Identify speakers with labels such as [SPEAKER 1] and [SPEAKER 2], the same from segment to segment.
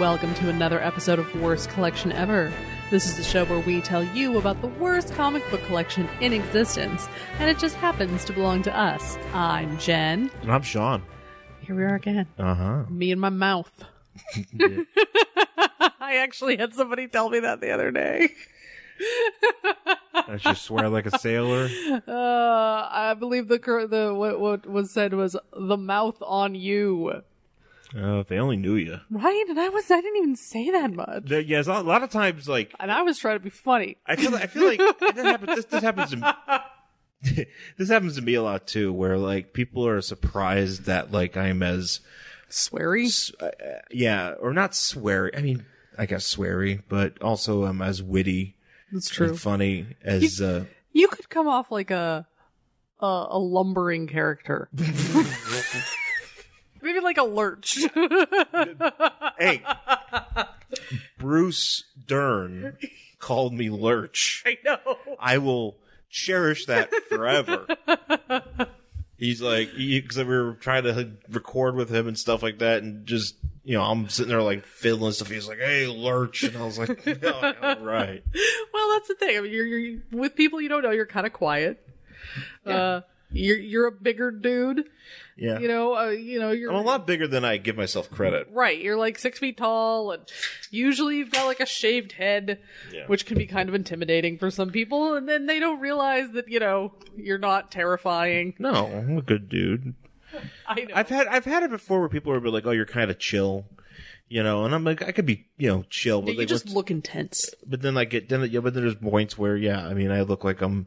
[SPEAKER 1] Welcome to another episode of Worst Collection Ever. This is the show where we tell you about the worst comic book collection in existence, and it just happens to belong to us. I'm Jen.
[SPEAKER 2] And I'm Sean.
[SPEAKER 1] Here we are again.
[SPEAKER 2] Uh huh.
[SPEAKER 1] Me and my mouth. I actually had somebody tell me that the other day.
[SPEAKER 2] I should swear like a sailor.
[SPEAKER 1] Uh, I believe the cor- the what, what was said was the mouth on you,
[SPEAKER 2] Uh, if they only knew you.
[SPEAKER 1] right? And I was I didn't even say that much,
[SPEAKER 2] There, yeah, it's a lot of times, like
[SPEAKER 1] and I was trying to be funny.
[SPEAKER 2] I feel, I feel like that happens, this, this happens. To, this happens to me a lot too, where like people are surprised that like I'm as
[SPEAKER 1] Sweary.
[SPEAKER 2] s- uh, yeah, or not sweary. I mean, I guess sweary, but also I'm as witty
[SPEAKER 1] That's
[SPEAKER 2] and funny as uh,
[SPEAKER 1] You could come off like a a, a lumbering character. Maybe like a lurch.
[SPEAKER 2] hey Bruce Dern called me Lurch.
[SPEAKER 1] I know.
[SPEAKER 2] I will cherish that forever. He's like, because we were trying to like, record with him and stuff like that, and just you know, I'm sitting there like fiddling stuff. He's like, "Hey, lurch," and I was like, "No, all right."
[SPEAKER 1] Well, that's the thing. I mean, you're, you're with people you don't know. You're kind of quiet. Uh, you're you're a bigger dude.
[SPEAKER 2] Yeah,
[SPEAKER 1] You know. Uh, you know. You're
[SPEAKER 2] I'm a lot bigger than I give myself credit.
[SPEAKER 1] right. You're like six feet tall, and usually you've got like a shaved head,
[SPEAKER 2] Yeah.
[SPEAKER 1] which can be kind of intimidating for some people. And then they don't realize that you know you're not terrifying.
[SPEAKER 2] No, I'm a good dude.
[SPEAKER 1] I know.
[SPEAKER 2] I've had I've had it before where people are like, "Oh, you're kind of chill," you know, and I'm like, I could be you know chill, but
[SPEAKER 1] you
[SPEAKER 2] like,
[SPEAKER 1] just
[SPEAKER 2] what's-
[SPEAKER 1] look intense.
[SPEAKER 2] but then I get then yeah, but then there's points where yeah, I mean, I look like I'm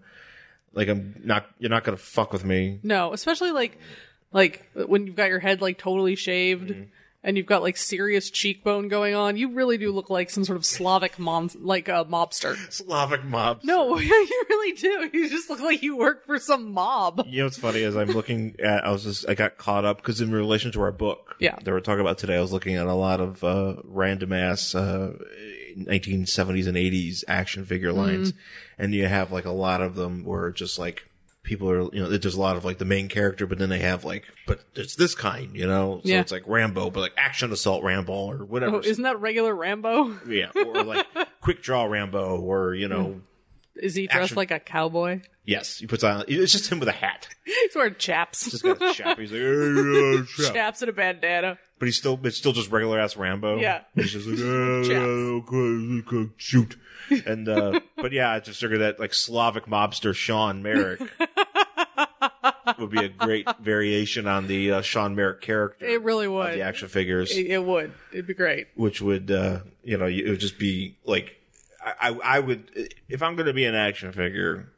[SPEAKER 2] like I'm not you're not gonna fuck with me.
[SPEAKER 1] No, especially like like when you've got your head like totally shaved
[SPEAKER 2] Mm-hmm.
[SPEAKER 1] and you've got like serious cheekbone going on, you really do look like some sort of Slavic mon like a mobster.
[SPEAKER 2] Slavic mobs.
[SPEAKER 1] No, you really do. You just look like you work for some mob.
[SPEAKER 2] You know what's funny is I'm looking at I was just I got caught up because in relation to our book
[SPEAKER 1] Yeah.
[SPEAKER 2] that we're talking about today I was looking at a lot of uh, random ass uh, 1970s and 80s action figure
[SPEAKER 1] Mm-hmm.
[SPEAKER 2] lines and you have like a lot of them where just like people are you know there's a lot of like the main character but then they have like but it's this kind you know so
[SPEAKER 1] Yeah.
[SPEAKER 2] it's like Rambo but like action assault Rambo or whatever
[SPEAKER 1] Oh, isn't that regular Rambo?
[SPEAKER 2] yeah or like quick draw Rambo or you
[SPEAKER 1] Hmm.
[SPEAKER 2] know
[SPEAKER 1] Is he dressed
[SPEAKER 2] Action.
[SPEAKER 1] like a cowboy?
[SPEAKER 2] yes he puts on it's just him with a hat
[SPEAKER 1] He's wearing chaps.
[SPEAKER 2] just got a chap he's like "Hey, uh, chap."
[SPEAKER 1] Chaps and a bandana.
[SPEAKER 2] But he's still, it's still just regular ass Rambo.
[SPEAKER 1] Yeah.
[SPEAKER 2] He's just like, "Ah,
[SPEAKER 1] Chaps.
[SPEAKER 2] okay, okay, shoot. And, uh, but yeah, I just figured that like Slavic mobster Sean Merrick would be a great variation on the uh, Sean Merrick character.
[SPEAKER 1] It really
[SPEAKER 2] of the
[SPEAKER 1] would.
[SPEAKER 2] action figures,
[SPEAKER 1] It, it would. It'd be great.
[SPEAKER 2] which would, uh, you know, it would just be like, I, I, I would, if I'm going to be an action figure,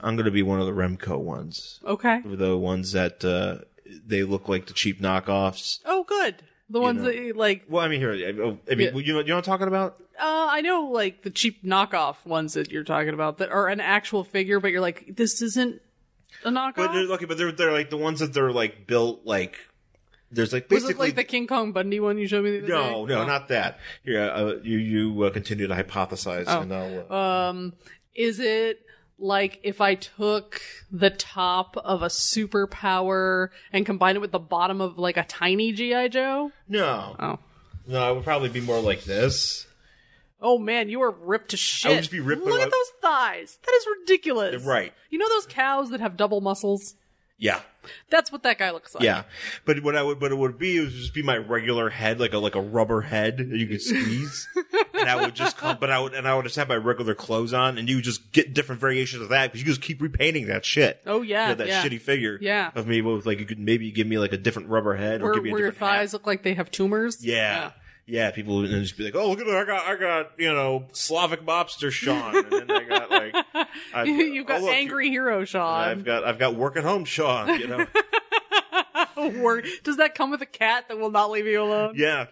[SPEAKER 2] I'm going to be one of the Remco ones.
[SPEAKER 1] Okay.
[SPEAKER 2] The ones that, uh, they look like the cheap knockoffs.
[SPEAKER 1] Oh, good. The ones
[SPEAKER 2] know.
[SPEAKER 1] that like
[SPEAKER 2] Well, I mean, here, I mean,
[SPEAKER 1] Yeah.
[SPEAKER 2] you, know, you know what I'm talking about?
[SPEAKER 1] Uh, I know, like the cheap knockoff ones that you're talking about that are an actual figure, but you're like, this isn't a
[SPEAKER 2] But they're
[SPEAKER 1] knockoff.
[SPEAKER 2] okay, but they're they're like the ones that they're like built like there's like
[SPEAKER 1] Was it
[SPEAKER 2] basically
[SPEAKER 1] like the King Kong Bundy one you showed me? The other
[SPEAKER 2] no
[SPEAKER 1] day?
[SPEAKER 2] no not that. Here, uh, you you uh, continue to hypothesize
[SPEAKER 1] Oh.
[SPEAKER 2] and I'll. Uh,
[SPEAKER 1] Um, is it like if I took the top of a superpower and combined it with the bottom of like a tiny GI Joe?
[SPEAKER 2] no,
[SPEAKER 1] Oh,
[SPEAKER 2] no, it would probably be more like this.
[SPEAKER 1] oh man, you are ripped to shit.
[SPEAKER 2] just be ripped, but
[SPEAKER 1] Look
[SPEAKER 2] I-
[SPEAKER 1] at those thighs. That is ridiculous.
[SPEAKER 2] Right.
[SPEAKER 1] You know those cows that have double muscles?
[SPEAKER 2] Yeah,
[SPEAKER 1] That's what that guy looks like.
[SPEAKER 2] yeah. But what I would, but it would be, it would just be my regular head, like a like a rubber head that you could squeeze, and I would just come. But I would, and I would just have my regular clothes on, and you would just get different variations of that because you just keep repainting that shit.
[SPEAKER 1] Oh, yeah,
[SPEAKER 2] You know, that
[SPEAKER 1] yeah.
[SPEAKER 2] shitty figure.
[SPEAKER 1] Yeah.
[SPEAKER 2] of me with like you could maybe give me like a different rubber head or
[SPEAKER 1] Where,
[SPEAKER 2] give me a
[SPEAKER 1] where your
[SPEAKER 2] different hat.
[SPEAKER 1] thighs look like they have tumors?
[SPEAKER 2] Yeah. Yeah, people would just be like, "Oh, look at it! I got, I got, you know, Slavic mobster Sean, and then I got like, I've,
[SPEAKER 1] You've got
[SPEAKER 2] "Oh, look,
[SPEAKER 1] angry hero
[SPEAKER 2] I've
[SPEAKER 1] Sean.
[SPEAKER 2] got, I've got work at home Sean. You know,
[SPEAKER 1] Or does that come with a cat that will not leave you alone?
[SPEAKER 2] yeah,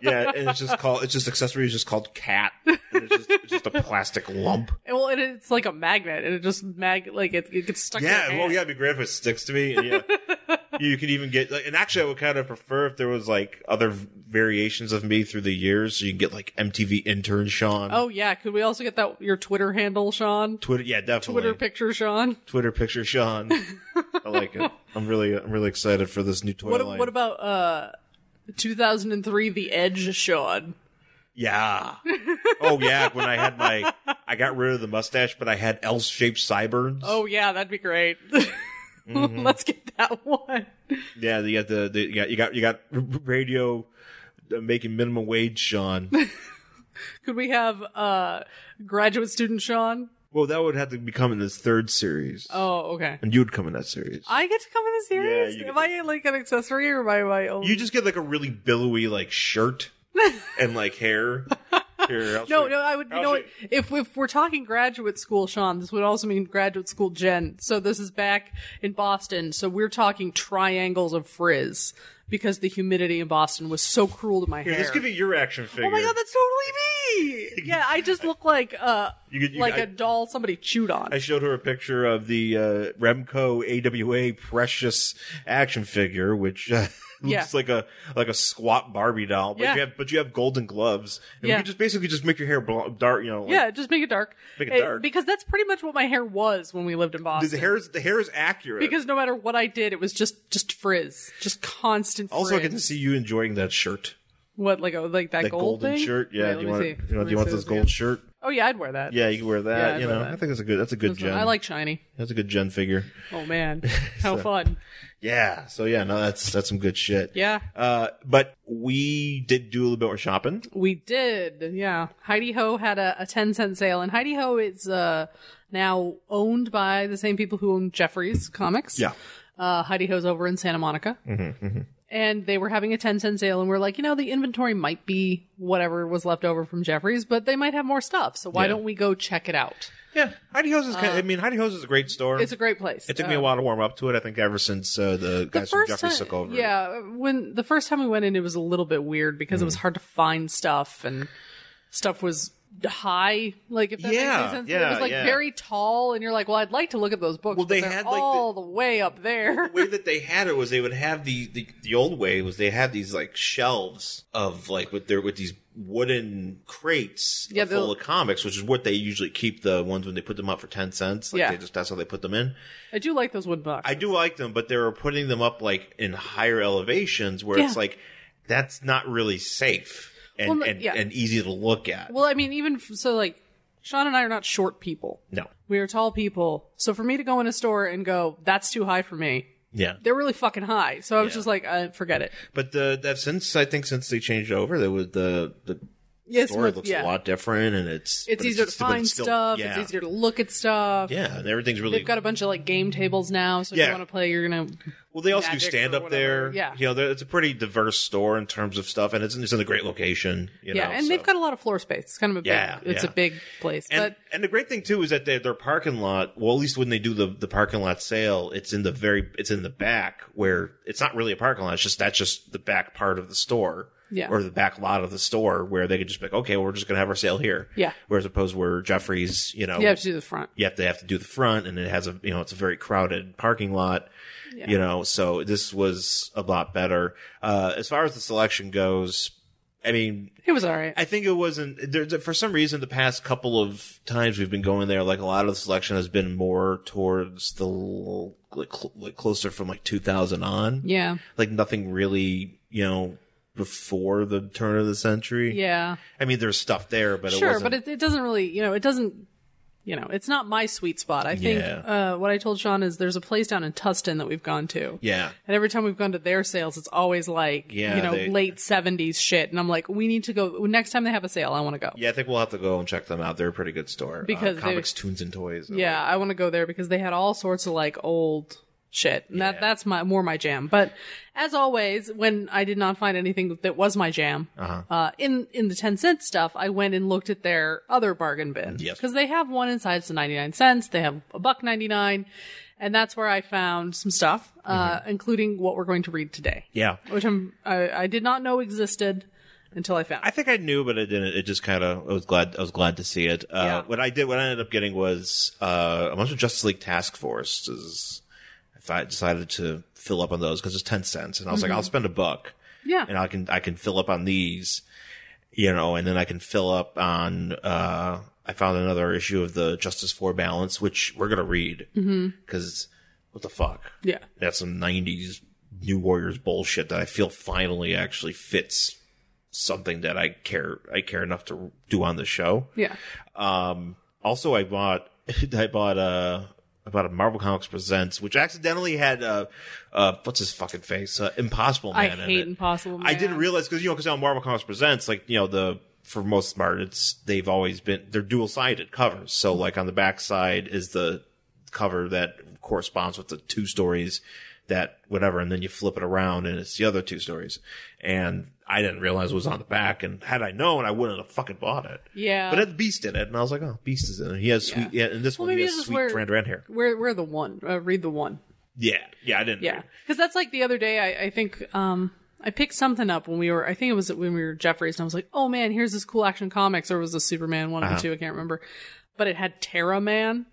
[SPEAKER 2] yeah. And it's just called, it's just accessory is just called cat. And it's, just, it's just a plastic lump.
[SPEAKER 1] And Well, and it's like a magnet, and it just mag like it, it gets stuck.
[SPEAKER 2] Yeah,
[SPEAKER 1] in your
[SPEAKER 2] well,
[SPEAKER 1] hand.
[SPEAKER 2] oh, yeah, it'd be great if it sticks to me. and yeah, you can even get, like, and actually, I would kind of prefer if there was like other variations of me through the years, so you can get like MTV intern Sean.
[SPEAKER 1] Oh yeah. Could we also get that your Twitter handle, Sean?
[SPEAKER 2] Twitter, yeah, definitely.
[SPEAKER 1] Twitter picture, Sean.
[SPEAKER 2] Twitter picture, Sean. I like it. I'm really, I'm really excited for this new toy
[SPEAKER 1] What
[SPEAKER 2] line.
[SPEAKER 1] what about uh 2003 The Edge Sean.
[SPEAKER 2] Yeah. Oh yeah. When I had my, I got rid of the mustache, but I had L-shaped sideburns.
[SPEAKER 1] Oh yeah, that'd be great.
[SPEAKER 2] Mm-hmm.
[SPEAKER 1] Let's get that one.
[SPEAKER 2] yeah. You got the, the you got you got you got radio uh, making minimum wage, Sean.
[SPEAKER 1] Could we have uh graduate student Sean?
[SPEAKER 2] well, that would have to become in this third series,
[SPEAKER 1] Oh, okay.
[SPEAKER 2] and you'd come in that series.
[SPEAKER 1] I get to come in the series?
[SPEAKER 2] you get
[SPEAKER 1] am I like an accessory or am I my own?
[SPEAKER 2] you just get like a really billowy like shirt and like hair. Here, I'll show
[SPEAKER 1] no,
[SPEAKER 2] you.
[SPEAKER 1] no, I would. You
[SPEAKER 2] I'll
[SPEAKER 1] know, what?
[SPEAKER 2] show
[SPEAKER 1] if if we're talking graduate school, Sean, this would also mean graduate school Jen. So this is back in Boston. So we're talking triangles of frizz because the humidity in Boston was so cruel to my
[SPEAKER 2] Here,
[SPEAKER 1] hair.
[SPEAKER 2] this could be your action figure.
[SPEAKER 1] oh my god, that's totally me. Yeah, I just look like uh
[SPEAKER 2] You could- you-
[SPEAKER 1] like
[SPEAKER 2] I-
[SPEAKER 1] a doll somebody chewed on.
[SPEAKER 2] I showed her a picture of the uh, Remco AWA Precious action figure, which uh, looks
[SPEAKER 1] Yeah.
[SPEAKER 2] like a like a squat Barbie doll. But
[SPEAKER 1] Yeah.
[SPEAKER 2] you have but you have golden gloves, and
[SPEAKER 1] Yeah.
[SPEAKER 2] you just basically just make your hair bl- dark. You know, like,
[SPEAKER 1] yeah, just make it dark.
[SPEAKER 2] Make it
[SPEAKER 1] Eh,
[SPEAKER 2] dark.
[SPEAKER 1] because that's pretty much what my hair was when we lived in Boston.
[SPEAKER 2] The hair is the hair is accurate.
[SPEAKER 1] because no matter what I did, it was just just frizz, just constant. Frizz.
[SPEAKER 2] also, I get to see you enjoying that shirt,
[SPEAKER 1] What like oh, like that,
[SPEAKER 2] that
[SPEAKER 1] gold
[SPEAKER 2] golden
[SPEAKER 1] thing?
[SPEAKER 2] shirt. Yeah,
[SPEAKER 1] Wait,
[SPEAKER 2] do
[SPEAKER 1] let
[SPEAKER 2] you
[SPEAKER 1] me
[SPEAKER 2] want
[SPEAKER 1] see.
[SPEAKER 2] you know,
[SPEAKER 1] Let
[SPEAKER 2] do
[SPEAKER 1] me
[SPEAKER 2] you want
[SPEAKER 1] see
[SPEAKER 2] this
[SPEAKER 1] again.
[SPEAKER 2] gold shirt?
[SPEAKER 1] Oh yeah, I'd wear that.
[SPEAKER 2] Yeah, you can wear that.
[SPEAKER 1] I'd
[SPEAKER 2] you
[SPEAKER 1] wear
[SPEAKER 2] know,
[SPEAKER 1] that.
[SPEAKER 2] I think that's a good that's a good
[SPEAKER 1] That's fun.
[SPEAKER 2] gen.
[SPEAKER 1] I like shiny.
[SPEAKER 2] that's a good gen figure.
[SPEAKER 1] Oh man, how fun!
[SPEAKER 2] Yeah. So yeah, no, that's that's some good shit.
[SPEAKER 1] Yeah,
[SPEAKER 2] Uh, but we did do a little bit more shopping.
[SPEAKER 1] we did. Yeah, Heidi Ho had a, a ten cent sale, and Heidi Ho is uh, now owned by the same people who own Jeffries Comics. uh, Heidi Ho's over in Santa Monica.
[SPEAKER 2] Mm-hmm,
[SPEAKER 1] And they were having a 10 cent sale, and we're like, you know, the inventory might be whatever was left over from Jeffries, but they might have more stuff. So why
[SPEAKER 2] Yeah.
[SPEAKER 1] don't we go check it out?
[SPEAKER 2] Yeah, Heidi Ho's is. Kind of, I mean, Heidi Ho's is a great store.
[SPEAKER 1] Uh, It's a uh, great place.
[SPEAKER 2] it took me a while to warm up to it. I think ever since uh, the guys from Jeffries took over.
[SPEAKER 1] yeah, when the first time we went in, it was a little bit weird because it was
[SPEAKER 2] Mm.
[SPEAKER 1] hard to find stuff and stuff was high. Like if that makes
[SPEAKER 2] Yeah,
[SPEAKER 1] any sense, it
[SPEAKER 2] yeah,
[SPEAKER 1] was like
[SPEAKER 2] yeah.
[SPEAKER 1] very tall, and you're like, well, I'd like to look at those books.
[SPEAKER 2] Well,
[SPEAKER 1] but
[SPEAKER 2] they
[SPEAKER 1] they're
[SPEAKER 2] had, like, the-
[SPEAKER 1] all the way up there.
[SPEAKER 2] The way that they had it was they would have the, the the old way was they had these like shelves of like with their with these wooden crates
[SPEAKER 1] Yeah,
[SPEAKER 2] full
[SPEAKER 1] they'll-
[SPEAKER 2] of comics, which is what they usually keep the ones when they put them up for ten cents. Like
[SPEAKER 1] Yeah.
[SPEAKER 2] they just that's how they put them in.
[SPEAKER 1] I do like those wood books.
[SPEAKER 2] I do like them, but they were putting them up like in higher elevations where it's
[SPEAKER 1] Yeah.
[SPEAKER 2] like that's not really safe and
[SPEAKER 1] Well, no-
[SPEAKER 2] and,
[SPEAKER 1] yeah.
[SPEAKER 2] and easy to look at.
[SPEAKER 1] Well, I mean, even f- so, like Sean and I are not short people.
[SPEAKER 2] No.
[SPEAKER 1] We are tall people. So for me to go in a store and go, that's too high for me.
[SPEAKER 2] Yeah.
[SPEAKER 1] They're really fucking high. So I was
[SPEAKER 2] Yeah.
[SPEAKER 1] just like, uh, forget it.
[SPEAKER 2] But the that since I think since they changed over, there was the the
[SPEAKER 1] Yes,
[SPEAKER 2] store looks a lot different, and it's
[SPEAKER 1] It's
[SPEAKER 2] but
[SPEAKER 1] easier
[SPEAKER 2] just-
[SPEAKER 1] to
[SPEAKER 2] but
[SPEAKER 1] find
[SPEAKER 2] still-
[SPEAKER 1] stuff.
[SPEAKER 2] Yeah,
[SPEAKER 1] It's easier to look at stuff.
[SPEAKER 2] yeah, and everything's really
[SPEAKER 1] They've got a bunch of like game tables now. So if
[SPEAKER 2] Yeah.
[SPEAKER 1] you want to play, you're gonna.
[SPEAKER 2] well. They also do
[SPEAKER 1] magic or
[SPEAKER 2] stand up
[SPEAKER 1] whatever.
[SPEAKER 2] there.
[SPEAKER 1] Yeah.
[SPEAKER 2] you know, there- it's a pretty diverse store in terms of stuff, and it's, it's in a great location. You
[SPEAKER 1] Yeah,
[SPEAKER 2] know,
[SPEAKER 1] and
[SPEAKER 2] so.
[SPEAKER 1] they've got a lot of floor space. It's kind of a big.
[SPEAKER 2] Yeah,
[SPEAKER 1] it's
[SPEAKER 2] yeah.
[SPEAKER 1] a big place,
[SPEAKER 2] And,
[SPEAKER 1] but
[SPEAKER 2] and the great thing too is that their their parking lot. Well, at least when they do the, the parking lot sale, it's in the very it's in the back where it's not really a parking lot. It's just that's just the back part of the store,
[SPEAKER 1] Yeah.
[SPEAKER 2] or the back lot of the store where they could just be like, okay, we're just gonna have our sale here,
[SPEAKER 1] Yeah.
[SPEAKER 2] Whereas opposed where Jeffrey's, you know,
[SPEAKER 1] you have to do the front.
[SPEAKER 2] you have to have to do the front, and it has a you know it's a very crowded parking lot, you know. So this was a lot better uh, as far as the selection goes. I mean,
[SPEAKER 1] It was all right.
[SPEAKER 2] I think it wasn't there, there- for some reason the past couple of times we've been going there like a lot of the selection has been more towards the l- like, cl- like closer from like 2000 on
[SPEAKER 1] yeah,
[SPEAKER 2] like nothing really you know before the turn of the century
[SPEAKER 1] yeah.
[SPEAKER 2] I mean there's stuff there but it
[SPEAKER 1] sure
[SPEAKER 2] wasn't
[SPEAKER 1] but it, it doesn't really you know it doesn't you know it's not my sweet spot i think
[SPEAKER 2] Yeah.
[SPEAKER 1] uh, what i told sean is there's a place down in tustin that we've gone to
[SPEAKER 2] yeah
[SPEAKER 1] and every time we've gone to their sales it's always like
[SPEAKER 2] Yeah,
[SPEAKER 1] you know
[SPEAKER 2] they-
[SPEAKER 1] late 70s shit and i'm like we need to go next time they have a sale i want to go
[SPEAKER 2] yeah I think we'll have to go and check them out they're a pretty good store
[SPEAKER 1] Because
[SPEAKER 2] uh,
[SPEAKER 1] they-
[SPEAKER 2] comics tunes and toys
[SPEAKER 1] Yeah, I want to go there because they had all sorts of like old shit. And that that's my more my jam. But as always, when I did not find anything that was my jam,
[SPEAKER 2] Uh-huh.
[SPEAKER 1] uh in in the ten cent stuff, I went and looked at their other bargain bin
[SPEAKER 2] Yes.
[SPEAKER 1] because they have one inside it's ninety nine cents. They have a buck ninety nine, and that's where I found some stuff, uh, including what we're going to read today,
[SPEAKER 2] Mm-hmm. yeah
[SPEAKER 1] which I'm I, I did not know existed until I found.
[SPEAKER 2] I think I knew, but I didn't. It just kind of. I was glad. I was glad to see it. Uh,
[SPEAKER 1] Yeah.
[SPEAKER 2] What I did, what I ended up getting was uh, a bunch of Justice League Task Forces. If I decided to fill up on those because it's ten cents, and I was
[SPEAKER 1] Mm-hmm.
[SPEAKER 2] like, I'll spend a buck,
[SPEAKER 1] yeah,
[SPEAKER 2] and I can I can fill up on these, you know, and then I can fill up on. Uh, I found another issue of the Justice for
[SPEAKER 1] Mm-hmm.
[SPEAKER 2] Balance, which we're gonna read because what the fuck?
[SPEAKER 1] yeah.
[SPEAKER 2] That's some '90s New Warriors bullshit that I feel finally actually fits something that I care I care enough to do on the show.
[SPEAKER 1] Yeah.
[SPEAKER 2] Um, also, I bought I bought uh I bought a Marvel Comics Presents, which accidentally had uh, uh what's his fucking face uh, Impossible
[SPEAKER 1] I
[SPEAKER 2] Man in
[SPEAKER 1] hate
[SPEAKER 2] it.
[SPEAKER 1] Impossible Man.
[SPEAKER 2] I didn't realize because you know because on Marvel Comics Presents, like you know the for most part it's they've always been they're dual sided covers. So like on the back side is the cover that corresponds with the two stories that whatever, and then you flip it around and it's the other two stories. And I didn't realize it was on the back, and had I known, I wouldn't have fucking bought it.
[SPEAKER 1] Yeah.
[SPEAKER 2] But it had Beast in it, and I was like, oh, Beast is in it. He has sweet, yeah, and this
[SPEAKER 1] Well,
[SPEAKER 2] one he
[SPEAKER 1] maybe
[SPEAKER 2] has
[SPEAKER 1] this is
[SPEAKER 2] sweet
[SPEAKER 1] where-
[SPEAKER 2] Duran Duran hair.
[SPEAKER 1] We're, we're the one. Uh, read the one.
[SPEAKER 2] Yeah, yeah, I didn't.
[SPEAKER 1] Yeah, because that's like the other day. I, I think um, I picked something up when we were. I think it was when we were at Jeffries, and I was like, "Oh man, here's this cool action comics." Or was this Superman one
[SPEAKER 2] Uh-huh.
[SPEAKER 1] of the two? I can't remember. But it had Terra Man.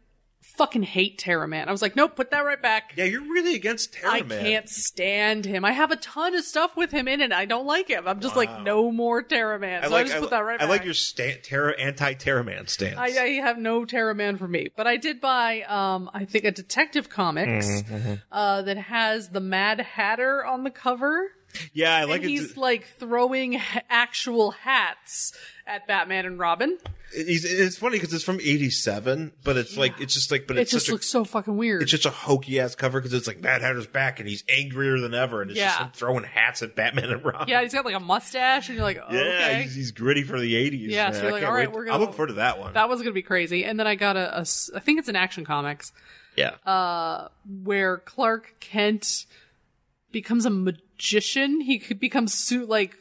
[SPEAKER 1] Fucking hate Terra Man. I was like, "Nope, put that right back."
[SPEAKER 2] Yeah, you're really against Terra
[SPEAKER 1] I
[SPEAKER 2] Man.
[SPEAKER 1] can't stand him. I have a ton of stuff with him in it. I don't like him. I'm just like, no more Terra Man.
[SPEAKER 2] I
[SPEAKER 1] So I,
[SPEAKER 2] like,
[SPEAKER 1] just
[SPEAKER 2] I,
[SPEAKER 1] put that right
[SPEAKER 2] I
[SPEAKER 1] back.
[SPEAKER 2] like your sta- Terra anti Terra Man stance.
[SPEAKER 1] I, I have no Terra Man for me, but I did buy, um, I think a Detective Comics
[SPEAKER 2] Mm-hmm,
[SPEAKER 1] uh, that has the Mad Hatter on the cover.
[SPEAKER 2] yeah, I like
[SPEAKER 1] uh, and
[SPEAKER 2] it.
[SPEAKER 1] he's
[SPEAKER 2] to-
[SPEAKER 1] like throwing h- actual hats at Batman and Robin.
[SPEAKER 2] he's- it's funny because it's from '87, but it's like it's just like, but
[SPEAKER 1] It
[SPEAKER 2] it's
[SPEAKER 1] just
[SPEAKER 2] such a
[SPEAKER 1] looks so fucking weird.
[SPEAKER 2] it's just a hokey ass cover because it's like Mad Hatter's back and he's angrier than ever, and it's just
[SPEAKER 1] Yeah.
[SPEAKER 2] him throwing hats at Batman and Robin.
[SPEAKER 1] yeah, he's got like a mustache, and you're like, oh,
[SPEAKER 2] Yeah,
[SPEAKER 1] okay.
[SPEAKER 2] he's, he's gritty for the '80s.
[SPEAKER 1] Yeah, so
[SPEAKER 2] man.
[SPEAKER 1] you're
[SPEAKER 2] I
[SPEAKER 1] like,
[SPEAKER 2] can't
[SPEAKER 1] all right,
[SPEAKER 2] wait.
[SPEAKER 1] we're
[SPEAKER 2] I
[SPEAKER 1] gonna-
[SPEAKER 2] look forward to that one.
[SPEAKER 1] That was gonna be crazy. And then I got a, a s- I think it's an Action Comics
[SPEAKER 2] yeah,
[SPEAKER 1] where Clark Kent becomes a magician. He could become suit like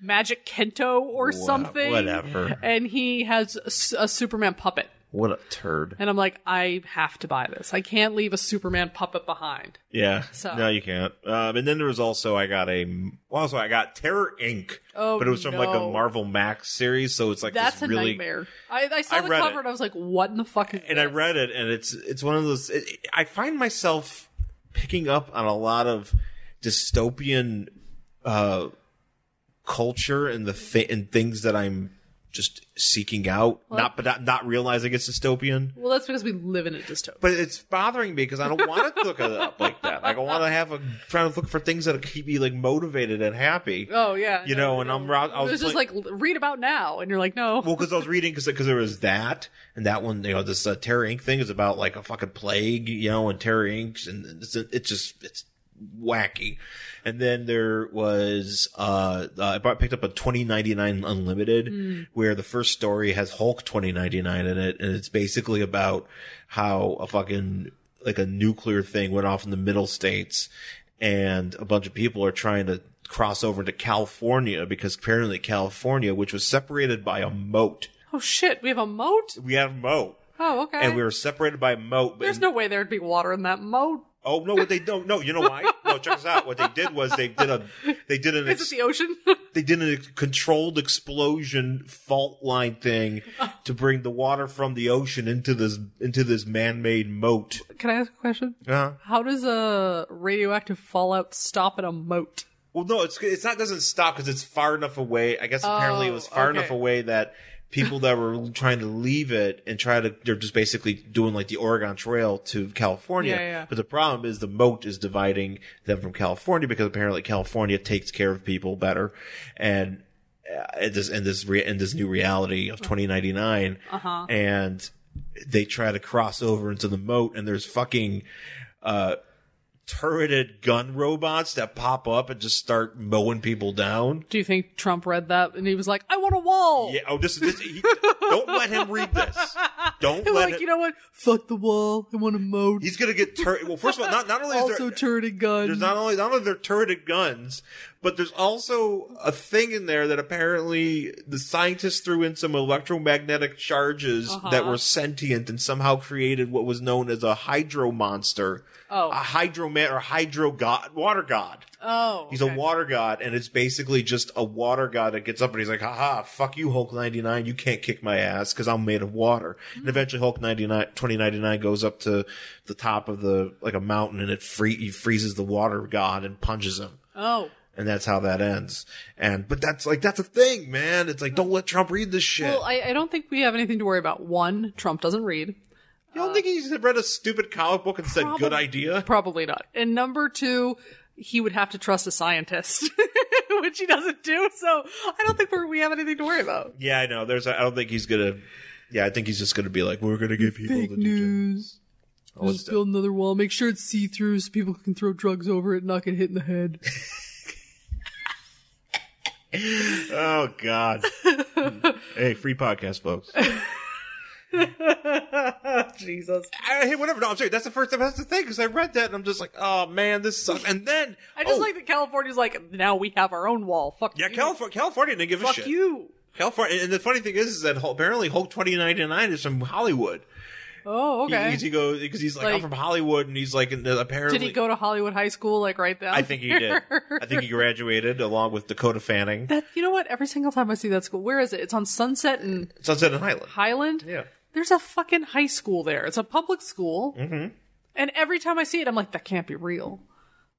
[SPEAKER 1] Magic Kento or
[SPEAKER 2] Wha-
[SPEAKER 1] something.
[SPEAKER 2] whatever.
[SPEAKER 1] And he has a s- a Superman puppet.
[SPEAKER 2] what a turd.
[SPEAKER 1] And I'm like, I have to buy this. I can't leave a Superman puppet behind.
[SPEAKER 2] Yeah.
[SPEAKER 1] So-
[SPEAKER 2] No, you can't. Um, and then there was also I got a well, also I got Terror Inc.
[SPEAKER 1] Oh,
[SPEAKER 2] but it was from like a
[SPEAKER 1] no.
[SPEAKER 2] Marvel Max series, so it's like
[SPEAKER 1] That's
[SPEAKER 2] this
[SPEAKER 1] a
[SPEAKER 2] really.
[SPEAKER 1] nightmare. I, I saw
[SPEAKER 2] I
[SPEAKER 1] the
[SPEAKER 2] read
[SPEAKER 1] cover
[SPEAKER 2] it.
[SPEAKER 1] and I was like, what in the fuck is
[SPEAKER 2] And I read it, and it's it's one of those. It, it- I find myself picking up on a lot of dystopian uh, culture and the thi- and things that I'm just seeking out, not but not, not realizing it's dystopian.
[SPEAKER 1] Well, that's because we live in a dystopia.
[SPEAKER 2] But it's bothering me because I don't want to look it up like that. Like I want to have a trying to look for things that'll keep me like motivated and happy.
[SPEAKER 1] oh, yeah.
[SPEAKER 2] you
[SPEAKER 1] no,
[SPEAKER 2] know, and
[SPEAKER 1] no.
[SPEAKER 2] I'm ra- I
[SPEAKER 1] It was
[SPEAKER 2] was
[SPEAKER 1] just
[SPEAKER 2] like,
[SPEAKER 1] like, read about now. And you're like, no.
[SPEAKER 2] well, because I was reading because there was that and that one. You know, this uh, Terror Inc. thing is about like a fucking plague. You know, and Terror Inc. and it's it's just it's wacky. And then there was uh, uh I bought, picked up a 2099 Unlimited where the first story has Hulk 2099 in it, and it's basically about how a fucking like a nuclear thing went off in the middle states and a bunch of people are trying to cross over into California because apparently California, which was separated by a moat,
[SPEAKER 1] oh, shit. We have a moat?
[SPEAKER 2] we have a moat,
[SPEAKER 1] Oh, okay.
[SPEAKER 2] and we were separated by a moat.
[SPEAKER 1] There's
[SPEAKER 2] and-
[SPEAKER 1] no way there'd be water in that moat.
[SPEAKER 2] oh no, what they don't no, you know why? No, check this out. What they did was they did a they did an
[SPEAKER 1] Is
[SPEAKER 2] ex-
[SPEAKER 1] it the ocean?
[SPEAKER 2] they did a controlled explosion fault line thing to bring the water from the ocean into this into this man made moat.
[SPEAKER 1] Can I ask a question?
[SPEAKER 2] Uh-huh.
[SPEAKER 1] How does a radioactive fallout stop at a moat?
[SPEAKER 2] Well, no, it's it's not doesn't stop because it's far enough away. I guess apparently it was far
[SPEAKER 1] Oh, okay.
[SPEAKER 2] enough away that people that were trying to leave it and try to they're just basically doing like the Oregon Trail to California.
[SPEAKER 1] Yeah, yeah.
[SPEAKER 2] But the problem is the moat is dividing them from California because apparently California takes care of people better, and uh, in this in this re- in this new reality of 2099, uh-huh. and they try to cross over into the moat, and there's fucking uh, turreted gun robots that pop up and just start mowing people down.
[SPEAKER 1] Do you think Trump read that and he was like, I want a wall?
[SPEAKER 2] Yeah. Oh, this is this. He, don't let him read this. Don't
[SPEAKER 1] And we're
[SPEAKER 2] let
[SPEAKER 1] like,
[SPEAKER 2] him.
[SPEAKER 1] you know what? Fuck the wall. I want a moat.
[SPEAKER 2] he's gonna get turret. Well, first of all, not not only is
[SPEAKER 1] also
[SPEAKER 2] there,
[SPEAKER 1] turreted gun.
[SPEAKER 2] there's not only not only they're turreted guns, but there's also a thing in there that apparently the scientists threw in some electromagnetic charges
[SPEAKER 1] Uh-huh.
[SPEAKER 2] that were sentient and somehow created what was known as a hydro monster.
[SPEAKER 1] Oh.
[SPEAKER 2] A hydro man or hydro god, water god.
[SPEAKER 1] oh.
[SPEAKER 2] He's
[SPEAKER 1] okay.
[SPEAKER 2] a water god, and it's basically just a water god that gets up and he's like, haha, fuck you, Hulk 99. You can't kick my ass because I'm made of water.
[SPEAKER 1] Mm-hmm.
[SPEAKER 2] And eventually Hulk 99, 2099 goes up to the top of the, like a mountain and it free, he freezes the water god and punches him.
[SPEAKER 1] Oh.
[SPEAKER 2] And that's how that ends. And, but that's like, that's a thing, man. It's like, don't let Trump read this shit.
[SPEAKER 1] Well, I, I don't think we have anything to worry about. One, Trump doesn't read.
[SPEAKER 2] you don't think he's read a stupid comic book and said,
[SPEAKER 1] uh, Probab-
[SPEAKER 2] good idea?
[SPEAKER 1] Probably not. And number two, he would have to trust a scientist, which he doesn't do. So I don't think we're, we have anything to worry about.
[SPEAKER 2] Yeah, I know. There's. I don't think he's gonna. Yeah, I think he's just gonna be like, we're gonna give people the DJ. Oh,
[SPEAKER 1] Just
[SPEAKER 2] it's-
[SPEAKER 1] build another wall. Make sure it's see through so people can throw drugs over it and not get hit in the head.
[SPEAKER 2] oh God. hey, free podcast, folks.
[SPEAKER 1] Jesus.
[SPEAKER 2] I, hey, whatever. No, I'm sorry. That's the first time. That's the thing because I read that and I'm just like, oh man, this sucks. And then
[SPEAKER 1] I just
[SPEAKER 2] oh,
[SPEAKER 1] like that California's like, now we have our own wall. Fuck
[SPEAKER 2] yeah,
[SPEAKER 1] you.
[SPEAKER 2] California, California didn't give a
[SPEAKER 1] Fuck
[SPEAKER 2] shit.
[SPEAKER 1] you.
[SPEAKER 2] California, and the funny thing is, is that Hulk- apparently Hulk 2099 is from Hollywood.
[SPEAKER 1] Oh,
[SPEAKER 2] He-
[SPEAKER 1] okay.
[SPEAKER 2] He, he goes because he's like, I'm
[SPEAKER 1] Like-
[SPEAKER 2] from Hollywood, and he's like, and then apparently
[SPEAKER 1] did he go to Hollywood High School like right down
[SPEAKER 2] I think he did. I think he graduated along with Dakota Fanning.
[SPEAKER 1] That you know what? Every single time I see that school, where is it? It's on Sunset and
[SPEAKER 2] Sunset and Highland.
[SPEAKER 1] Highland.
[SPEAKER 2] Yeah.
[SPEAKER 1] There's a fucking high school there. It's a public school. Mm-hmm. And every time I see it, I'm like, that can't be real.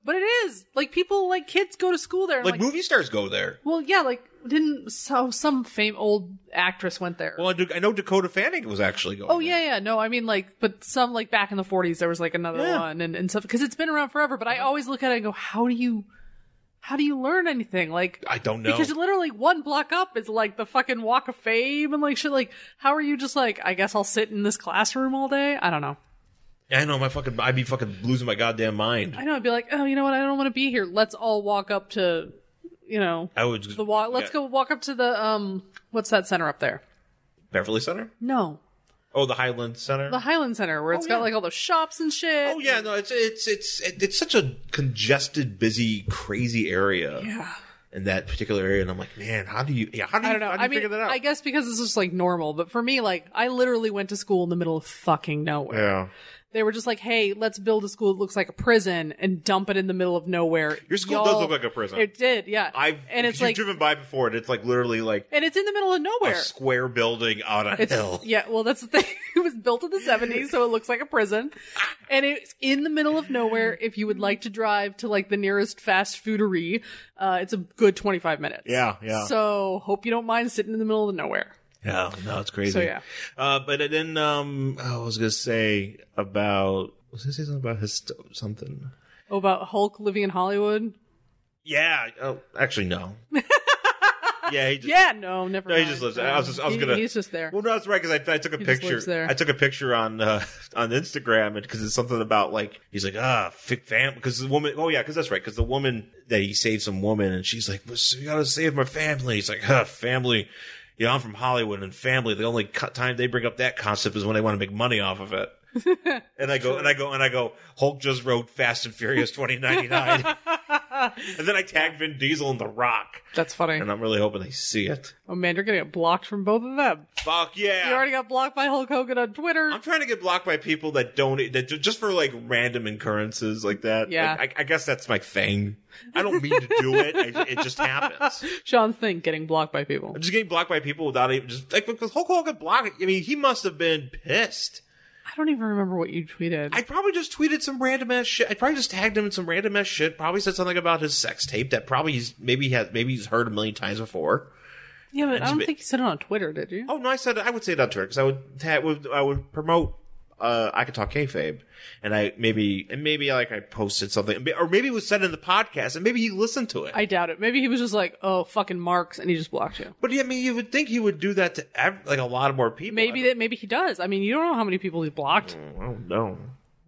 [SPEAKER 1] But it is. Like people, like kids, go to school there. And I'm
[SPEAKER 2] Like,
[SPEAKER 1] like,
[SPEAKER 2] movie stars go there.
[SPEAKER 1] well, yeah, like didn't so some fame old actress went there.
[SPEAKER 2] Well, I, do, I know Dakota Fanning was actually going.
[SPEAKER 1] Oh yeah, yeah. No, I mean like, but some like back in the '40s, there was like another
[SPEAKER 2] Yeah. Uh-huh.
[SPEAKER 1] one and, and stuff because it's been around forever. But I always look at it and go, how do you, how do you learn anything? Like,
[SPEAKER 2] I don't know.
[SPEAKER 1] because literally one block up is like the fucking Walk of Fame and like shit. Like, how are you just like? I guess I'll sit in this classroom all day. I don't know.
[SPEAKER 2] I know my fucking. I'd be fucking losing my goddamn mind.
[SPEAKER 1] I know. I'd be like, oh, you know what? I don't want to be here. Let's all walk up to, you know,
[SPEAKER 2] I would just
[SPEAKER 1] the walk. Let's go walk up to the um, what's that center up there?
[SPEAKER 2] Beverly Center.
[SPEAKER 1] No,
[SPEAKER 2] Oh, the Highland Center.
[SPEAKER 1] the Highland Center where it's got
[SPEAKER 2] Oh, yeah.
[SPEAKER 1] like all those shops and shit.
[SPEAKER 2] oh yeah, no, it's it's it's it's such a congested, busy, crazy area.
[SPEAKER 1] Yeah.
[SPEAKER 2] in that particular area, and I'm like, man, how do you? Yeah, how do you?
[SPEAKER 1] I don't know.
[SPEAKER 2] How do you
[SPEAKER 1] I mean,
[SPEAKER 2] figure that out?
[SPEAKER 1] I guess because it's just like normal. But for me, like, I literally went to school in the middle of fucking nowhere.
[SPEAKER 2] yeah,
[SPEAKER 1] They were just like, hey, let's build a school that looks like a prison and dump it in the middle of nowhere.
[SPEAKER 2] Your school does look like a prison.
[SPEAKER 1] It did, yeah.
[SPEAKER 2] I've
[SPEAKER 1] and it's
[SPEAKER 2] you've
[SPEAKER 1] like,
[SPEAKER 2] driven by before, and it's like literally like
[SPEAKER 1] and it's in the middle of
[SPEAKER 2] a
[SPEAKER 1] nowhere.
[SPEAKER 2] square building on a
[SPEAKER 1] It's,
[SPEAKER 2] hill.
[SPEAKER 1] yeah, well, that's the thing. It was built in the 70s, so it looks like a prison. And it's in the middle of nowhere. If you would like to drive to like the nearest fast foodery, uh, it's a good 25 minutes.
[SPEAKER 2] Yeah, yeah.
[SPEAKER 1] So hope you don't mind sitting in the middle of nowhere.
[SPEAKER 2] Yeah, no, it's crazy.
[SPEAKER 1] So, yeah.
[SPEAKER 2] Uh, but then um, I was gonna say about was I gonna say something about his something.
[SPEAKER 1] Oh, about Hulk living in Hollywood?
[SPEAKER 2] Yeah. Oh, actually, no. yeah. He just,
[SPEAKER 1] Yeah, no, never.
[SPEAKER 2] No, he
[SPEAKER 1] mind.
[SPEAKER 2] just lives there. I was just- I was
[SPEAKER 1] He-
[SPEAKER 2] gonna-
[SPEAKER 1] He's just there.
[SPEAKER 2] Well, no, that's right because I, I took a
[SPEAKER 1] He just
[SPEAKER 2] picture.
[SPEAKER 1] lives there.
[SPEAKER 2] I took a picture on uh, on Instagram, and because it's something about like he's like ah fi- fam because the woman. Oh yeah, because that's right because the woman that he saved some woman, and she's like, well, so you gotta save my family. He's like, ah, family. Yeah, I'm from Hollywood, and family. The only co- time they bring up that concept is when they want to make money off of it. and I go, and I go, and I go. Hulk just wrote Fast and Furious 2099, and then I tag Vin Diesel in The Rock,
[SPEAKER 1] That's funny.
[SPEAKER 2] and I'm really hoping they see it.
[SPEAKER 1] Oh man, you're gonna get blocked from both of them.
[SPEAKER 2] Fuck yeah!
[SPEAKER 1] You already got blocked by Hulk Hogan on Twitter.
[SPEAKER 2] I'm trying to get blocked by people that don't that ju- just for like random occurrences like that.
[SPEAKER 1] Yeah.
[SPEAKER 2] Like, I, I guess that's my thing. I don't mean to do it. I, it just happens.
[SPEAKER 1] Sean's thing, getting blocked by people.
[SPEAKER 2] I'm just getting blocked by people without even just like because Hulk Hogan blocked. I mean, he must have been pissed.
[SPEAKER 1] I don't even remember what you tweeted.
[SPEAKER 2] I probably just tweeted some random ass shit. I probably just tagged him in some random ass shit. Probably said something about his sex tape that probably he's maybe he has maybe he's heard a million times before.
[SPEAKER 1] yeah, but I don't
[SPEAKER 2] bit-
[SPEAKER 1] think you said it on Twitter, did you?
[SPEAKER 2] Oh no, I said I would say it on Twitter because I would tag, would I would promote. Uh, I could talk kayfabe, and I maybe and maybe like I posted something, or maybe it was said in the podcast, and maybe he listened to it.
[SPEAKER 1] I doubt it. Maybe he was just like, "Oh, fucking marks," and he just blocked you.
[SPEAKER 2] but yeah, I mean, you would think he would do that to ev- like a lot of more people.
[SPEAKER 1] Maybe that. Maybe he does. I mean, you don't know how many people he's blocked.
[SPEAKER 2] I don't know.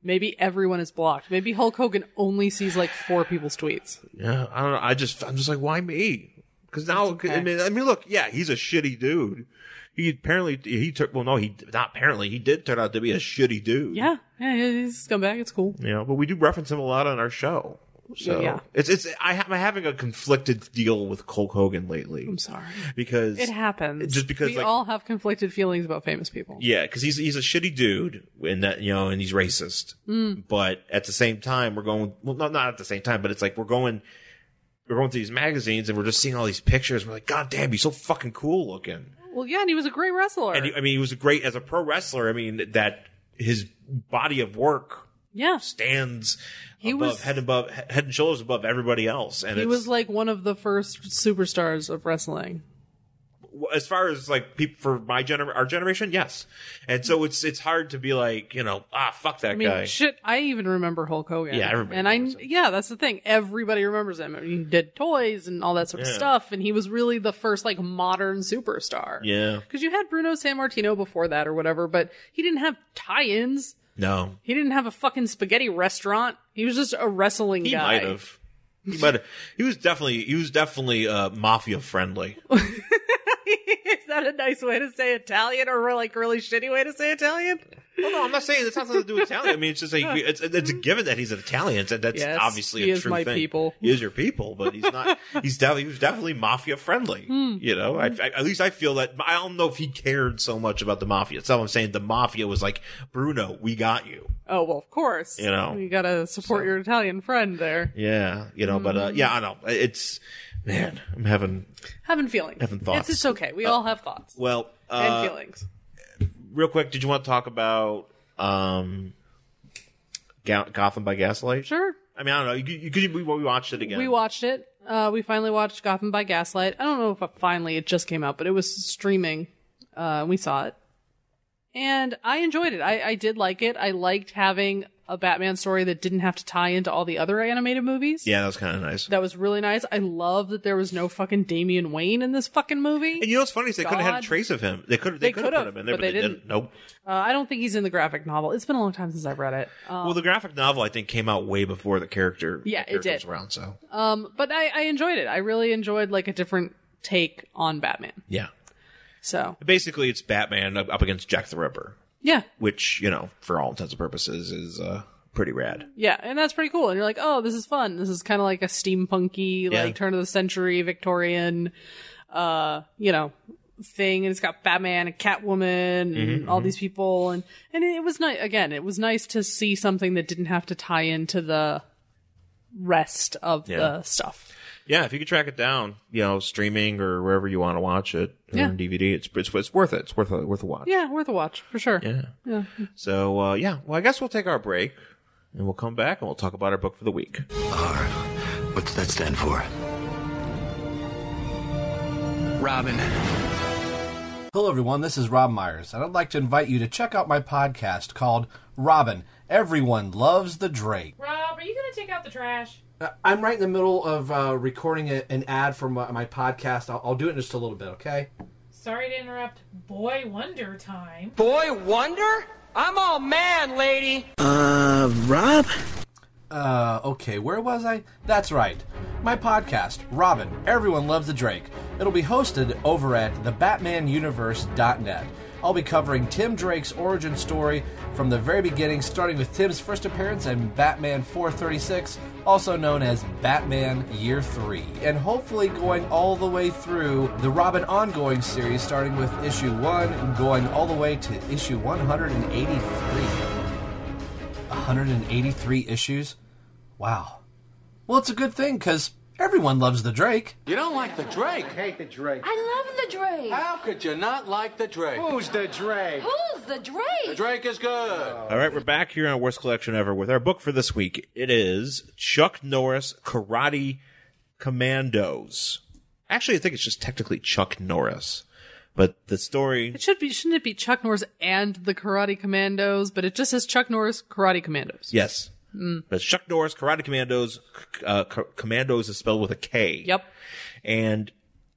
[SPEAKER 1] Maybe everyone is blocked. Maybe Hulk Hogan only sees like four people's tweets.
[SPEAKER 2] Yeah, I don't know. I just I'm just like, why me? Because now I
[SPEAKER 1] okay.
[SPEAKER 2] mean, I mean, look, yeah, he's a shitty dude. He apparently he took well, no, he not apparently he did turn out to be a shitty dude.
[SPEAKER 1] Yeah, yeah, yeah, he's a scumbag. It's cool.
[SPEAKER 2] you know, but we do reference him a lot on our show. So
[SPEAKER 1] Yeah.
[SPEAKER 2] it's it's I ha- I'm having a conflicted deal with Hulk Hogan lately
[SPEAKER 1] I'm sorry.
[SPEAKER 2] because
[SPEAKER 1] It happens.
[SPEAKER 2] Just because,
[SPEAKER 1] we
[SPEAKER 2] like-
[SPEAKER 1] all have conflicted feelings about famous people.
[SPEAKER 2] yeah, because he's he's a shitty dude and that you know and he's racist,
[SPEAKER 1] Mm.
[SPEAKER 2] but at the same time we're going well not not at the same time, but it's like we're going we're going through these magazines and we're just seeing all these pictures. We're like, God damn, he's so fucking cool looking.
[SPEAKER 1] Well, yeah, and he was a great wrestler.
[SPEAKER 2] And he, I mean, he was great as a pro wrestler. I mean, that his body of work
[SPEAKER 1] yeah,
[SPEAKER 2] stands
[SPEAKER 1] He
[SPEAKER 2] above
[SPEAKER 1] was-
[SPEAKER 2] head above head and shoulders above everybody else. And
[SPEAKER 1] he
[SPEAKER 2] it's,
[SPEAKER 1] was like one of the first superstars of wrestling.
[SPEAKER 2] as far as like people for my gener our generation, yes. And so it's it's hard to be like you know ah fuck that
[SPEAKER 1] I mean,
[SPEAKER 2] guy.
[SPEAKER 1] shit, I even remember Hulk Hogan.
[SPEAKER 2] Yeah, everybody
[SPEAKER 1] And I,
[SPEAKER 2] remembers him.
[SPEAKER 1] yeah, that's the thing. Everybody remembers him. I mean, he did toys and all that sort of
[SPEAKER 2] Yeah.
[SPEAKER 1] stuff, and he was really the first like modern superstar.
[SPEAKER 2] yeah,
[SPEAKER 1] Because you had Bruno San Martino before that or whatever, but he didn't have tie-ins.
[SPEAKER 2] no,
[SPEAKER 1] He didn't have a fucking spaghetti restaurant. He was just a wrestling
[SPEAKER 2] he
[SPEAKER 1] guy.
[SPEAKER 2] might have. But he was definitely he was definitely uh, mafia friendly.
[SPEAKER 1] Is that a nice way to say Italian or like really shitty way to say Italian?
[SPEAKER 2] Well, no, I'm not saying it's not something to do with Italian. I mean, it's just like it's, it's a given that he's an Italian. That that's
[SPEAKER 1] Yes,
[SPEAKER 2] obviously
[SPEAKER 1] he
[SPEAKER 2] a
[SPEAKER 1] is
[SPEAKER 2] true
[SPEAKER 1] my
[SPEAKER 2] thing.
[SPEAKER 1] people.
[SPEAKER 2] He is your people, but he's not. he's definitely he was definitely mafia friendly.
[SPEAKER 1] Hmm.
[SPEAKER 2] You know, I, I, at least I feel that. I don't know if he cared so much about the mafia. So I'm saying the mafia was like Bruno, we got you.
[SPEAKER 1] Oh, well, of course.
[SPEAKER 2] You know.
[SPEAKER 1] You gotta support your Italian friend there.
[SPEAKER 2] Yeah, you know, but uh,
[SPEAKER 1] Mm-hmm.
[SPEAKER 2] yeah, I know it's man. I'm having
[SPEAKER 1] Having feelings.
[SPEAKER 2] Having
[SPEAKER 1] It's,
[SPEAKER 2] thoughts.
[SPEAKER 1] it's okay. We all have thoughts
[SPEAKER 2] well.
[SPEAKER 1] and
[SPEAKER 2] Uh,
[SPEAKER 1] feelings.
[SPEAKER 2] real quick, did you want to talk about um, Ga- Gotham by Gaslight?
[SPEAKER 1] Sure.
[SPEAKER 2] I mean, I don't know. You, you, 'cause you- we, we watched it again.
[SPEAKER 1] We watched it. Uh, we finally watched Gotham by Gaslight. I don't know if it finally it just came out, but it was streaming. Uh, we saw it, and I enjoyed it. I, I did like it. I liked having a Batman story that didn't have to tie into all the other animated movies.
[SPEAKER 2] Yeah, that was kind of nice.
[SPEAKER 1] That was really nice. I love that there was no fucking Damian Wayne in this fucking movie.
[SPEAKER 2] And you know what's funny is they could have had a
[SPEAKER 1] God.
[SPEAKER 2] trace of him. They could have they,
[SPEAKER 1] They
[SPEAKER 2] could have
[SPEAKER 1] could've,
[SPEAKER 2] put him in there,
[SPEAKER 1] but they didn't.
[SPEAKER 2] Nope.
[SPEAKER 1] Uh, I don't think he's in the graphic novel. It's been a long time since I've read it. Um,
[SPEAKER 2] well, the graphic novel I think came out way before the character.
[SPEAKER 1] Yeah,
[SPEAKER 2] the character
[SPEAKER 1] it
[SPEAKER 2] was
[SPEAKER 1] did.
[SPEAKER 2] around. So
[SPEAKER 1] um, but I, I enjoyed it. I really enjoyed like a different take on Batman.
[SPEAKER 2] yeah,
[SPEAKER 1] So
[SPEAKER 2] basically it's Batman up up against Jack the Ripper,
[SPEAKER 1] yeah,
[SPEAKER 2] which you know, for all intents and purposes, is uh, pretty rad.
[SPEAKER 1] yeah, and that's pretty cool. And you're like, oh, this is fun. This is kind of like a steampunky,
[SPEAKER 2] Yeah.
[SPEAKER 1] like turn of the century Victorian, uh, you know, thing. And it's got Batman and Catwoman and
[SPEAKER 2] Mm-hmm,
[SPEAKER 1] all these people, and and it was nice. Again, it was nice to see something that didn't have to tie into the rest of the stuff.
[SPEAKER 2] Yeah, if you could track it down, you know, streaming or wherever you want to watch it or
[SPEAKER 1] Yeah.
[SPEAKER 2] on DVD, it's, it's it's worth it. It's worth a worth a watch.
[SPEAKER 1] Yeah, worth a watch for sure.
[SPEAKER 2] Yeah. So uh, yeah, well, I guess we'll take our break and we'll come back and we'll talk about our book for the week.
[SPEAKER 3] R. What's that stand for?
[SPEAKER 4] Robin.
[SPEAKER 5] Hello, everyone. This is Rob Myers, and I'd like to invite you to check out my podcast called Robin Everyone Loves the Drake.
[SPEAKER 6] Rob, are you gonna take out the trash?
[SPEAKER 5] Uh, I'm right in the middle of uh, recording a, an ad for my, my podcast. I'll, I'll do it in just a little bit, okay?
[SPEAKER 6] Sorry to interrupt. Boy Wonder time.
[SPEAKER 7] Boy Wonder? I'm all man, lady.
[SPEAKER 5] Uh, okay, where was I? That's right. My podcast, Robin, Everyone Loves the Drake. It'll be hosted over at thebatmanuniverse.net. I'll be covering Tim Drake's origin story from the very beginning, starting with Tim's first appearance in Batman 436, also known as Batman Year 3, and hopefully going all the way through the Robin ongoing series, starting with issue 1, going all the way to issue 183. 183 issues? Wow. Well, it's a good thing because everyone loves the Drake.
[SPEAKER 4] You don't like the Drake?
[SPEAKER 8] Hate the Drake.
[SPEAKER 9] I love the Drake.
[SPEAKER 4] How could you not like the Drake?
[SPEAKER 8] Who's the Drake?
[SPEAKER 9] Who's the
[SPEAKER 4] The
[SPEAKER 9] Drake?
[SPEAKER 4] Drake is good.
[SPEAKER 2] All right, we're back here on Worst Collection Ever with our book for this week. It is Chuck Norris Karate Commandos. Actually, I think it's just technically Chuck Norris, but the story.
[SPEAKER 1] It should be shouldn't it be Chuck Norris and the Karate Commandos, but it just says Chuck Norris Karate Commandos.
[SPEAKER 2] Yes.
[SPEAKER 1] Hmm.
[SPEAKER 2] But it's Chuck Norris Karate Commandos. c- Uh, c- commandos is spelled with a K.
[SPEAKER 1] Yep.
[SPEAKER 2] And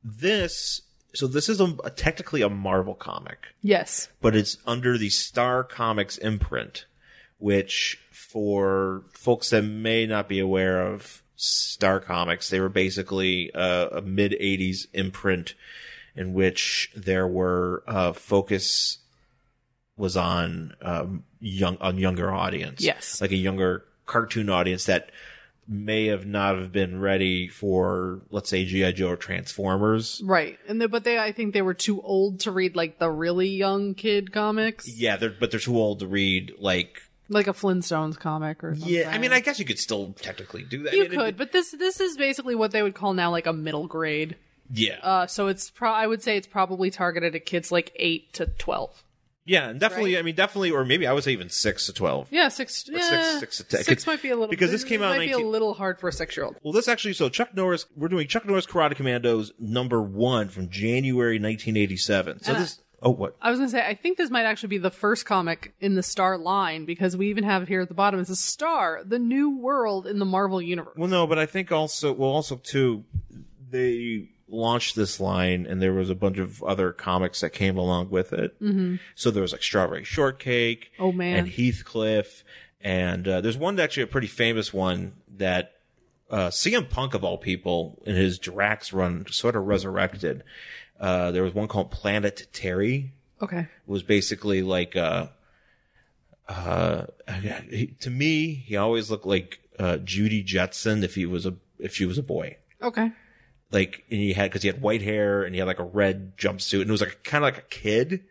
[SPEAKER 2] this, so this is a, a- technically a Marvel comic,
[SPEAKER 1] Yes.
[SPEAKER 2] but it's under the Star Comics imprint, which for folks that may not be aware of Star Comics, they were basically uh, a mid 80s imprint in which there were uh, focus was on um, young on younger audience.
[SPEAKER 1] Yes.
[SPEAKER 2] like a younger cartoon audience that may have not have been ready for let's say GI Joe or Transformers.
[SPEAKER 1] Right. And the, but they I think they were too old to read like the really young kid comics.
[SPEAKER 2] Yeah, they're, but they're too old to read like
[SPEAKER 1] Like a Flintstones comic or something.
[SPEAKER 2] Yeah, I mean, I guess you could still technically do that. I
[SPEAKER 1] you
[SPEAKER 2] mean, it-
[SPEAKER 1] could, but this this is basically what they would call now like a middle grade.
[SPEAKER 2] yeah,
[SPEAKER 1] Uh so it's pro I would say it's probably targeted at kids like 8 to 12.
[SPEAKER 2] Yeah, and definitely.
[SPEAKER 1] Right?
[SPEAKER 2] I mean, definitely, or maybe I would say even six to twelve.
[SPEAKER 1] Yeah, six. Yeah,
[SPEAKER 2] six- six attack.
[SPEAKER 1] might be a little
[SPEAKER 2] Because this came out in
[SPEAKER 1] might be a
[SPEAKER 2] 19
[SPEAKER 1] little hard for a six-year-old.
[SPEAKER 2] Well, this actually, so Chuck Norris, we're doing Chuck Norris Karate Commandos number one from January 1987. So
[SPEAKER 1] And I-
[SPEAKER 2] this, oh, what?
[SPEAKER 1] I was gonna say, I think this might actually be the first comic in the Star line because we even have here at the bottom is a Star, the new world in the Marvel universe.
[SPEAKER 2] Well, no, but I think also, well, also too, they launched this line and there was a bunch of other comics that came along with it. Mm-hmm. So there was like Strawberry Shortcake.
[SPEAKER 1] Oh, man.
[SPEAKER 2] And Heathcliff. And uh, there's one actually a pretty famous one that uh, CM Punk of all people in his Drax run sort of resurrected. Uh, there was one called Planet Terry
[SPEAKER 1] Okay,
[SPEAKER 2] was basically like uh uh he, to me he always looked like uh Judy Jetson if he was a if she was a boy
[SPEAKER 1] okay,
[SPEAKER 2] like and he had because he had white hair and he had like a red jumpsuit and it was like kind of like a kid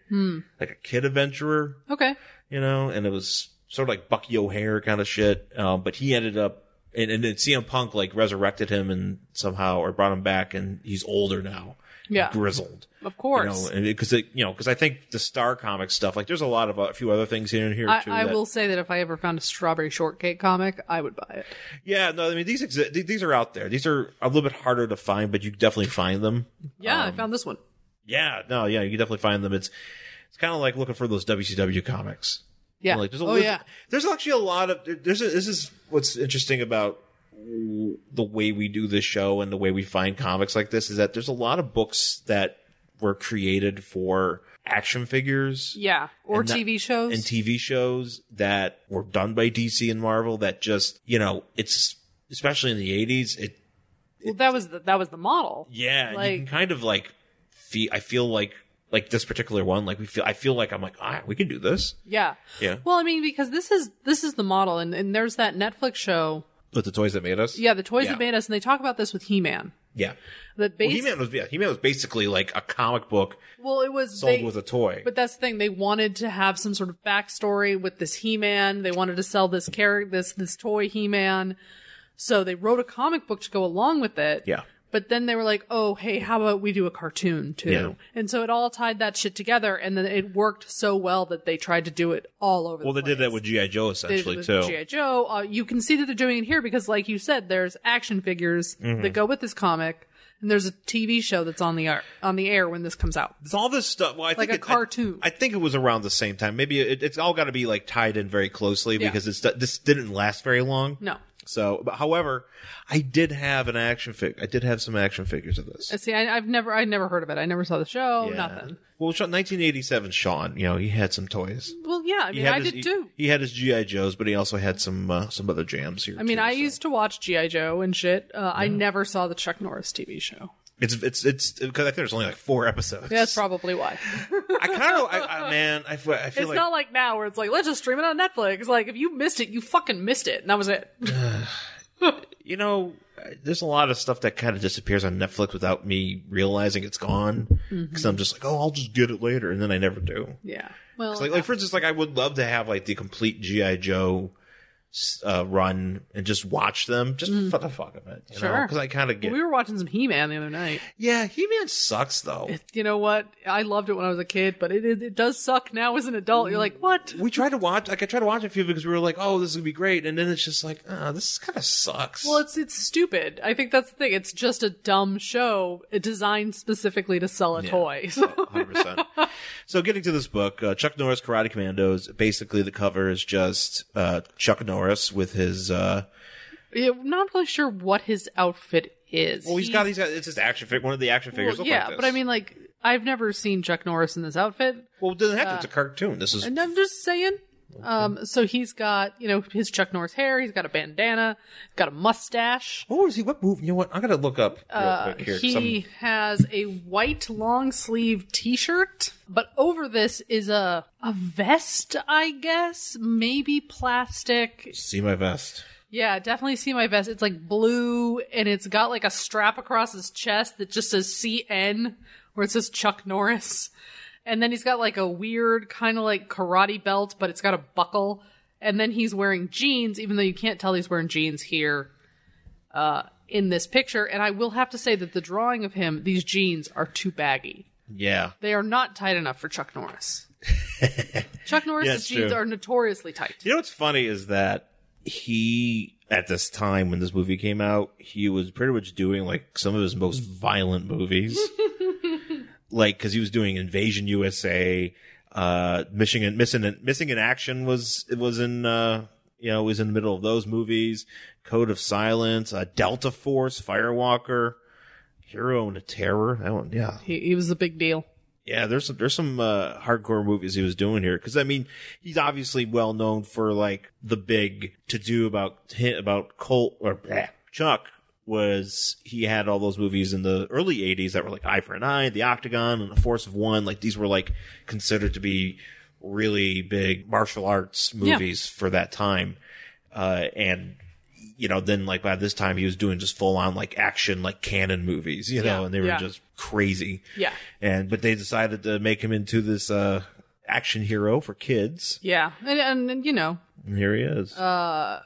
[SPEAKER 2] like a kid adventurer
[SPEAKER 1] okay.
[SPEAKER 2] you know and it was sort of like Bucky O'Hare kind of shit um but he ended up and, and then CM Punk like resurrected him and somehow or brought him back and he's older now
[SPEAKER 1] Yeah.
[SPEAKER 2] grizzled
[SPEAKER 1] Of course.
[SPEAKER 2] you know, because it, you know, because I think the Star Comics stuff, like, there's a lot of uh, a few other things here and here
[SPEAKER 1] I,
[SPEAKER 2] too.
[SPEAKER 1] I
[SPEAKER 2] that-
[SPEAKER 1] will say that if I ever found a strawberry shortcake comic, I would buy it.
[SPEAKER 2] Yeah, no, I mean these exist. These are out there. These are a little bit harder to find, but you definitely find them.
[SPEAKER 1] Yeah,
[SPEAKER 2] Um,
[SPEAKER 1] I found this one.
[SPEAKER 2] Yeah, no, yeah, you can definitely find them. It's it's kind of like looking for those WCW comics.
[SPEAKER 1] Yeah.
[SPEAKER 2] Like, there's a
[SPEAKER 1] oh
[SPEAKER 2] list-
[SPEAKER 1] yeah.
[SPEAKER 2] There's actually a lot of there- there's a, this is what's interesting about the way we do this show and the way we find comics like this is that there's a lot of books that were created for action figures.
[SPEAKER 1] Yeah. Or
[SPEAKER 2] and that-
[SPEAKER 1] TV shows.
[SPEAKER 2] and TV shows that were done by DC and Marvel that just you know it's especially in the eighties it
[SPEAKER 1] well, that was the, that was the model.
[SPEAKER 2] yeah you can
[SPEAKER 1] Like-
[SPEAKER 2] kind of like feel I feel like like this particular one like we feel I feel like I'm like ah we can do this
[SPEAKER 1] Yeah.
[SPEAKER 2] Yeah.
[SPEAKER 1] Well, I mean, because this is this is the model, and, and there's that Netflix show.
[SPEAKER 2] with the toys that made us
[SPEAKER 1] Yeah, the toys
[SPEAKER 2] Yeah.
[SPEAKER 1] that made us, and they talk about this with He-Man.
[SPEAKER 2] yeah
[SPEAKER 1] That
[SPEAKER 2] well,
[SPEAKER 1] based,
[SPEAKER 2] He Man was yeah He Man was basically like a comic book
[SPEAKER 1] well, it was
[SPEAKER 2] sold
[SPEAKER 1] they-
[SPEAKER 2] with a toy
[SPEAKER 1] But that's the thing; they wanted to have some sort of backstory with this He-Man. They wanted to sell this character, this this toy He-Man. So they wrote a comic book to go along with it.
[SPEAKER 2] yeah
[SPEAKER 1] But then they were like, "Oh, hey, how about we do a cartoon too?"
[SPEAKER 2] Yeah.
[SPEAKER 1] And so it all tied that shit together, and then it worked so well that they tried to do it all over.
[SPEAKER 2] well
[SPEAKER 1] the
[SPEAKER 2] they did
[SPEAKER 1] place.
[SPEAKER 2] that with GI Joe essentially
[SPEAKER 1] with
[SPEAKER 2] too
[SPEAKER 1] GI Joe. Uh, you can see that they're doing it here because, like you said, there's action figures
[SPEAKER 2] Mm-hmm.
[SPEAKER 1] that go with this comic, and there's a TV show that's on the air on the air when this comes out.
[SPEAKER 2] It's all this stuff. Well, I
[SPEAKER 1] Like
[SPEAKER 2] think
[SPEAKER 1] a
[SPEAKER 2] it- I-
[SPEAKER 1] cartoon.
[SPEAKER 2] I, think it was around the same time. Maybe it, it's all got to be like tied in very closely
[SPEAKER 1] Yeah.
[SPEAKER 2] because it's this didn't last very long.
[SPEAKER 1] No,
[SPEAKER 2] So, but however, I did have an action fig. I did have some action figures of this.
[SPEAKER 1] see, I, I've never, I never heard of it. I never saw the show.
[SPEAKER 2] Yeah.
[SPEAKER 1] Nothing.
[SPEAKER 2] Well, Sean, 1987, Sean, you know, he had some toys.
[SPEAKER 1] Well, yeah, I
[SPEAKER 2] He
[SPEAKER 1] mean,
[SPEAKER 2] had
[SPEAKER 1] I
[SPEAKER 2] his-
[SPEAKER 1] did
[SPEAKER 2] he-
[SPEAKER 1] too.
[SPEAKER 2] He had his GI Joes, but he also had some uh, some other jams here.
[SPEAKER 1] I mean, I used to watch GI Joe and shit. Uh,
[SPEAKER 2] Mm-hmm.
[SPEAKER 1] I never saw the Chuck Norris TV show.
[SPEAKER 2] it's it's it's because I think there's only like four episodes.
[SPEAKER 1] That's probably why.
[SPEAKER 2] I kind of I, I, man, I, feel- I feel
[SPEAKER 1] It's
[SPEAKER 2] like
[SPEAKER 1] not like now where it's like let's just stream it on Netflix. Like if you missed it, you fucking missed it, and that was it.
[SPEAKER 2] you know, there's a lot of stuff that kind of disappears on Netflix without me realizing it's gone
[SPEAKER 1] Mm-hmm.
[SPEAKER 2] because I'm just like, oh, I'll just get it later, and then I never do.
[SPEAKER 1] Yeah. Well,
[SPEAKER 2] It's like, like for instance, like I would love to have like the complete GI Joe s- uh, run and just watch them just for the fuck of it, you
[SPEAKER 1] Mm. Sure.
[SPEAKER 2] Because I kind of get,
[SPEAKER 1] we were watching some He-Man the other night.
[SPEAKER 2] yeah, He Man sucks though.
[SPEAKER 1] you know what? I loved it when I was a kid, but it it, it does suck now as an adult. You're like, what?
[SPEAKER 2] We tried to watch, like I tried to watch a few because we were like, oh, this is gonna be great, and then it's just like, ah, this kind of sucks.
[SPEAKER 1] Well, it's it's stupid. I think that's the thing. It's just a dumb show designed specifically to sell a toy. So,
[SPEAKER 2] 100%. so getting to this book, uh, Chuck Norris Karate Commandos, basically the cover is just uh, Chuck Norris with his uh
[SPEAKER 1] yeah, I'm not really sure what his outfit is.
[SPEAKER 2] well he's got he's got it's his action figure one of the action figures
[SPEAKER 1] well,
[SPEAKER 2] look
[SPEAKER 1] yeah,
[SPEAKER 2] like this.
[SPEAKER 1] but I mean, like, I've never seen Chuck Norris in this outfit,
[SPEAKER 2] well it doesn't
[SPEAKER 1] uh,
[SPEAKER 2] have to it's a cartoon. This is
[SPEAKER 1] and I'm just saying. Um, so he's got you know his Chuck Norris hair. He's got a bandana. Got a mustache.
[SPEAKER 2] What was he what move? You know what? I got to look up real quick here. 'cause
[SPEAKER 1] He
[SPEAKER 2] I'm-
[SPEAKER 1] has a white long sleeve t shirt, but over this is a a vest, I guess. Maybe plastic.
[SPEAKER 2] see my vest.
[SPEAKER 1] Yeah, definitely see my vest. It's like blue and it's got like a strap across his chest that just says CN where it says Chuck Norris. And then he's got like a weird kind of like karate belt, but it's got a buckle. And then he's wearing jeans, even though you can't tell he's wearing jeans here uh, in this picture. And I will have to say that the drawing of him, these jeans are too baggy.
[SPEAKER 2] Yeah.
[SPEAKER 1] They are not tight enough for Chuck Norris. Chuck Norris's
[SPEAKER 2] Yeah, it's
[SPEAKER 1] jeans
[SPEAKER 2] true.
[SPEAKER 1] are notoriously tight.
[SPEAKER 2] You know what's funny is that he, at this time when this movie came out, he was pretty much doing like some of his most violent movies. like, because he was doing Invasion USA, uh, Missing in, Missing in, Missing in Action was, it was in, uh, you know, was in the middle of those movies, Code of Silence, uh, Delta Force, Firewalker, Hero and Terror. That one, yeah.
[SPEAKER 1] He, he was a big deal.
[SPEAKER 2] Yeah, there's some, there's some uh, hardcore movies he was doing here because I mean he's obviously well known for like the big to do about hit about Colt or bleh, Chuck was he had all those movies in the early '80s that were like Eye for an Eye, The Octagon, and The Force of One. Like these were like considered to be really big martial arts movies for that time, uh, and you know then like by this time he was doing just full on like action like canon movies, you know,
[SPEAKER 1] Yeah,
[SPEAKER 2] and they were
[SPEAKER 1] yeah.
[SPEAKER 2] just crazy
[SPEAKER 1] Yeah.
[SPEAKER 2] and but they decided to make him into this uh action hero for kids
[SPEAKER 1] Yeah. And, and, and, you know,
[SPEAKER 2] and here he is
[SPEAKER 1] Uh.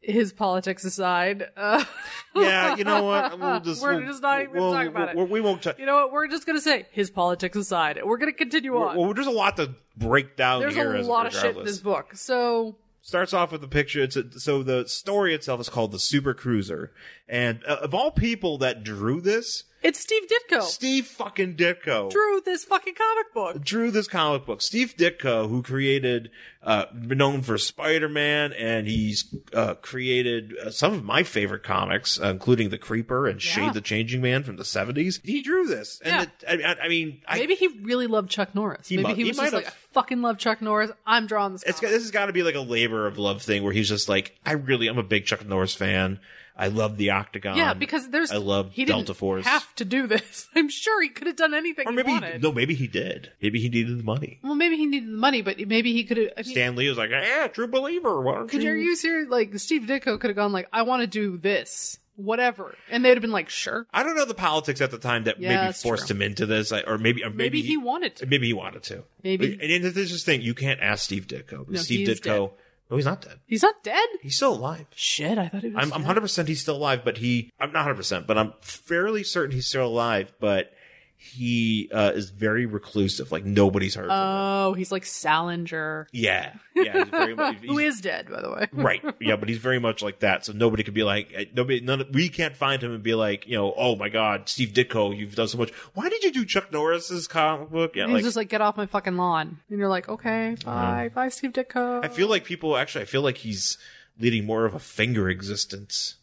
[SPEAKER 1] his politics aside, uh,
[SPEAKER 2] yeah you know what we'll just,
[SPEAKER 1] We're
[SPEAKER 2] we'll-
[SPEAKER 1] just not even gonna
[SPEAKER 2] we'll-
[SPEAKER 1] talk about it.
[SPEAKER 2] we'll- we won't talk
[SPEAKER 1] you know what? We're just going to say his politics aside. We're going to continue on.
[SPEAKER 2] well, there's a lot to break down
[SPEAKER 1] There's
[SPEAKER 2] here
[SPEAKER 1] a
[SPEAKER 2] as-
[SPEAKER 1] lot of shit in
[SPEAKER 2] regardless.
[SPEAKER 1] this book. So,
[SPEAKER 2] starts off with a picture. It's a, so the story itself is called the Super Cruiser, and uh, of all people that drew this,
[SPEAKER 1] it's Steve Ditko.
[SPEAKER 2] Steve fucking Ditko
[SPEAKER 1] drew this fucking comic book.
[SPEAKER 2] drew this comic book. Steve Ditko, who created, uh, known for Spider-Man, and he's uh, created uh, some of my favorite comics, uh, including The Creeper and Shade the Changing Man from the '70s. He drew this, and it, I, I- I mean, I,
[SPEAKER 1] Maybe he really loved Chuck Norris. Maybe
[SPEAKER 2] mu-
[SPEAKER 1] he
[SPEAKER 2] he
[SPEAKER 1] was just
[SPEAKER 2] might
[SPEAKER 1] like,
[SPEAKER 2] have.
[SPEAKER 1] I fucking love Chuck Norris. I'm drawing this.
[SPEAKER 2] it's
[SPEAKER 1] comic.
[SPEAKER 2] got- this has got to be like a labor of love thing where he's just like, I really, I'm a big Chuck Norris fan. I love the Octagon.
[SPEAKER 1] yeah, because there's
[SPEAKER 2] Um, I love
[SPEAKER 1] he
[SPEAKER 2] Delta
[SPEAKER 1] didn't
[SPEAKER 2] Force.
[SPEAKER 1] Have to do this. I'm sure he could have done anything
[SPEAKER 2] or
[SPEAKER 1] he
[SPEAKER 2] maybe
[SPEAKER 1] wanted.
[SPEAKER 2] no, maybe he did. Maybe he needed the money.
[SPEAKER 1] Well, maybe he needed the money, but maybe he could have. I mean,
[SPEAKER 2] Stan Lee was like, "Yeah, true believer. Why don't
[SPEAKER 1] could you, are you serious? Like Steve Ditko could have gone like, I want to do this, whatever, and they'd have been like, sure.
[SPEAKER 2] I don't know the politics at the time that
[SPEAKER 1] Yeah,
[SPEAKER 2] maybe
[SPEAKER 1] that's
[SPEAKER 2] forced
[SPEAKER 1] true.
[SPEAKER 2] him into this, I- or maybe, or
[SPEAKER 1] Maybe,
[SPEAKER 2] maybe,
[SPEAKER 1] he, wanted to.
[SPEAKER 2] Maybe he wanted to.
[SPEAKER 1] Maybe.
[SPEAKER 2] And, and this is the thing: you can't ask Steve Ditko. because
[SPEAKER 1] No,
[SPEAKER 2] Steve
[SPEAKER 1] he is
[SPEAKER 2] Ditko. No, he's not dead.
[SPEAKER 1] He's not dead.
[SPEAKER 2] He's still alive.
[SPEAKER 1] Shit, I thought he was.
[SPEAKER 2] I'm, I'm 100 percent he's still alive, but he I'm not 100 percent, but I'm fairly certain he's still alive. But he uh, is very reclusive. Like nobody's heard. from him.
[SPEAKER 1] Oh, he's like Salinger,
[SPEAKER 2] Yeah, yeah. He's very, much- he's,
[SPEAKER 1] who is dead, by the way.
[SPEAKER 2] right. Yeah, but he's very much like that. So nobody could be like eh, nobody. None. of- We can't find him and be like, you know, oh my God, Steve Ditko, you've done so much. Why did you do Chuck Norris's comic book? Yeah,
[SPEAKER 1] And he's just like, get off my fucking lawn. And you're like, okay, bye, bye, Steve Ditko.
[SPEAKER 2] Uh-huh. I feel like people actually. I feel like he's leading more of a finger existence.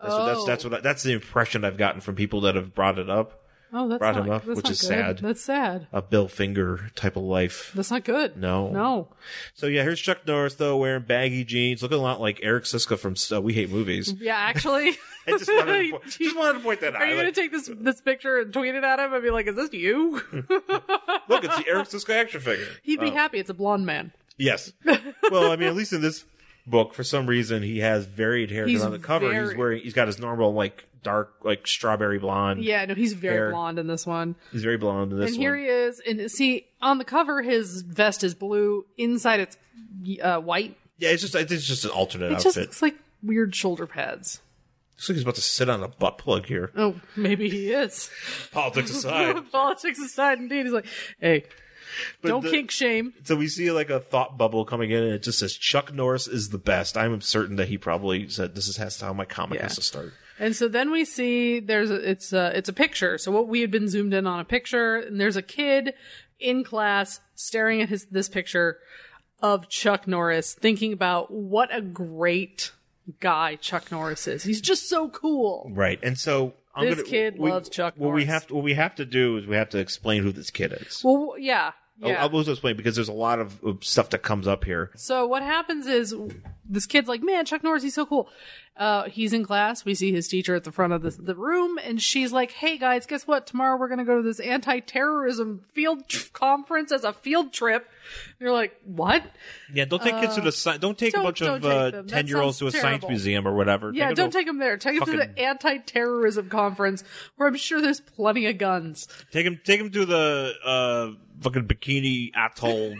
[SPEAKER 2] That's what that's
[SPEAKER 1] Oh.
[SPEAKER 2] that's what I- that's the impression I've gotten from people that have brought it up.
[SPEAKER 1] oh, that's
[SPEAKER 2] brought
[SPEAKER 1] not,
[SPEAKER 2] him up,
[SPEAKER 1] that's
[SPEAKER 2] which
[SPEAKER 1] not
[SPEAKER 2] is
[SPEAKER 1] good.
[SPEAKER 2] sad.
[SPEAKER 1] That's sad.
[SPEAKER 2] A Bill Finger type of life.
[SPEAKER 1] That's not good.
[SPEAKER 2] No.
[SPEAKER 1] no.
[SPEAKER 2] So yeah, here's Chuck Norris though wearing baggy jeans, looking a lot like Eric Siska from uh, We Hate Movies.
[SPEAKER 1] Yeah, actually,
[SPEAKER 2] I just wanted to, po- just wanted to point that out.
[SPEAKER 1] are you gonna
[SPEAKER 2] Like,
[SPEAKER 1] take this this picture and tweet it at him and be like, "Is this you?"
[SPEAKER 2] look, it's the Eric Siska action figure.
[SPEAKER 1] He'd be happy. It's a blonde man.
[SPEAKER 2] Yes. Well, I mean, at least in this book, for some reason, he has varied hair 'cause
[SPEAKER 1] He's
[SPEAKER 2] on the cover.
[SPEAKER 1] very-
[SPEAKER 2] He's wearing he's got his normal like dark like strawberry blonde.
[SPEAKER 1] Yeah, no, he's very
[SPEAKER 2] Hair.
[SPEAKER 1] blonde in this one.
[SPEAKER 2] He's very blonde in this
[SPEAKER 1] and
[SPEAKER 2] one.
[SPEAKER 1] here he is, and see on the cover, his vest is blue. Inside, it's uh, white.
[SPEAKER 2] Yeah, it's just it's just an alternate
[SPEAKER 1] It
[SPEAKER 2] outfit.
[SPEAKER 1] just looks like weird shoulder pads.
[SPEAKER 2] Looks like he's about to sit on a butt plug here.
[SPEAKER 1] Oh, maybe he is.
[SPEAKER 2] Politics aside,
[SPEAKER 1] Politics aside, indeed, he's like, "Hey,
[SPEAKER 2] But
[SPEAKER 1] don't
[SPEAKER 2] the-
[SPEAKER 1] kink shame."
[SPEAKER 2] So we see like a thought bubble coming in, and it just says Chuck Norris is the best. I'm certain that he probably said this is has how my comic
[SPEAKER 1] Yeah.
[SPEAKER 2] has to start.
[SPEAKER 1] And so then we see there's a, it's a it's a picture. So what we had been zoomed in on a picture, and there's a kid in class staring at his this picture of Chuck Norris, thinking about what a great guy Chuck Norris is. He's just so cool.
[SPEAKER 2] Right, and so I'm
[SPEAKER 1] This
[SPEAKER 2] gonna,
[SPEAKER 1] kid loves Chuck
[SPEAKER 2] What
[SPEAKER 1] Norris.
[SPEAKER 2] we have to, what we have to do is we have to explain who this kid is.
[SPEAKER 1] Well, yeah, yeah.
[SPEAKER 2] I'll, I'll also explain because there's a lot of of stuff that comes up here.
[SPEAKER 1] So what happens is this kid's like, man, Chuck Norris, he's so cool. Uh, he's in class. We see his teacher at the front of the, the room, and she's like, hey guys, guess what? Tomorrow we're gonna go to this anti-terrorism field tr- conference as a field trip. And you're like, what?
[SPEAKER 2] Yeah, don't take kids to the sci- don't take
[SPEAKER 1] Uh, don't-
[SPEAKER 2] a bunch
[SPEAKER 1] don't
[SPEAKER 2] of
[SPEAKER 1] take
[SPEAKER 2] uh,
[SPEAKER 1] them. That
[SPEAKER 2] ten year olds to a
[SPEAKER 1] sounds
[SPEAKER 2] science
[SPEAKER 1] terrible.
[SPEAKER 2] museum or whatever.
[SPEAKER 1] Yeah,
[SPEAKER 2] them
[SPEAKER 1] don't
[SPEAKER 2] to a-
[SPEAKER 1] take him there. Take him to
[SPEAKER 2] fucking-
[SPEAKER 1] the anti-terrorism conference, where I'm sure there's plenty of guns.
[SPEAKER 2] Take him, take him to the uh, fucking bikini atoll.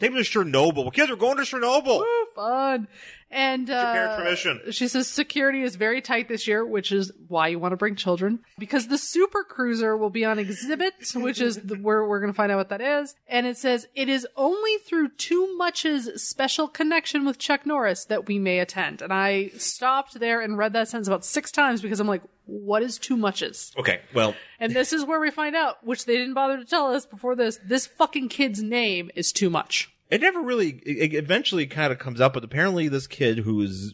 [SPEAKER 2] take him to Chernobyl. Kids, we're going to Chernobyl.
[SPEAKER 1] fun. And uh,
[SPEAKER 2] parent permission.
[SPEAKER 1] she says security is very tight this year, which is why you want to bring children because the super cruiser will be on exhibit, which is the, where we're going to find out what that is. And it says it is only through Too Much's special connection with Chuck Norris that we may attend. And I stopped there and read that sentence about six times because I'm like, what is Too Much's?
[SPEAKER 2] Okay, well,
[SPEAKER 1] And this is where we find out, which they didn't bother to tell us before this. This fucking kid's name is Too Much.
[SPEAKER 2] it never really. It it eventually kind of comes up, but apparently this kid who is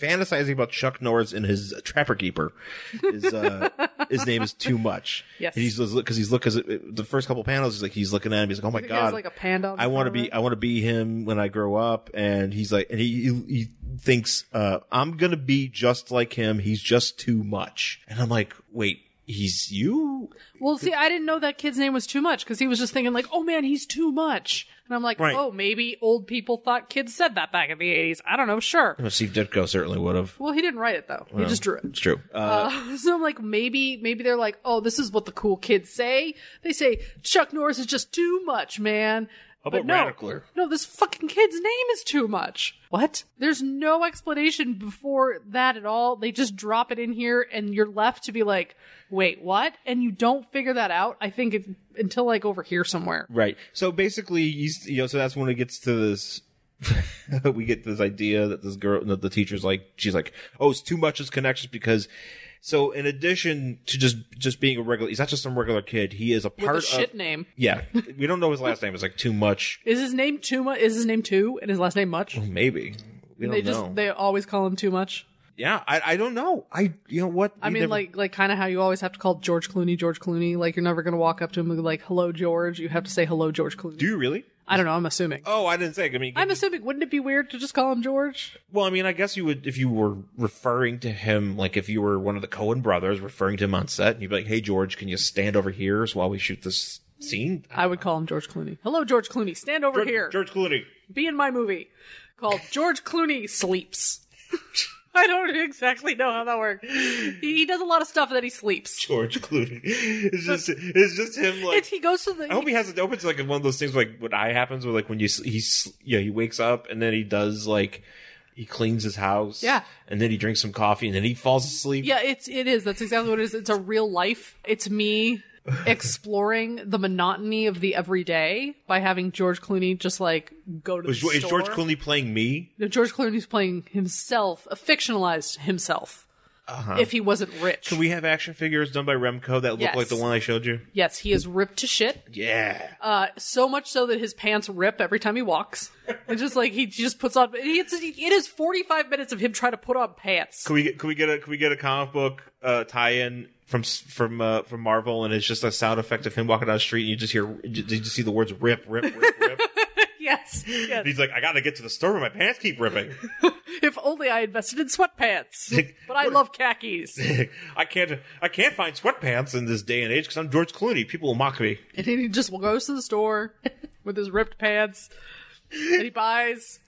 [SPEAKER 2] fantasizing about Chuck Norris and his Trapper Keeper, is, uh, his name is too much.
[SPEAKER 1] Yes.
[SPEAKER 2] and he's because he's looking the first couple panels. He's like he's looking at him. He's like, oh my
[SPEAKER 1] He has
[SPEAKER 2] god,
[SPEAKER 1] like a panda. on the
[SPEAKER 2] I want to
[SPEAKER 1] front of
[SPEAKER 2] be I want to be him when I grow up and he's like and he he, he thinks uh I'm going to be just like him he's just too much and I'm like wait he's you
[SPEAKER 1] it. Well, see, I didn't know that kid's name was Too Much because he was just thinking like, oh man, he's too much. And I'm like,
[SPEAKER 2] Right.
[SPEAKER 1] oh, maybe old people thought kids said that back in the 80s. I don't know. Sure.
[SPEAKER 2] Well, Steve Ditko certainly would have
[SPEAKER 1] Well, he didn't write it though. he just drew it.
[SPEAKER 2] it's true uh,
[SPEAKER 1] So I'm like, maybe, maybe they're like, oh, this is what the cool kids say. They say Chuck Norris is just too much, man.
[SPEAKER 2] How
[SPEAKER 1] But
[SPEAKER 2] about
[SPEAKER 1] no,
[SPEAKER 2] Radcliffe?
[SPEAKER 1] no, this fucking kid's name is too much. What? There's no explanation before that at all. They just drop it in here, and you're left to be like, wait, what? And you don't figure that out. I think it, until like over here somewhere.
[SPEAKER 2] right so basically he's you know so that's when it gets to this we get this idea that this girl that the teacher's like she's like oh it's too much as connections because so in addition to just just being a regular he's not just some regular kid he is a
[SPEAKER 1] With
[SPEAKER 2] part
[SPEAKER 1] a shit
[SPEAKER 2] of
[SPEAKER 1] name.
[SPEAKER 2] yeah we don't know his last name it's like too much
[SPEAKER 1] Is his name too much? Is his name too? And his last name much?
[SPEAKER 2] Maybe. We don't
[SPEAKER 1] They
[SPEAKER 2] know.
[SPEAKER 1] just they always call him too much.
[SPEAKER 2] yeah, I, I don't know. I you know what?
[SPEAKER 1] I mean, like, like kind of how you always have to call George Clooney George Clooney. Like, you're never going to walk up to him and be like, "Hello, George." You have to say, "Hello, George Clooney."
[SPEAKER 2] do you really?
[SPEAKER 1] I don't know. I'm assuming.
[SPEAKER 2] Oh, I didn't say. I mean,
[SPEAKER 1] I'm assuming. Wouldn't it be weird to just call him George?
[SPEAKER 2] well, I mean, I guess you would if you were referring to him, like if you were one of the Cohen brothers referring to him on set, and you'd be like, "Hey, George, can you stand over here while we shoot this scene?"
[SPEAKER 1] I would call him George Clooney. Hello, George Clooney. Stand over
[SPEAKER 2] Uh. George,
[SPEAKER 1] here.
[SPEAKER 2] George Clooney.
[SPEAKER 1] Be in my movie called George Clooney Sleeps. I don't exactly know how that works. He, he does a lot of stuff that he sleeps.
[SPEAKER 2] George Clooney. It's just it's just him like.
[SPEAKER 1] It's, he goes to the.
[SPEAKER 2] I hope he has it open to like one of those things like what I happens where like when you s- he s- you know, he wakes up and then he does like he cleans his house
[SPEAKER 1] Yeah.
[SPEAKER 2] and then he drinks some coffee and then he falls asleep
[SPEAKER 1] Yeah, it's it is. That's exactly what it is. It's a real life. It's me exploring the monotony of the everyday by having George Clooney just like go to
[SPEAKER 2] Is,
[SPEAKER 1] the
[SPEAKER 2] is
[SPEAKER 1] store.
[SPEAKER 2] George Clooney playing me?
[SPEAKER 1] No, George Clooney's playing himself, a fictionalized himself. If he wasn't rich,
[SPEAKER 2] Uh-huh. Can we have action figures done by Remco that look
[SPEAKER 1] Yes.
[SPEAKER 2] like the one I showed you?
[SPEAKER 1] yes, he is ripped to shit.
[SPEAKER 2] Yeah.
[SPEAKER 1] Uh, so much so that his pants rip every time he walks. It's just like he just puts on. It's, it is forty five minutes of him trying to put on pants.
[SPEAKER 2] Can we get can we get a can we get a comic book uh, tie-in from s- from uh, from Marvel and it's just a sound effect of him walking down the street and you just hear you just see the words rip rip rip rip.
[SPEAKER 1] Yes,
[SPEAKER 2] and
[SPEAKER 1] yes.
[SPEAKER 2] he's like, I got to get to the store, but my pants keep ripping.
[SPEAKER 1] If only I invested in sweatpants. But I love khakis.
[SPEAKER 2] I can't I can't find sweatpants in this day and age because I'm George Clooney. People will mock me.
[SPEAKER 1] And then he just goes to the store with his ripped pants and he buys,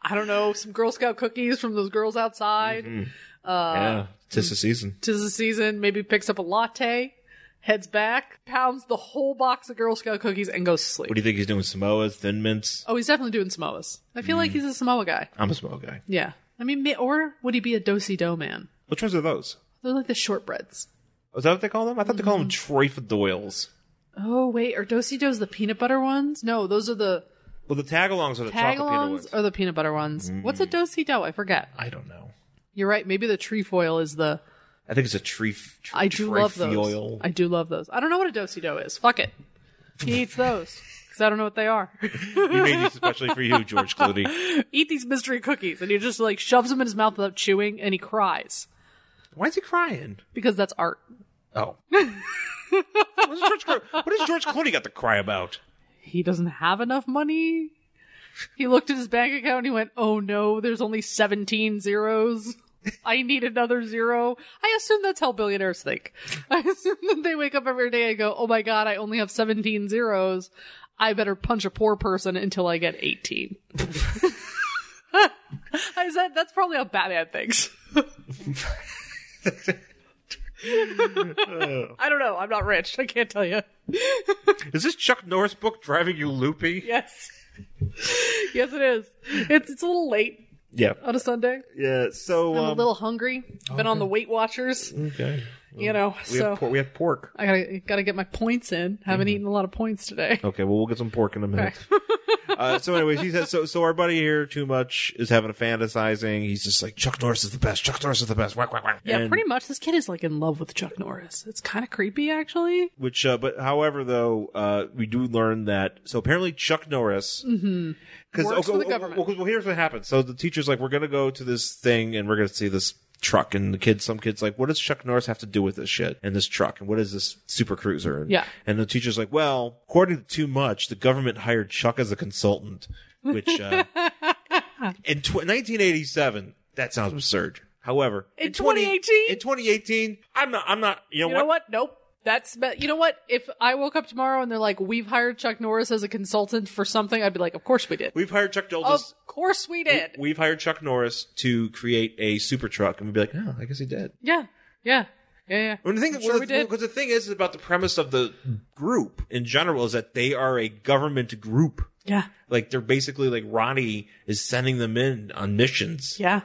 [SPEAKER 1] I don't know, some Girl Scout cookies from those girls outside.
[SPEAKER 2] Mm-hmm.
[SPEAKER 1] Uh,
[SPEAKER 2] yeah,
[SPEAKER 1] mm-hmm.
[SPEAKER 2] tis the season.
[SPEAKER 1] Tis the season, maybe picks up a latte, heads back, pounds the whole box of Girl Scout cookies, and goes to sleep.
[SPEAKER 2] What do you think he's doing? Samoa's, Thin Mints.
[SPEAKER 1] oh, he's definitely doing Samoas. I feel
[SPEAKER 2] Mm.
[SPEAKER 1] like he's a Samoa guy.
[SPEAKER 2] I'm a Samoa guy.
[SPEAKER 1] Yeah. I mean, may- or would he be a do si do man?
[SPEAKER 2] Which ones are those?
[SPEAKER 1] They're like the shortbreads.
[SPEAKER 2] Is that what they call them? I thought they call them
[SPEAKER 1] Mm-hmm.
[SPEAKER 2] Doyles.
[SPEAKER 1] Oh, wait, are do si do's the peanut butter ones? No, those are the
[SPEAKER 2] Well, the tagalongs are the chocolate peanut ones. Mm.
[SPEAKER 1] tagalongs or the peanut butter ones. What's a do si do? I forget.
[SPEAKER 2] I don't know.
[SPEAKER 1] You're right. Maybe the trefoil is the.
[SPEAKER 2] I think it's a tree. f- tr-
[SPEAKER 1] I do love those.
[SPEAKER 2] trifioil.
[SPEAKER 1] I do love those. I don't know what a do is. Fuck it. He eats those because I don't know what they are.
[SPEAKER 2] we made these especially for you, George Clooney.
[SPEAKER 1] Eat these mystery cookies, and he just like shoves them in his mouth without chewing, and he cries
[SPEAKER 2] Why is he crying?
[SPEAKER 1] because that's art.
[SPEAKER 2] Oh. what, is George, Clo- what has George Clooney got to cry about?
[SPEAKER 1] He doesn't have enough money. He looked at his bank account and he went, "Oh no, there's only 17 zeros. I need another zero." I assume that's how billionaires think. I assume that they wake up every day and go, "Oh my god, I only have 17 zeros. I better punch a poor person until I get 18." I said that's probably how Batman thinks. I don't know. I'm not rich. I can't tell you.
[SPEAKER 2] Is this Chuck Norris book driving you loopy?
[SPEAKER 1] Yes. yes, it is. It's it's a little late.
[SPEAKER 2] Yeah.
[SPEAKER 1] on a Sunday.
[SPEAKER 2] Yeah. So
[SPEAKER 1] Uh, I'm a
[SPEAKER 2] um,
[SPEAKER 1] little hungry. Been on the Weight Watchers,
[SPEAKER 2] okay.
[SPEAKER 1] you know.
[SPEAKER 2] We
[SPEAKER 1] so
[SPEAKER 2] have Mm-hmm. por- we have pork.
[SPEAKER 1] I gotta gotta get my points in. Haven't eaten a lot of points today.
[SPEAKER 2] Okay, well, we'll get some pork in a minute. uh, so, anyways, he says so. So, our buddy here, too much, is having a fantasizing. He's just like Chuck Norris is the best. Chuck Norris is the best. Whack whack whack.
[SPEAKER 1] Yeah,
[SPEAKER 2] And-
[SPEAKER 1] pretty much. This kid is like in love with Chuck Norris. It's kind of creepy, actually.
[SPEAKER 2] Which, uh, but however, though, uh, we do learn that. So apparently, Chuck Norris. Mm-hmm.
[SPEAKER 1] Works for the government.
[SPEAKER 2] Well, 'cause- well, here's what happens. So the teacher's like, "We're gonna go to this thing, and we're gonna see this." Truck and the kids, some kids like, what does Chuck Norris have to do with this shit and this truck and what is this super cruiser? And,
[SPEAKER 1] Yeah.
[SPEAKER 2] And the teacher's like, well, according to Too Much, the government hired Chuck as a consultant, which uh, in tw- 1987, that sounds absurd. However,
[SPEAKER 1] In
[SPEAKER 2] 20
[SPEAKER 1] 2018?
[SPEAKER 2] in 2018, I'm not, I'm not, you know,
[SPEAKER 1] You know what? Nope. That's be- you know what? If I woke up tomorrow and they're like, "We've hired Chuck Norris as a consultant for something," I'd be like, "Of course we did.
[SPEAKER 2] We've hired Chuck Norris.
[SPEAKER 1] of course we did."
[SPEAKER 2] We've hired Chuck Norris to create a super truck, and we'd be like, oh, I guess he did.
[SPEAKER 1] yeah, yeah, yeah, yeah.
[SPEAKER 2] When the thing,
[SPEAKER 1] I'm sure
[SPEAKER 2] well,
[SPEAKER 1] we
[SPEAKER 2] the-
[SPEAKER 1] did.
[SPEAKER 2] because the thing is about the premise of the group in general is that they are a government group.
[SPEAKER 1] Yeah,
[SPEAKER 2] Like they're basically like Ronnie is sending them in on missions,
[SPEAKER 1] yeah.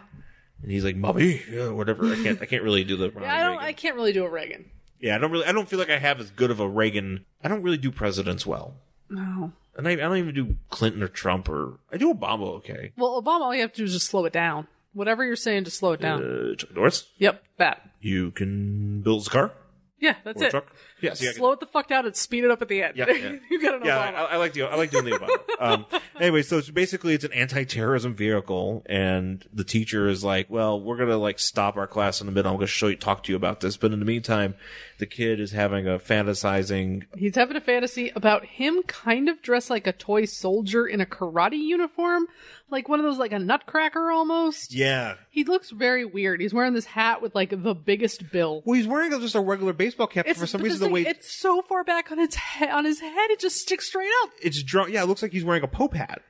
[SPEAKER 2] and he's like, "Mummy, yeah, whatever." I can't, I can't really do the Ronnie
[SPEAKER 1] I don't.
[SPEAKER 2] Reagan.
[SPEAKER 1] I can't really do a Reagan.
[SPEAKER 2] yeah, I don't really, I don't feel like I have as good of a Reagan. I don't really do presidents well,
[SPEAKER 1] No.
[SPEAKER 2] and I, I don't even do Clinton or Trump or I do Obama okay.
[SPEAKER 1] Well, Obama, all you have to do is just slow it down. Whatever you're saying, just slow it down.
[SPEAKER 2] Uh, Chuck Norris,
[SPEAKER 1] yep, that.
[SPEAKER 2] you can build a car
[SPEAKER 1] Yeah, that's
[SPEAKER 2] or a
[SPEAKER 1] it.
[SPEAKER 2] truck. Yeah, see, I can-
[SPEAKER 1] Slow it the fuck down and speed it up at the end.
[SPEAKER 2] Yeah, yeah.
[SPEAKER 1] you got an
[SPEAKER 2] Yeah, I,
[SPEAKER 1] Obama.
[SPEAKER 2] I like the I like doing the Obama. um, anyway, so it's basically it's an anti-terrorism vehicle, and the teacher is like, "Well, we're gonna like stop our class in a minute. I'm gonna show you talk to you about this." But in the meantime, the kid is having a fantasizing.
[SPEAKER 1] He's having a fantasy about him kind of dressed like a toy soldier in a karate uniform, like one of those, like a nutcracker almost.
[SPEAKER 2] Yeah.
[SPEAKER 1] He looks very weird. He's wearing this hat with like the biggest bill.
[SPEAKER 2] Well, he's wearing just a regular baseball cap but for some
[SPEAKER 1] but
[SPEAKER 2] reason.
[SPEAKER 1] this thing-
[SPEAKER 2] The way
[SPEAKER 1] it's so far back on its he- on his head, it just sticks straight up.
[SPEAKER 2] it's drawn, yeah, it looks like he's wearing a pope hat.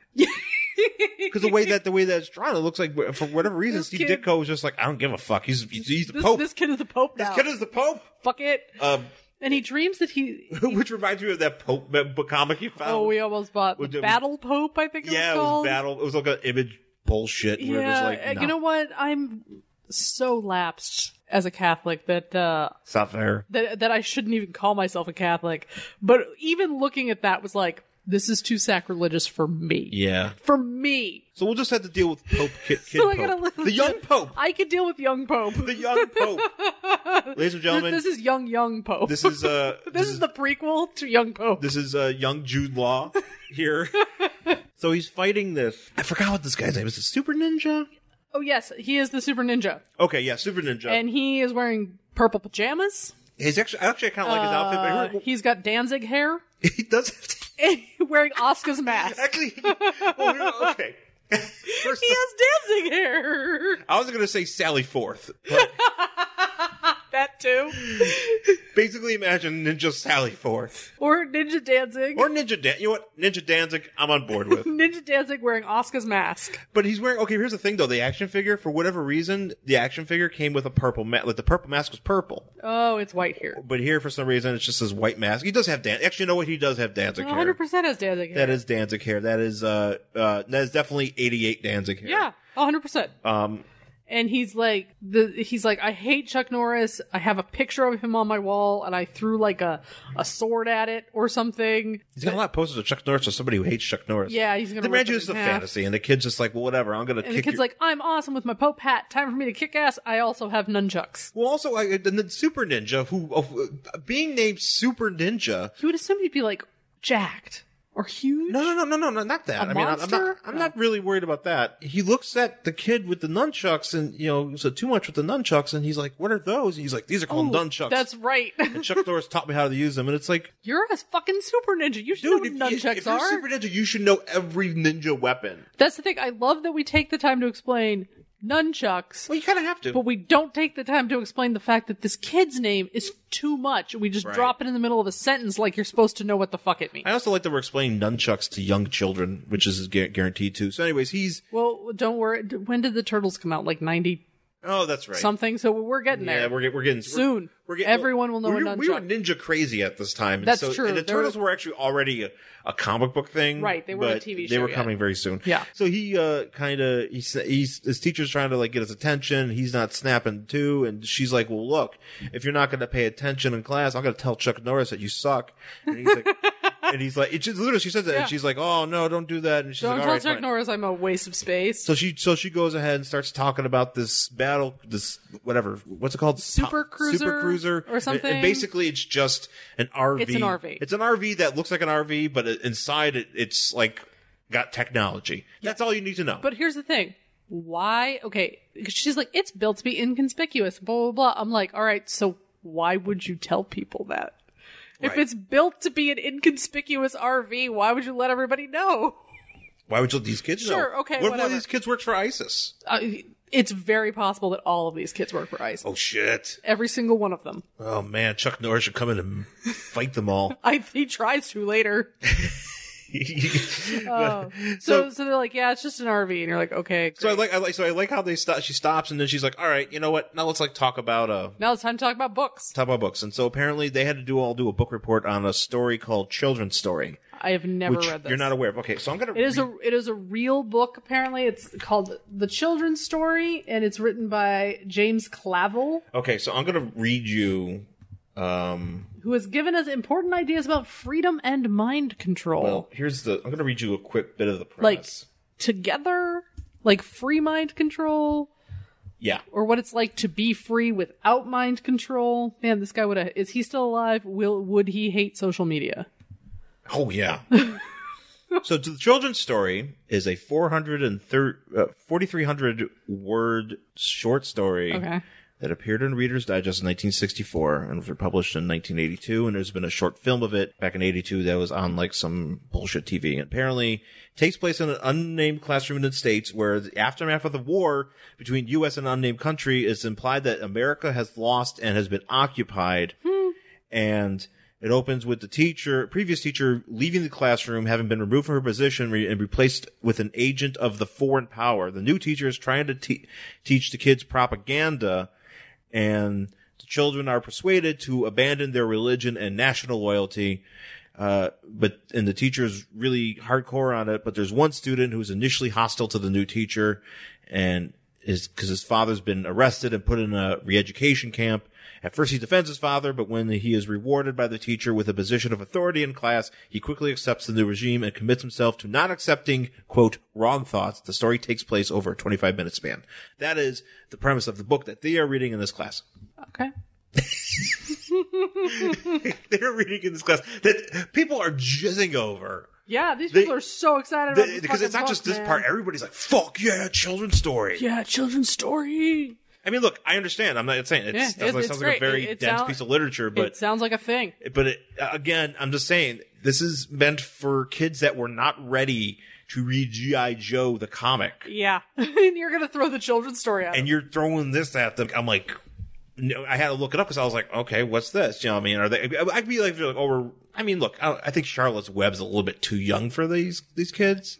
[SPEAKER 2] Because the way that the way that it's drawn, it looks like for whatever reason,
[SPEAKER 1] This
[SPEAKER 2] Steve
[SPEAKER 1] kid-
[SPEAKER 2] Ditko was just like, "I don't give a fuck. He's he's, he's the
[SPEAKER 1] This,
[SPEAKER 2] pope.
[SPEAKER 1] this kid is the Pope
[SPEAKER 2] this
[SPEAKER 1] now.
[SPEAKER 2] kid is the pope."
[SPEAKER 1] Fuck it.
[SPEAKER 2] Um,
[SPEAKER 1] and he dreams that he.
[SPEAKER 2] which reminds me of that Pope me- book comic you found.
[SPEAKER 1] Oh, we almost bought
[SPEAKER 2] Would
[SPEAKER 1] the
[SPEAKER 2] it-
[SPEAKER 1] Battle Pope. I think it
[SPEAKER 2] yeah,
[SPEAKER 1] was
[SPEAKER 2] it was
[SPEAKER 1] called.
[SPEAKER 2] battle. It was like an image bullshit. Where it was
[SPEAKER 1] Yeah,
[SPEAKER 2] like,
[SPEAKER 1] uh,
[SPEAKER 2] nah,
[SPEAKER 1] you know what? I'm so lapsed as a Catholic that uh,
[SPEAKER 2] it's not fair.
[SPEAKER 1] that that I shouldn't even call myself a Catholic. But even looking at that was like, this is too sacrilegious for me.
[SPEAKER 2] Yeah.
[SPEAKER 1] For me,
[SPEAKER 2] So we'll just have to deal with Pope Kid, kid
[SPEAKER 1] So I gotta
[SPEAKER 2] Pope,
[SPEAKER 1] listen
[SPEAKER 2] the young
[SPEAKER 1] to-
[SPEAKER 2] Pope,
[SPEAKER 1] I could deal with young Pope.
[SPEAKER 2] the young Pope. Ladies and gentlemen,
[SPEAKER 1] this is young young Pope.
[SPEAKER 2] this is uh,
[SPEAKER 1] This is the prequel to Young Pope.
[SPEAKER 2] This is uh, young Jude Law here. so he's fighting this. I forgot what this guy's name is. It Super Ninja?
[SPEAKER 1] oh yes, he is the super ninja,
[SPEAKER 2] Okay, yeah, Super Ninja.
[SPEAKER 1] and he is wearing purple pajamas.
[SPEAKER 2] he's actually, I actually kind of like his outfit, but I
[SPEAKER 1] Uh,
[SPEAKER 2] heard-
[SPEAKER 1] he's got Danzig hair,
[SPEAKER 2] he does have to
[SPEAKER 1] and wearing Oscar's mask.
[SPEAKER 2] Actually, well, here- okay. First
[SPEAKER 1] He has Danzig hair.
[SPEAKER 2] I was going to say Sally Forth. But
[SPEAKER 1] That too,
[SPEAKER 2] basically, imagine Ninja Sally Forth
[SPEAKER 1] or Ninja Danzig,
[SPEAKER 2] or Ninja Dan. You know what? Ninja Danzig, I'm on board with.
[SPEAKER 1] Ninja Danzig wearing Oscar's mask.
[SPEAKER 2] but he's wearing. Okay, here's the thing though. The action figure, for whatever reason, the action figure came with a purple mask. Like the purple mask was purple,
[SPEAKER 1] Oh, it's white here.
[SPEAKER 2] but here for some reason it's just this white mask. He does have Dan. Actually, you know what? He does have Danzig hair.
[SPEAKER 1] 100% has Danzig hair.
[SPEAKER 2] That is Danzig hair. That is uh, uh that is definitely 88 Danzig hair.
[SPEAKER 1] Yeah, 100%.
[SPEAKER 2] Um.
[SPEAKER 1] and he's like the he's like I hate Chuck Norris. I have a picture of him on my wall and I threw like a a sword at it or something.
[SPEAKER 2] He's got a lot of posters of Chuck Norris or somebody who hates Chuck Norris.
[SPEAKER 1] Yeah, he's going
[SPEAKER 2] The
[SPEAKER 1] to
[SPEAKER 2] man is a fantasy, and the kid's just like, well, whatever. I'm gonna.
[SPEAKER 1] And the
[SPEAKER 2] kick
[SPEAKER 1] kid's
[SPEAKER 2] your-
[SPEAKER 1] like, I'm awesome with my Pope hat. Time for me to kick ass. I also have nunchucks.
[SPEAKER 2] Well, also, I, and then Super Ninja, who uh, being named Super Ninja.
[SPEAKER 1] You would assume he'd be like jacked or huge.
[SPEAKER 2] No, no, no, no, no, no, not that.
[SPEAKER 1] A
[SPEAKER 2] I mean, I- I'm not.
[SPEAKER 1] monster?
[SPEAKER 2] I'm not really worried about that. He looks at the kid with the nunchucks, and you know, so too much with the nunchucks, and he's like, "What are those?" And he's like, "These are called nunchucks."
[SPEAKER 1] That's right.
[SPEAKER 2] and Chuck Norris taught me how to use them, and it's like,
[SPEAKER 1] You're a fucking super ninja. You should
[SPEAKER 2] dude, if,
[SPEAKER 1] know what
[SPEAKER 2] you,
[SPEAKER 1] nunchucks
[SPEAKER 2] if you're
[SPEAKER 1] are.
[SPEAKER 2] Super Ninja, you should know every ninja weapon.
[SPEAKER 1] That's the thing. I love that we take the time to explain nunchucks.
[SPEAKER 2] Well, you kind of have to.
[SPEAKER 1] But we don't take the time to explain the fact that this kid's name is too much. We just
[SPEAKER 2] Right.
[SPEAKER 1] drop it in the middle of a sentence like you're supposed to know what the fuck it means.
[SPEAKER 2] I also like that we're explaining nunchucks to young children, which is gu- guaranteed to. So, anyways, he's
[SPEAKER 1] Well, don't worry. When did the Turtles come out? Like 90?
[SPEAKER 2] Oh, that's right.
[SPEAKER 1] something. So we're getting
[SPEAKER 2] yeah,
[SPEAKER 1] there.
[SPEAKER 2] we're, get- we're getting
[SPEAKER 1] Soon.
[SPEAKER 2] We're, we're getting,
[SPEAKER 1] Everyone will know
[SPEAKER 2] we,
[SPEAKER 1] a
[SPEAKER 2] were- We were
[SPEAKER 1] nunchuck.
[SPEAKER 2] ninja crazy at this time. and
[SPEAKER 1] That's
[SPEAKER 2] so,
[SPEAKER 1] true.
[SPEAKER 2] And the
[SPEAKER 1] There
[SPEAKER 2] turtles
[SPEAKER 1] were-
[SPEAKER 2] were actually already a, a comic book thing,
[SPEAKER 1] Right, they weren't a
[SPEAKER 2] but
[SPEAKER 1] TV
[SPEAKER 2] They
[SPEAKER 1] show
[SPEAKER 2] were
[SPEAKER 1] yet.
[SPEAKER 2] coming very soon.
[SPEAKER 1] Yeah.
[SPEAKER 2] So he uh, kind of he's, he's his teacher's trying to like get his attention. He's not snapping too, and she's like, "Well, look, if you're not going to pay attention in class, I'm going to tell Chuck Norris that you suck." And he's like. And he's like, it's just literally, she says that,
[SPEAKER 1] Yeah.
[SPEAKER 2] and she's like, "Oh no, don't do that." And she's
[SPEAKER 1] Don't
[SPEAKER 2] like, "All
[SPEAKER 1] tell
[SPEAKER 2] right,
[SPEAKER 1] Chuck
[SPEAKER 2] fine."
[SPEAKER 1] Norris I'm a waste of space.
[SPEAKER 2] So she so she goes ahead and starts talking about this battle, this whatever, what's it called,
[SPEAKER 1] Super
[SPEAKER 2] super
[SPEAKER 1] cruiser
[SPEAKER 2] cruiser,
[SPEAKER 1] or something?
[SPEAKER 2] And, and basically, it's just an RV.
[SPEAKER 1] It's an RV.
[SPEAKER 2] It's an RV that looks like an RV, but it- inside it, it's like got technology. That's all you need to know.
[SPEAKER 1] But here's the thing. Why? Okay. 'cause She's like, it's built to be inconspicuous, blah, blah, blah. I'm like, all right, so why would you tell people that? If
[SPEAKER 2] Right.
[SPEAKER 1] it's built to be an inconspicuous RV, why would you let everybody know?
[SPEAKER 2] why would you let these kids
[SPEAKER 1] Sure,
[SPEAKER 2] know?
[SPEAKER 1] okay,
[SPEAKER 2] What if one of
[SPEAKER 1] whatever.
[SPEAKER 2] these kids works for ISIS?
[SPEAKER 1] Uh, it's very possible that all of these kids work for ICE.
[SPEAKER 2] Oh shit!
[SPEAKER 1] Every single one of them.
[SPEAKER 2] Oh man, Chuck Norris should come in and fight them all.
[SPEAKER 1] I, he tries to later.
[SPEAKER 2] But-
[SPEAKER 1] So, so, they're like, yeah, it's just an RV. And you're like, okay.
[SPEAKER 2] so I
[SPEAKER 1] great.
[SPEAKER 2] like, I like, so I like how they stop. She stops, and then she's like, "All right, you know what? Now let's like talk about uh,
[SPEAKER 1] now it's time to talk about books.
[SPEAKER 2] talk about books. And so apparently they had to do all do a book report on a story called Children's Story,
[SPEAKER 1] I have never
[SPEAKER 2] which
[SPEAKER 1] read this.
[SPEAKER 2] you're not aware of. Okay, so I'm gonna.
[SPEAKER 1] It is a it is a real book apparently. It's called The Children's Story and it's written by James Clavell,
[SPEAKER 2] okay, so I'm gonna read you. Um.
[SPEAKER 1] who has given us important ideas about freedom and mind control.
[SPEAKER 2] Well, here's the. I'm gonna read you a quick bit of the
[SPEAKER 1] like
[SPEAKER 2] premise.
[SPEAKER 1] together, like free mind control
[SPEAKER 2] yeah.
[SPEAKER 1] or what it's like to be free without mind control. Man, this guy would have is he still alive? Will would he hate social media?
[SPEAKER 2] Oh yeah. so the children's story is a 443 uh, 4,300 word short story.
[SPEAKER 1] Okay.
[SPEAKER 2] that appeared in Reader's Digest in 1964 and was published in 1982. And there's been a short film of it back in 82 that was on like some bullshit TV. And apparently it takes place in an unnamed classroom in the States where the aftermath of the war between U.S. and an unnamed country is implied that America has lost and has been occupied. And it opens with the teacher, previous teacher, leaving the classroom, having been removed from her position re- and replaced with an agent of the foreign power. The new teacher is trying to te- teach the kids propaganda and the children are persuaded to abandon their religion and national loyalty. Uh, but and the teacher's really hardcore on it. But there's one student who's initially hostile to the new teacher, and is because his father's been arrested and put in a re-education camp. At first, he defends his father, but when he is rewarded by the teacher with a position of authority in class, he quickly accepts the new regime and commits himself to not accepting quote wrong thoughts. The story takes place over a 25 minute span. That is the premise of the book that they are reading in this class.
[SPEAKER 1] Okay.
[SPEAKER 2] They're reading in this class that people are jizzing over.
[SPEAKER 1] Yeah, these
[SPEAKER 2] They-
[SPEAKER 1] people are so excited about this
[SPEAKER 2] Because it's
[SPEAKER 1] fucking
[SPEAKER 2] not just
[SPEAKER 1] book,
[SPEAKER 2] this
[SPEAKER 1] man.
[SPEAKER 2] part. Everybody's like, "Fuck yeah, children's story."
[SPEAKER 1] Yeah, children's story.
[SPEAKER 2] I mean, look, I understand. I'm not saying it's,
[SPEAKER 1] Yeah,
[SPEAKER 2] that's
[SPEAKER 1] it-
[SPEAKER 2] why it
[SPEAKER 1] it's
[SPEAKER 2] sounds like
[SPEAKER 1] great.
[SPEAKER 2] a very
[SPEAKER 1] It- it
[SPEAKER 2] dense
[SPEAKER 1] sound-
[SPEAKER 2] piece of literature,
[SPEAKER 1] it
[SPEAKER 2] but
[SPEAKER 1] sounds like a thing.
[SPEAKER 2] but it, again, I'm just saying this is meant for kids that were not ready to read GI Joe the comic,
[SPEAKER 1] Yeah. and you're going to throw the children's story out.
[SPEAKER 2] and you're throwing this at them. I'm like, no, I had to look it up because I was like, okay, what's this? You know, what I mean, are they? I'd be like, like oh, we're, I mean, look, I, I think Charlotte's Web's a little bit too young for these these kids.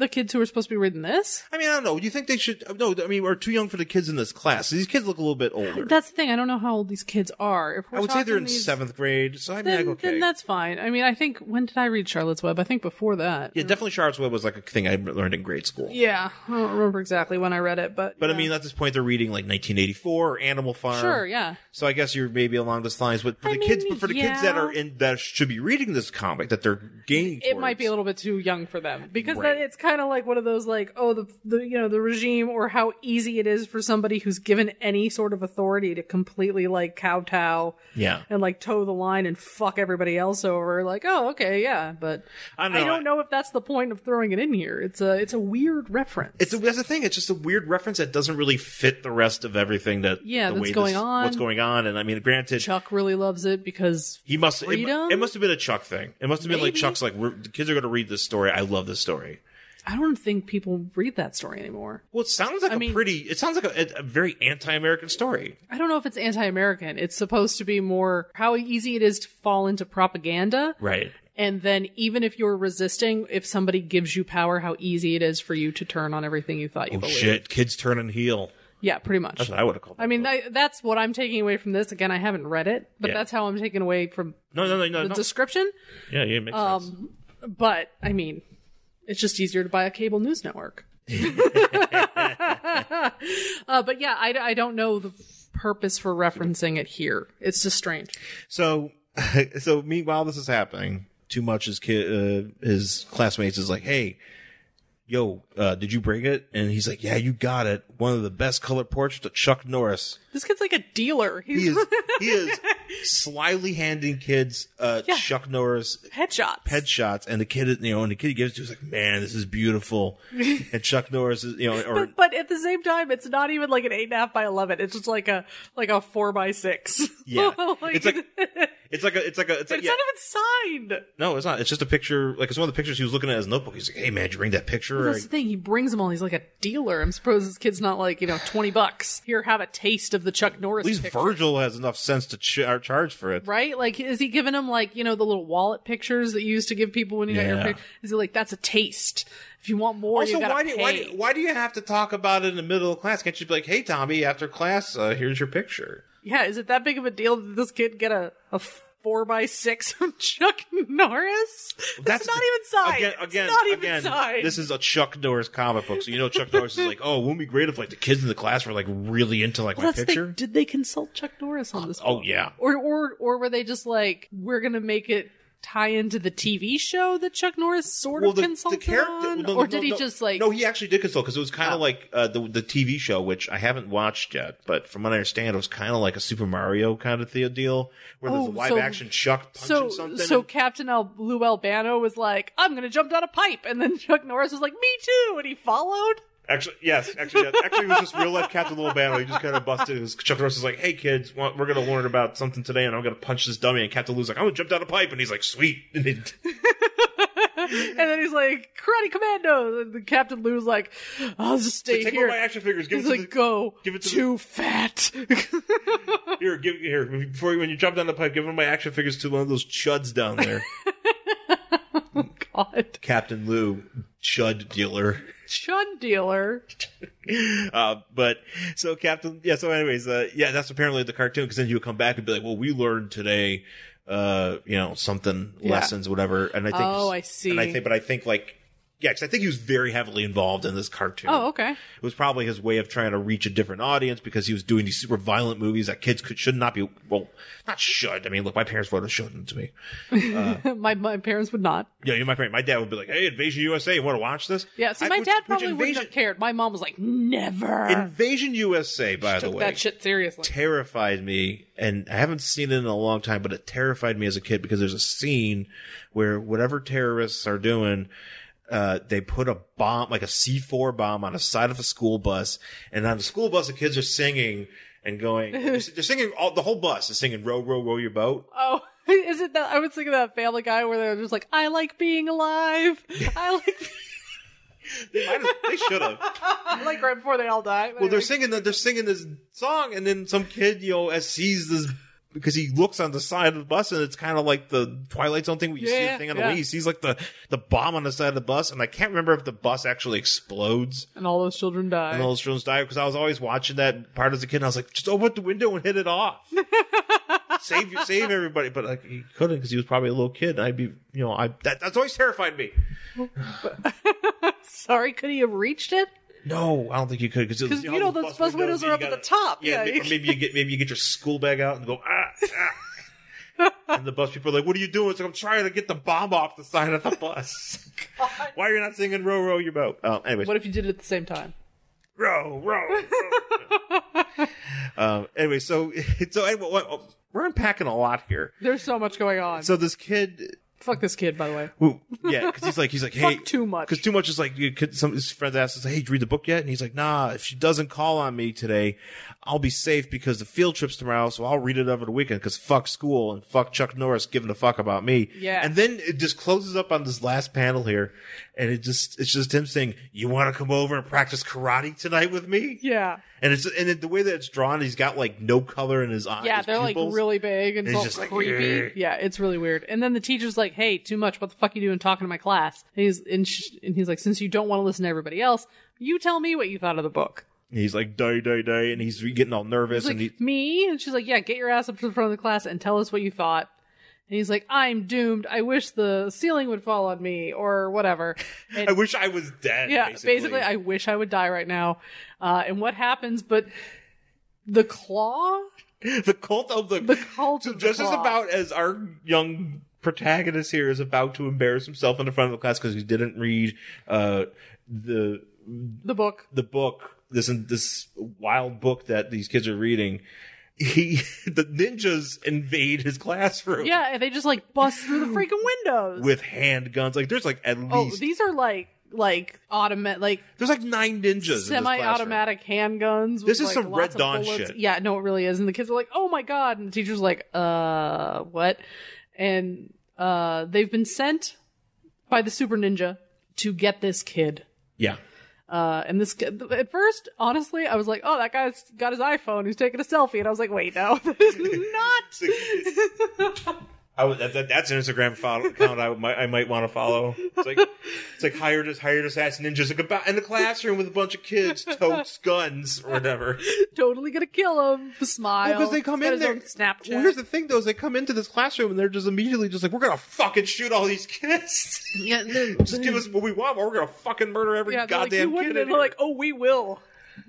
[SPEAKER 1] the kids who are supposed to be reading this?
[SPEAKER 2] I mean, I don't know. You think they should? No, I mean, we're too young for the kids in this class. These kids look a little bit older.
[SPEAKER 1] That's the thing. I don't know how old these kids are. If we're
[SPEAKER 2] I would say
[SPEAKER 1] talking
[SPEAKER 2] they're in
[SPEAKER 1] these-
[SPEAKER 2] seventh grade, so I mean,
[SPEAKER 1] Then,
[SPEAKER 2] like, okay.
[SPEAKER 1] then that's fine. I mean, I think, when did I read Charlotte's Web? I think before that.
[SPEAKER 2] yeah, definitely Charlotte's Web was like a thing I learned in grade school.
[SPEAKER 1] Yeah. I don't remember exactly when I read it, but.
[SPEAKER 2] But uh,
[SPEAKER 1] yeah.
[SPEAKER 2] I mean, at this point, they're reading like 1984 or Animal Farm.
[SPEAKER 1] Sure, yeah.
[SPEAKER 2] So I guess you're maybe along those lines. But for
[SPEAKER 1] I
[SPEAKER 2] the kids,
[SPEAKER 1] mean,
[SPEAKER 2] but for the kids that
[SPEAKER 1] yeah.
[SPEAKER 2] are in that should be reading this comic that they're gaining,
[SPEAKER 1] It might be a
[SPEAKER 2] towards-
[SPEAKER 1] little bit too young for them because
[SPEAKER 2] Right.
[SPEAKER 1] then it's kind of like one of those like oh the the you know the regime or how easy it is for somebody who's given any sort of authority to completely like kowtow
[SPEAKER 2] Yeah,
[SPEAKER 1] and like toe the line and fuck everybody else over. Like, oh, okay, yeah, but
[SPEAKER 2] I don't know.
[SPEAKER 1] I don't know if that's the point of throwing it in here. It's a it's a weird reference.
[SPEAKER 2] It's a, that's the thing. It's just a weird reference that doesn't really fit the rest of everything that
[SPEAKER 1] Yeah,
[SPEAKER 2] the
[SPEAKER 1] that's
[SPEAKER 2] way
[SPEAKER 1] going
[SPEAKER 2] this-
[SPEAKER 1] on.
[SPEAKER 2] What's going on? And I mean, granted,
[SPEAKER 1] Chuck really loves it because
[SPEAKER 2] he must. It,
[SPEAKER 1] Freedom?
[SPEAKER 2] it must have been a Chuck thing. It must have been like
[SPEAKER 1] Maybe.
[SPEAKER 2] Chuck's like we're, the kids are going to read this story. I love this story.
[SPEAKER 1] I don't think people read that story anymore.
[SPEAKER 2] Well, it sounds like a
[SPEAKER 1] mean-
[SPEAKER 2] pretty. It sounds like a, a very anti-American story.
[SPEAKER 1] I don't know if it's anti-American. It's supposed to be more how easy it is to fall into propaganda.
[SPEAKER 2] Right.
[SPEAKER 1] And then even if you're resisting, if somebody gives you power, how easy it is for you to turn on everything you thought you
[SPEAKER 2] Oh
[SPEAKER 1] believed.
[SPEAKER 2] shit! Kids turn and heel.
[SPEAKER 1] Yeah, pretty much.
[SPEAKER 2] That's what I would have called.
[SPEAKER 1] I mean,
[SPEAKER 2] that,
[SPEAKER 1] I, that's what I'm taking away from this. Again, I haven't read it, but
[SPEAKER 2] Yeah.
[SPEAKER 1] that's how I'm taking away from
[SPEAKER 2] no, no, no, no.
[SPEAKER 1] the
[SPEAKER 2] no.
[SPEAKER 1] description.
[SPEAKER 2] yeah, yeah, it makes
[SPEAKER 1] Um,
[SPEAKER 2] sense.
[SPEAKER 1] But I mean, it's just easier to buy a cable news network. uh, but yeah, I, I don't know the purpose for referencing it here. It's just strange.
[SPEAKER 2] So, so meanwhile, this is happening. Too much his kid, uh, his classmates is like, "Hey, yo, uh, did you bring it?" And he's like, "Yeah, you got it. One of the best colored portraits of Chuck Norris.
[SPEAKER 1] This kid's like a dealer. He's
[SPEAKER 2] He is, he is slyly handing kids uh, Chuck Norris
[SPEAKER 1] headshots.
[SPEAKER 2] headshots, and the kid, you know, and the kid gives it to, he's like, "Man, this is beautiful." and Chuck Norris is, you know, or
[SPEAKER 1] but, but at the same time, it's not even like an eight and a half by eleven. It's just like a like a four by six.
[SPEAKER 2] yeah,
[SPEAKER 1] Like-
[SPEAKER 2] it's like it's like a it's like a it's like
[SPEAKER 1] it's
[SPEAKER 2] yeah.
[SPEAKER 1] not even signed.
[SPEAKER 2] no, it's not. It's just a picture. Like it's one of the pictures he was looking at his notebook. He's like, "Hey, man, did you bring that picture?"
[SPEAKER 1] That's the thing. He brings them all. He's like a dealer. I'm supposed this kid's not like you know twenty bucks. Here, have a taste of the Chuck Norris.
[SPEAKER 2] At least
[SPEAKER 1] picture.
[SPEAKER 2] Virgil has enough sense to ch- or charge for it.
[SPEAKER 1] right? Like, is he giving him like you know the little wallet pictures that you used to give people when you got
[SPEAKER 2] Yeah.
[SPEAKER 1] your? pic- Is he like that's a taste? If you want more,
[SPEAKER 2] Also,
[SPEAKER 1] you gotta
[SPEAKER 2] why do,
[SPEAKER 1] pay.
[SPEAKER 2] why, do, why do you have to talk about it in the middle of class? Can't you be like, hey, Tommy, after class, uh, here's your picture?
[SPEAKER 1] yeah, is it that big of a deal that this kid get a a four by six from Chuck Norris? That's not even signed.
[SPEAKER 2] Again, again,
[SPEAKER 1] it's not even
[SPEAKER 2] again,
[SPEAKER 1] signed.
[SPEAKER 2] This is a Chuck Norris comic book, so you know Chuck Norris is like, oh, wouldn't it be great if like the kids in the class were like really into like my
[SPEAKER 1] That's the thing.
[SPEAKER 2] picture?
[SPEAKER 1] Did they consult Chuck Norris on this?
[SPEAKER 2] Oh yeah,
[SPEAKER 1] or or or were they just like we're gonna make it tie into the TV show that Chuck Norris sort of consulted on,
[SPEAKER 2] no,
[SPEAKER 1] or
[SPEAKER 2] no,
[SPEAKER 1] did he
[SPEAKER 2] no.
[SPEAKER 1] just like
[SPEAKER 2] no? He actually did consult because it was kind of like uh, the the TV show, which I haven't watched yet, but from what I understand, it was kind of like a Super Mario kind of deal where there's
[SPEAKER 1] Oh,
[SPEAKER 2] a live
[SPEAKER 1] so-
[SPEAKER 2] action Chuck punching
[SPEAKER 1] so
[SPEAKER 2] something.
[SPEAKER 1] so Captain Al- Lou Albano was like I'm gonna jump down a pipe, and then Chuck Norris was like me too, and he followed.
[SPEAKER 2] Actually, yes, actually, yeah. actually, it was just real life Captain Little Battle. He just kind of busted. His, Chuck Norris is like, "Hey kids, wa- we're gonna learn about something today, and I'm gonna punch this dummy." And Captain Lou's like, "I'm gonna jump down a pipe," and he's like, "Sweet." And it-
[SPEAKER 1] And then he's like, Karate Commando. And the Captain Lou's like, I'll just stay
[SPEAKER 2] take
[SPEAKER 1] here.
[SPEAKER 2] all my action figures. Give
[SPEAKER 1] he's
[SPEAKER 2] it to
[SPEAKER 1] like,
[SPEAKER 2] the,
[SPEAKER 1] go.
[SPEAKER 2] give it to the-
[SPEAKER 1] too fat.
[SPEAKER 2] here, give here before you, when you jump down the pipe, give one of my action figures to one of those chuds down there.
[SPEAKER 1] God.
[SPEAKER 2] Captain Lou, chud dealer.
[SPEAKER 1] Chud dealer.
[SPEAKER 2] Uh, but so Captain, yeah. So, anyways, uh, yeah, that's apparently the cartoon because then you would come back and be like, "Well, we learned today, uh, you know, something
[SPEAKER 1] Yeah.
[SPEAKER 2] lessons, whatever." And I think,
[SPEAKER 1] Oh, I see.
[SPEAKER 2] And I think, but I think like, yeah, because I think he was very heavily involved in this cartoon.
[SPEAKER 1] Oh, okay.
[SPEAKER 2] It was probably his way of trying to reach a different audience because he was doing these super violent movies that kids could should not be. Well, not should. I mean, look, my parents would have showed them to me.
[SPEAKER 1] my, my parents would not.
[SPEAKER 2] Yeah, you know, my parent, my dad would be like, "Hey, Invasion USA, you want to watch this?"
[SPEAKER 1] Yeah, see,
[SPEAKER 2] I-
[SPEAKER 1] my
[SPEAKER 2] which-
[SPEAKER 1] dad
[SPEAKER 2] which
[SPEAKER 1] probably wouldn't
[SPEAKER 2] Invasion-
[SPEAKER 1] have cared. My mom was like, never.
[SPEAKER 2] Invasion USA, by the
[SPEAKER 1] Took
[SPEAKER 2] way,
[SPEAKER 1] that shit seriously.
[SPEAKER 2] terrified me, and I haven't seen it in a long time, but it terrified me as a kid because there's a scene where whatever terrorists are doing, uh, they put a bomb, like a C4 bomb, on the side of a school bus, and on the school bus, the kids are singing and going, they're singing, all, the whole bus is singing, Row, Row, Row Your Boat.
[SPEAKER 1] Oh, is it that? I was thinking of that Family Guy where they're just like, I like being alive. I like,
[SPEAKER 2] They, might have- they should have.
[SPEAKER 1] I like right before they all die.
[SPEAKER 2] Well, they're singing that they're singing this song, and then some kid, you know, as sees this because he looks on the side of the bus, and it's kind of like the Twilight Zone thing where you see
[SPEAKER 1] Yeah,
[SPEAKER 2] the thing on the
[SPEAKER 1] yeah.
[SPEAKER 2] way. He sees like the the bomb on the side of the bus, and I can't remember if the bus actually explodes
[SPEAKER 1] and all those children die.
[SPEAKER 2] and all those children die because I was always watching that part as a kid. And I was like, just open up the window and hit it off. save save everybody, but like he couldn't because he was probably a little kid. And I'd be, you know, I that, that's always terrified me.
[SPEAKER 1] Sorry, could he have reached it?
[SPEAKER 2] No, I don't think you could because
[SPEAKER 1] 'Cause you know those bus windows are up at the top. Yeah,
[SPEAKER 2] Yeah, may-
[SPEAKER 1] you-
[SPEAKER 2] or maybe you get maybe you get your school bag out and go ah. ah." and the bus people are like, "What are you doing?" It's like I'm trying to get the bomb off the side of the bus. Why are you not singing "Row, row your boat"? Um, anyways,
[SPEAKER 1] What if you did it at the same time?
[SPEAKER 2] row, row. row. um, anyway, so so anyway, what- we're unpacking a lot here.
[SPEAKER 1] There's so much going on.
[SPEAKER 2] So this kid
[SPEAKER 1] Fuck this kid, by the way.
[SPEAKER 2] Who, yeah, because he's like, he's like, hey,
[SPEAKER 1] Fuck too much.
[SPEAKER 2] Because too much is like, you could, some his friends asked, hey, did you read the book yet? And he's like, nah, if she doesn't call on me today, I'll be safe because the field trip's tomorrow, so I'll read it over the weekend. Because fuck school and fuck Chuck Norris giving a fuck about me.
[SPEAKER 1] Yeah.
[SPEAKER 2] And then it just closes up on this last panel here, and it just it's just him saying, you want to come over and practice karate tonight with me?
[SPEAKER 1] Yeah.
[SPEAKER 2] And it's and it, the way that it's drawn, he's got like no color in his eyes.
[SPEAKER 1] Yeah,
[SPEAKER 2] his
[SPEAKER 1] they're
[SPEAKER 2] pupils.
[SPEAKER 1] like really big and
[SPEAKER 2] And
[SPEAKER 1] it's all
[SPEAKER 2] he's just like,
[SPEAKER 1] creepy.
[SPEAKER 2] "Grr."
[SPEAKER 1] yeah, it's really weird. And then the teacher's like, "Hey, too much. What the fuck you doing talking to my class?" And he's and, sh- and he's like, "Since you don't want to listen to everybody else, you tell me what you thought of the book."
[SPEAKER 2] And he's like, die, die, die. And he's getting all nervous.
[SPEAKER 1] He's like,
[SPEAKER 2] and he,
[SPEAKER 1] me? And she's like, yeah, get your ass up to the front of the class and tell us what you thought. And he's like, I'm doomed. I wish the ceiling would fall on me or whatever. And-
[SPEAKER 2] I wish I was dead.
[SPEAKER 1] yeah, basically. I wish I would die right now. Uh, and what happens? But the claw,
[SPEAKER 2] the cult of the,
[SPEAKER 1] the cult
[SPEAKER 2] So
[SPEAKER 1] of the
[SPEAKER 2] just as
[SPEAKER 1] claw.
[SPEAKER 2] about as our young protagonist here is about to embarrass himself in the front of the class because he didn't read uh, the
[SPEAKER 1] the book.
[SPEAKER 2] the book this this wild book that these kids are reading. He the ninjas invade his classroom.
[SPEAKER 1] Yeah, and they just like bust through the freaking windows.
[SPEAKER 2] With handguns, like there's like at least
[SPEAKER 1] oh, these are like like automatic, like
[SPEAKER 2] there's like nine ninjas.
[SPEAKER 1] semi-automatic handguns. with,
[SPEAKER 2] This is
[SPEAKER 1] like,
[SPEAKER 2] some Red
[SPEAKER 1] lots of
[SPEAKER 2] Dawn
[SPEAKER 1] bullets.
[SPEAKER 2] shit.
[SPEAKER 1] Yeah, no, it really is. And the kids are like, "Oh my god!" And the teacher's like, "Uh, what?" And uh, they've been sent by the super ninja to get this kid.
[SPEAKER 2] In this classroom.
[SPEAKER 1] Uh, and this kid- at first, honestly, I was like, "Oh, that guy's got his iPhone. He's taking a selfie." And I was like, "Wait, no, that is not."
[SPEAKER 2] Yeah, I was, that, that's an Instagram follow, account I might I might want to follow. It's like it's like hired as hired assassin ninjas like about in the classroom with a bunch of kids, totes guns or whatever.
[SPEAKER 1] totally gonna kill him. Smile
[SPEAKER 2] because they come
[SPEAKER 1] Got
[SPEAKER 2] in
[SPEAKER 1] his
[SPEAKER 2] there.
[SPEAKER 1] own Snapchat.
[SPEAKER 2] Well, here's the thing, though: is they come into this classroom and they're just immediately just like, "We're gonna fucking shoot all these kids.
[SPEAKER 1] yeah,
[SPEAKER 2] just give us what we want, or we're gonna fucking murder every
[SPEAKER 1] yeah, they're like,
[SPEAKER 2] goddamn
[SPEAKER 1] "You wouldn't,"
[SPEAKER 2] kid."
[SPEAKER 1] and they're like, "Oh, we will.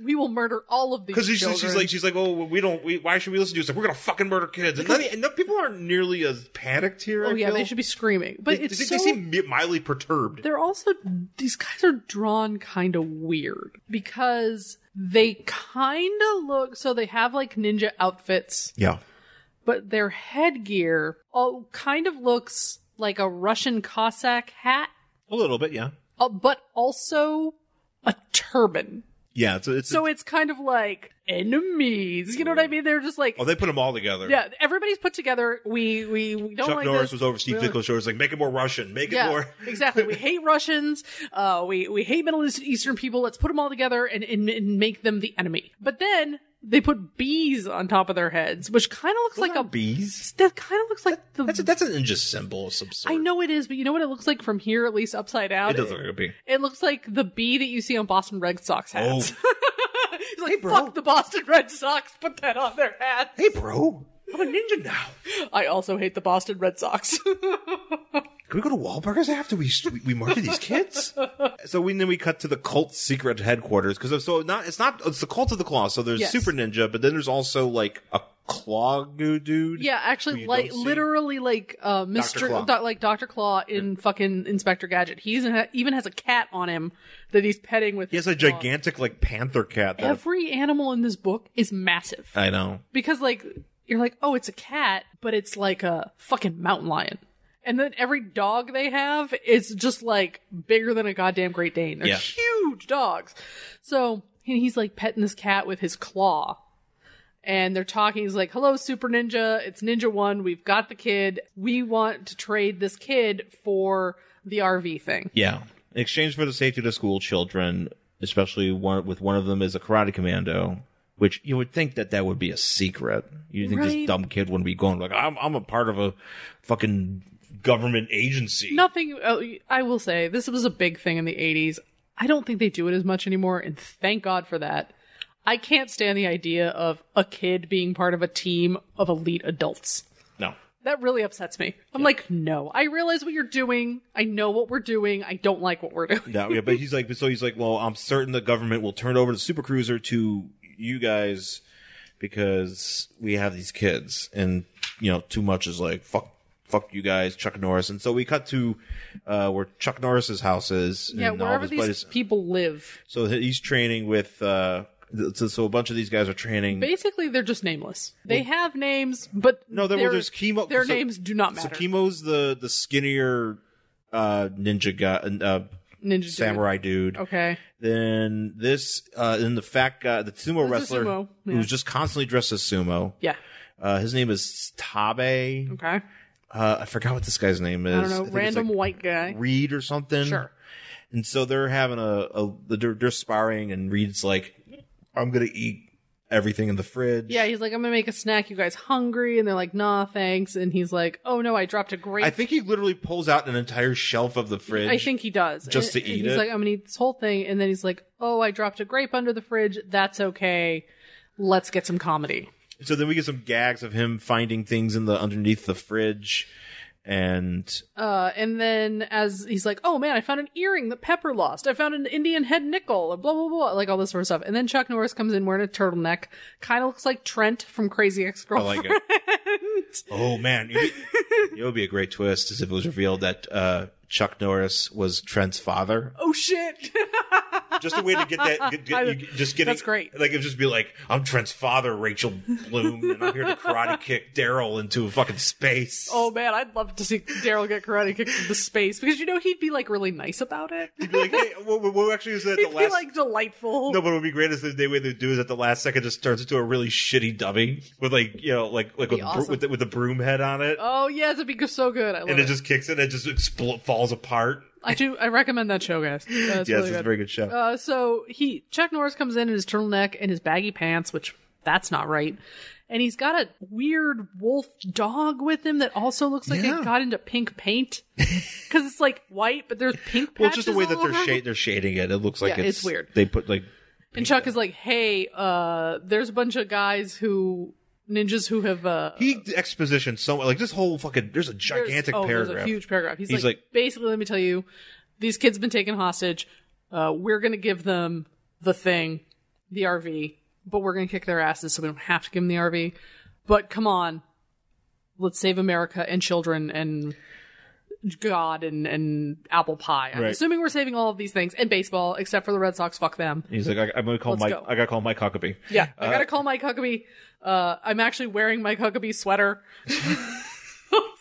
[SPEAKER 1] We will murder all of these."
[SPEAKER 2] Because she's,
[SPEAKER 1] children.
[SPEAKER 2] she's like, she's like, oh, well, we don't. We, why should we listen to you? It's like we're gonna fucking murder kids, and, none, and the people aren't nearly as panicked here.
[SPEAKER 1] Oh
[SPEAKER 2] I
[SPEAKER 1] yeah,
[SPEAKER 2] feel.
[SPEAKER 1] they should be screaming. But
[SPEAKER 2] They,
[SPEAKER 1] it's
[SPEAKER 2] they,
[SPEAKER 1] so
[SPEAKER 2] they seem mi- mildly perturbed.
[SPEAKER 1] they're also these guys are drawn kind of weird because they kind of look so they have like ninja outfits,
[SPEAKER 2] Yeah,
[SPEAKER 1] but their headgear all kind of looks like a Russian Cossack hat,
[SPEAKER 2] a little bit. Yeah,
[SPEAKER 1] uh, but also a turban.
[SPEAKER 2] yeah. It's, it's
[SPEAKER 1] So it's kind of like enemies. You know what I mean? They're just like
[SPEAKER 2] oh, they put them all together.
[SPEAKER 1] yeah, oh everybody's put together. We we, we don't
[SPEAKER 2] Chuck
[SPEAKER 1] like
[SPEAKER 2] Norris
[SPEAKER 1] this.
[SPEAKER 2] was over Steve
[SPEAKER 1] We don't-
[SPEAKER 2] Ditko's shoulder. He's like, make it more Russian, make it more.
[SPEAKER 1] exactly. We hate Russians. Uh, we we hate Middle East- Eastern people. Let's put them all together and, and, and make them the enemy. But then they put bees on top of their heads, which kind of looks like a
[SPEAKER 2] bees.
[SPEAKER 1] That kind of looks like the.
[SPEAKER 2] That's a, that's an ninja symbol of some sort.
[SPEAKER 1] I know it is, but you know what it looks like from here, at least upside down.
[SPEAKER 2] It doesn't look like a bee.
[SPEAKER 1] It looks like the bee that you see on Boston Red Sox hats. He's like,
[SPEAKER 2] bro.
[SPEAKER 1] fuck the Boston Red Sox. Put that on their hats.
[SPEAKER 2] Hey, bro, I'm a ninja now.
[SPEAKER 1] I also hate the Boston Red Sox.
[SPEAKER 2] Can we go to Wahlburgers after we we- we murder these kids? so we then we cut to the cult secret headquarters because so not it's not it's the cult of the claw. So there's
[SPEAKER 1] Yes.
[SPEAKER 2] Super Ninja, but then there's also like a claw goo dude.
[SPEAKER 1] Yeah,
[SPEAKER 2] who
[SPEAKER 1] actually,
[SPEAKER 2] you
[SPEAKER 1] like
[SPEAKER 2] don't see.
[SPEAKER 1] literally, like uh, Mister,
[SPEAKER 2] Claw.
[SPEAKER 1] doc- like Doctor Claw in fucking Inspector Gadget. He even, even has a cat on him that he's petting with.
[SPEAKER 2] He has a gigantic like panther cat. That,
[SPEAKER 1] Every animal in this book is massive
[SPEAKER 2] I know.
[SPEAKER 1] because, like, you're like, oh, it's a cat, but it's like a fucking mountain lion. And then every dog they have is just like bigger than a goddamn Great Dane. They're
[SPEAKER 2] Yeah.
[SPEAKER 1] huge dogs. So and he's like petting this cat with his claw. and they're talking. He's like, "Hello, Super Ninja. It's Ninja One. We've got the kid. We want to trade this kid for the RV thing."
[SPEAKER 2] Yeah. In exchange for the safety of the school children, especially one with one of them is a karate commando, which you would think that that would be a secret. You'd think
[SPEAKER 1] Right.
[SPEAKER 2] this dumb kid wouldn't be going like, I'm, I'm a part of a fucking government agency.
[SPEAKER 1] Nothing. Uh, I will say this was a big thing in the '80s. I don't think they do it as much anymore, and thank God for that. I can't stand the idea of a kid being part of a team of elite adults.
[SPEAKER 2] No.
[SPEAKER 1] That really upsets me. I'm like, no. I realize what you're doing. I know what we're doing. I don't like what we're doing.
[SPEAKER 2] No, yeah, but he's like, so he's like, well, I'm certain the government will turn over the super cruiser to you guys because we have these kids, and you know, too much is like fuck, fuck you guys, Chuck Norris, and so we cut to uh, where Chuck Norris's house is,
[SPEAKER 1] Yeah,
[SPEAKER 2] and all of
[SPEAKER 1] wherever
[SPEAKER 2] his
[SPEAKER 1] these
[SPEAKER 2] buddies.
[SPEAKER 1] people live,
[SPEAKER 2] So he's training with, uh, th- so, so a bunch of these guys are training.
[SPEAKER 1] Basically, they're just nameless. They have names, but
[SPEAKER 2] no, there- well,
[SPEAKER 1] their-
[SPEAKER 2] there's chemo-
[SPEAKER 1] Their
[SPEAKER 2] so-
[SPEAKER 1] names do not
[SPEAKER 2] so
[SPEAKER 1] matter.
[SPEAKER 2] Chemo's the the skinnier uh, ninja guy, uh,
[SPEAKER 1] Ninja dude.
[SPEAKER 2] samurai dude.
[SPEAKER 1] Okay,
[SPEAKER 2] Then this, uh, then the fat guy, the sumo
[SPEAKER 1] This is
[SPEAKER 2] wrestler,
[SPEAKER 1] sumo, yeah.
[SPEAKER 2] who's just constantly dressed as sumo.
[SPEAKER 1] yeah,
[SPEAKER 2] Uh, his name is Tabe.
[SPEAKER 1] okay. I
[SPEAKER 2] Uh, I forgot what this guy's name is.
[SPEAKER 1] don't know,
[SPEAKER 2] think it's
[SPEAKER 1] random
[SPEAKER 2] like
[SPEAKER 1] white guy.
[SPEAKER 2] Reed or something.
[SPEAKER 1] Sure.
[SPEAKER 2] And so they're having a, a they're, they're sparring, and Reed's like, "I'm gonna eat everything in the fridge.
[SPEAKER 1] Yeah, he's like, I'm gonna make a snack. You guys hungry? And they're like, Nah, thanks. And he's like, Oh no, I dropped a grape.
[SPEAKER 2] I think he literally pulls out an entire shelf of the fridge.
[SPEAKER 1] I think he does.
[SPEAKER 2] Just
[SPEAKER 1] And-
[SPEAKER 2] to
[SPEAKER 1] and
[SPEAKER 2] eat
[SPEAKER 1] he's
[SPEAKER 2] it?
[SPEAKER 1] like, I'm gonna eat this whole thing, and then he's like, Oh, I dropped a grape under the fridge. That's okay. Let's get some comedy.
[SPEAKER 2] so. Then we get some gags of him finding things in the underneath the fridge, and
[SPEAKER 1] Uh, and then as he's like, Oh man, I found an earring that Pepper lost. I found an Indian head nickel. Blah blah blah. Like all this sort of stuff. And then Chuck Norris comes in wearing a turtleneck. Kind of looks like Trent from Crazy Ex
[SPEAKER 2] I
[SPEAKER 1] Girlfriend.
[SPEAKER 2] like it. Oh man, it would be a great twist is if it was revealed that uh, Chuck Norris was Trent's father.
[SPEAKER 1] oh shit.
[SPEAKER 2] Just a way to get that. Get, get, you, just getting
[SPEAKER 1] That's great.
[SPEAKER 2] Like it would just be like, I'm Trent's father, Rachel Bloom, and I'm here to karate kick Daryl into fucking space.
[SPEAKER 1] Oh man, I'd love to see Daryl get karate kicked into space because you know he'd be like really nice about it.
[SPEAKER 2] Be like, hey, what, what- what actually is that?
[SPEAKER 1] He'd
[SPEAKER 2] the
[SPEAKER 1] be
[SPEAKER 2] last
[SPEAKER 1] like delightful.
[SPEAKER 2] No, but what would be great is the day way they do is at the last second just turns into a really shitty dummy with like you know like like with, bro-
[SPEAKER 1] awesome.
[SPEAKER 2] with, the, with the broom head on it,
[SPEAKER 1] oh yeah, that'd be so good. I love
[SPEAKER 2] and
[SPEAKER 1] it.
[SPEAKER 2] it just kicks it and it just expl- falls apart.
[SPEAKER 1] I do. I recommend that show, guys. Uh, it's
[SPEAKER 2] yes,
[SPEAKER 1] really
[SPEAKER 2] it's a
[SPEAKER 1] good.
[SPEAKER 2] very good show.
[SPEAKER 1] Uh, so he Chuck Norris comes in in his turtleneck and his baggy pants, which that's not right. And he's got a weird wolf dog with him that also looks like
[SPEAKER 2] Yeah.
[SPEAKER 1] it got into pink paint because it's like white, but there's pink.
[SPEAKER 2] well, it's just the
[SPEAKER 1] patches
[SPEAKER 2] way that
[SPEAKER 1] all
[SPEAKER 2] they're
[SPEAKER 1] around.
[SPEAKER 2] shade they're shading it. It looks like
[SPEAKER 1] Yeah, it's weird.
[SPEAKER 2] They put like
[SPEAKER 1] And Chuck is like, "Hey, uh, there's a bunch of guys who ninjas who have uh,
[SPEAKER 2] he exposition so like this whole fucking there's a
[SPEAKER 1] there's-
[SPEAKER 2] gigantic
[SPEAKER 1] oh,
[SPEAKER 2] paragraph.
[SPEAKER 1] There's a huge paragraph. He's,
[SPEAKER 2] He's
[SPEAKER 1] like,
[SPEAKER 2] like-
[SPEAKER 1] basically, let me tell you, these kids been taken hostage. Uh, we're gonna give them the thing, the RV, but we're gonna kick their asses, so we don't have to give them the RV. But come on, let's save America and children and God and and apple pie. I'm
[SPEAKER 2] Right.
[SPEAKER 1] assuming we're saving all of these things and baseball, except for the Red Sox. Fuck them.
[SPEAKER 2] He's like, I, I'm gonna call
[SPEAKER 1] Let's
[SPEAKER 2] Mike.
[SPEAKER 1] go.
[SPEAKER 2] I gotta call Mike Huckabee.
[SPEAKER 1] Yeah, I gotta call Mike Huckabee. Uh, I'm actually wearing Mike Huckabee's sweater.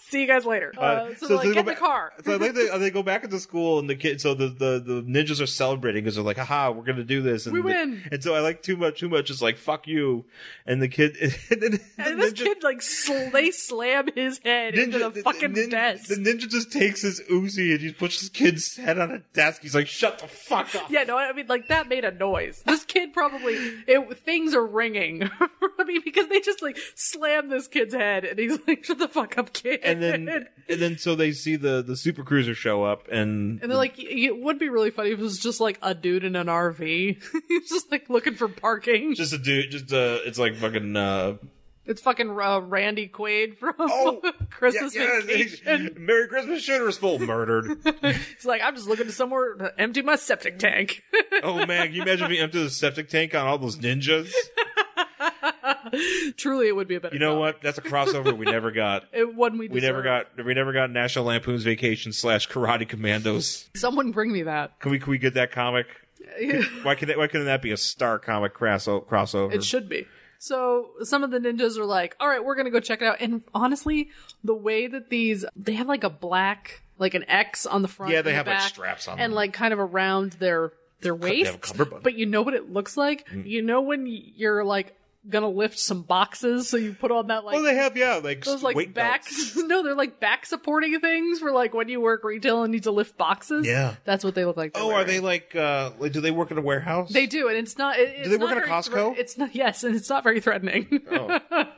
[SPEAKER 1] See you guys later. Uh, so, they're like,
[SPEAKER 2] they go
[SPEAKER 1] get in the
[SPEAKER 2] back-
[SPEAKER 1] car.
[SPEAKER 2] So I like they, they go back into school and the kid. So the, the, the ninjas are celebrating because they're like, "Haha, we're gonna do this." And
[SPEAKER 1] We
[SPEAKER 2] the-
[SPEAKER 1] win.
[SPEAKER 2] and so I like too much. Too much is like, "Fuck you," and the kid. And, then
[SPEAKER 1] And
[SPEAKER 2] the
[SPEAKER 1] this kid like sl- they slam his head into the, fucking
[SPEAKER 2] nin-
[SPEAKER 1] desk.
[SPEAKER 2] the ninja just takes his Uzi and he puts his kid's head on a desk. He's like, "Shut the fuck up!"
[SPEAKER 1] yeah, no, I mean like that made a noise. This kid probably it things are ringing. I mean because they just like slam this kid's head and he's like shut the fuck up, kid.
[SPEAKER 2] And then and then so they see the the super cruiser show up and,
[SPEAKER 1] And they're like, y- it would be really funny if it was just like a dude in an RV. He's just like looking for parking.
[SPEAKER 2] just a dude. Just uh, it's like fucking uh.
[SPEAKER 1] It's fucking uh, Randy Quaid from
[SPEAKER 2] Oh,
[SPEAKER 1] Christmas
[SPEAKER 2] yeah, yeah,
[SPEAKER 1] Vacation.
[SPEAKER 2] Merry Christmas, shooter's full murdered.
[SPEAKER 1] He's like, I'm just looking to somewhere to empty my septic tank.
[SPEAKER 2] Oh man, can you imagine me empty the septic tank on all those ninjas?
[SPEAKER 1] Truly, it would be a better.
[SPEAKER 2] You know
[SPEAKER 1] job.
[SPEAKER 2] what? That's a crossover we never got.
[SPEAKER 1] It, one we
[SPEAKER 2] We never
[SPEAKER 1] deserve.
[SPEAKER 2] got we never got National Lampoon's Vacation slash Karate Commandos.
[SPEAKER 1] Someone bring me that.
[SPEAKER 2] Can we can we get that comic? Why can that, why couldn't that be a star comic crasso- crossover?
[SPEAKER 1] It should be. So some of the ninjas are like, all right, we're gonna go check it out. And honestly, the way that these they have like a black like an X on the front.
[SPEAKER 2] Yeah, they
[SPEAKER 1] and the
[SPEAKER 2] have, like,
[SPEAKER 1] back,
[SPEAKER 2] straps on
[SPEAKER 1] and
[SPEAKER 2] them.
[SPEAKER 1] like kind of around their their
[SPEAKER 2] have a
[SPEAKER 1] waist.
[SPEAKER 2] cummerbund. Mm.
[SPEAKER 1] But you know what it looks like? You know when y- you're like gonna lift some boxes, so you put on that like
[SPEAKER 2] well, they have yeah, like
[SPEAKER 1] those like
[SPEAKER 2] weight
[SPEAKER 1] back
[SPEAKER 2] belts.
[SPEAKER 1] no, they're like back supporting things for like when you work retail and need to lift boxes.
[SPEAKER 2] Yeah.
[SPEAKER 1] That's what they look like. they're
[SPEAKER 2] Oh, are
[SPEAKER 1] wearing.
[SPEAKER 2] they like? uh like, Do they work at a warehouse?
[SPEAKER 1] They do, and it's not. It, it's
[SPEAKER 2] they work
[SPEAKER 1] not
[SPEAKER 2] at a
[SPEAKER 1] very
[SPEAKER 2] Costco? Oh.
[SPEAKER 1] thre- it's not. Yes, and it's not very threatening.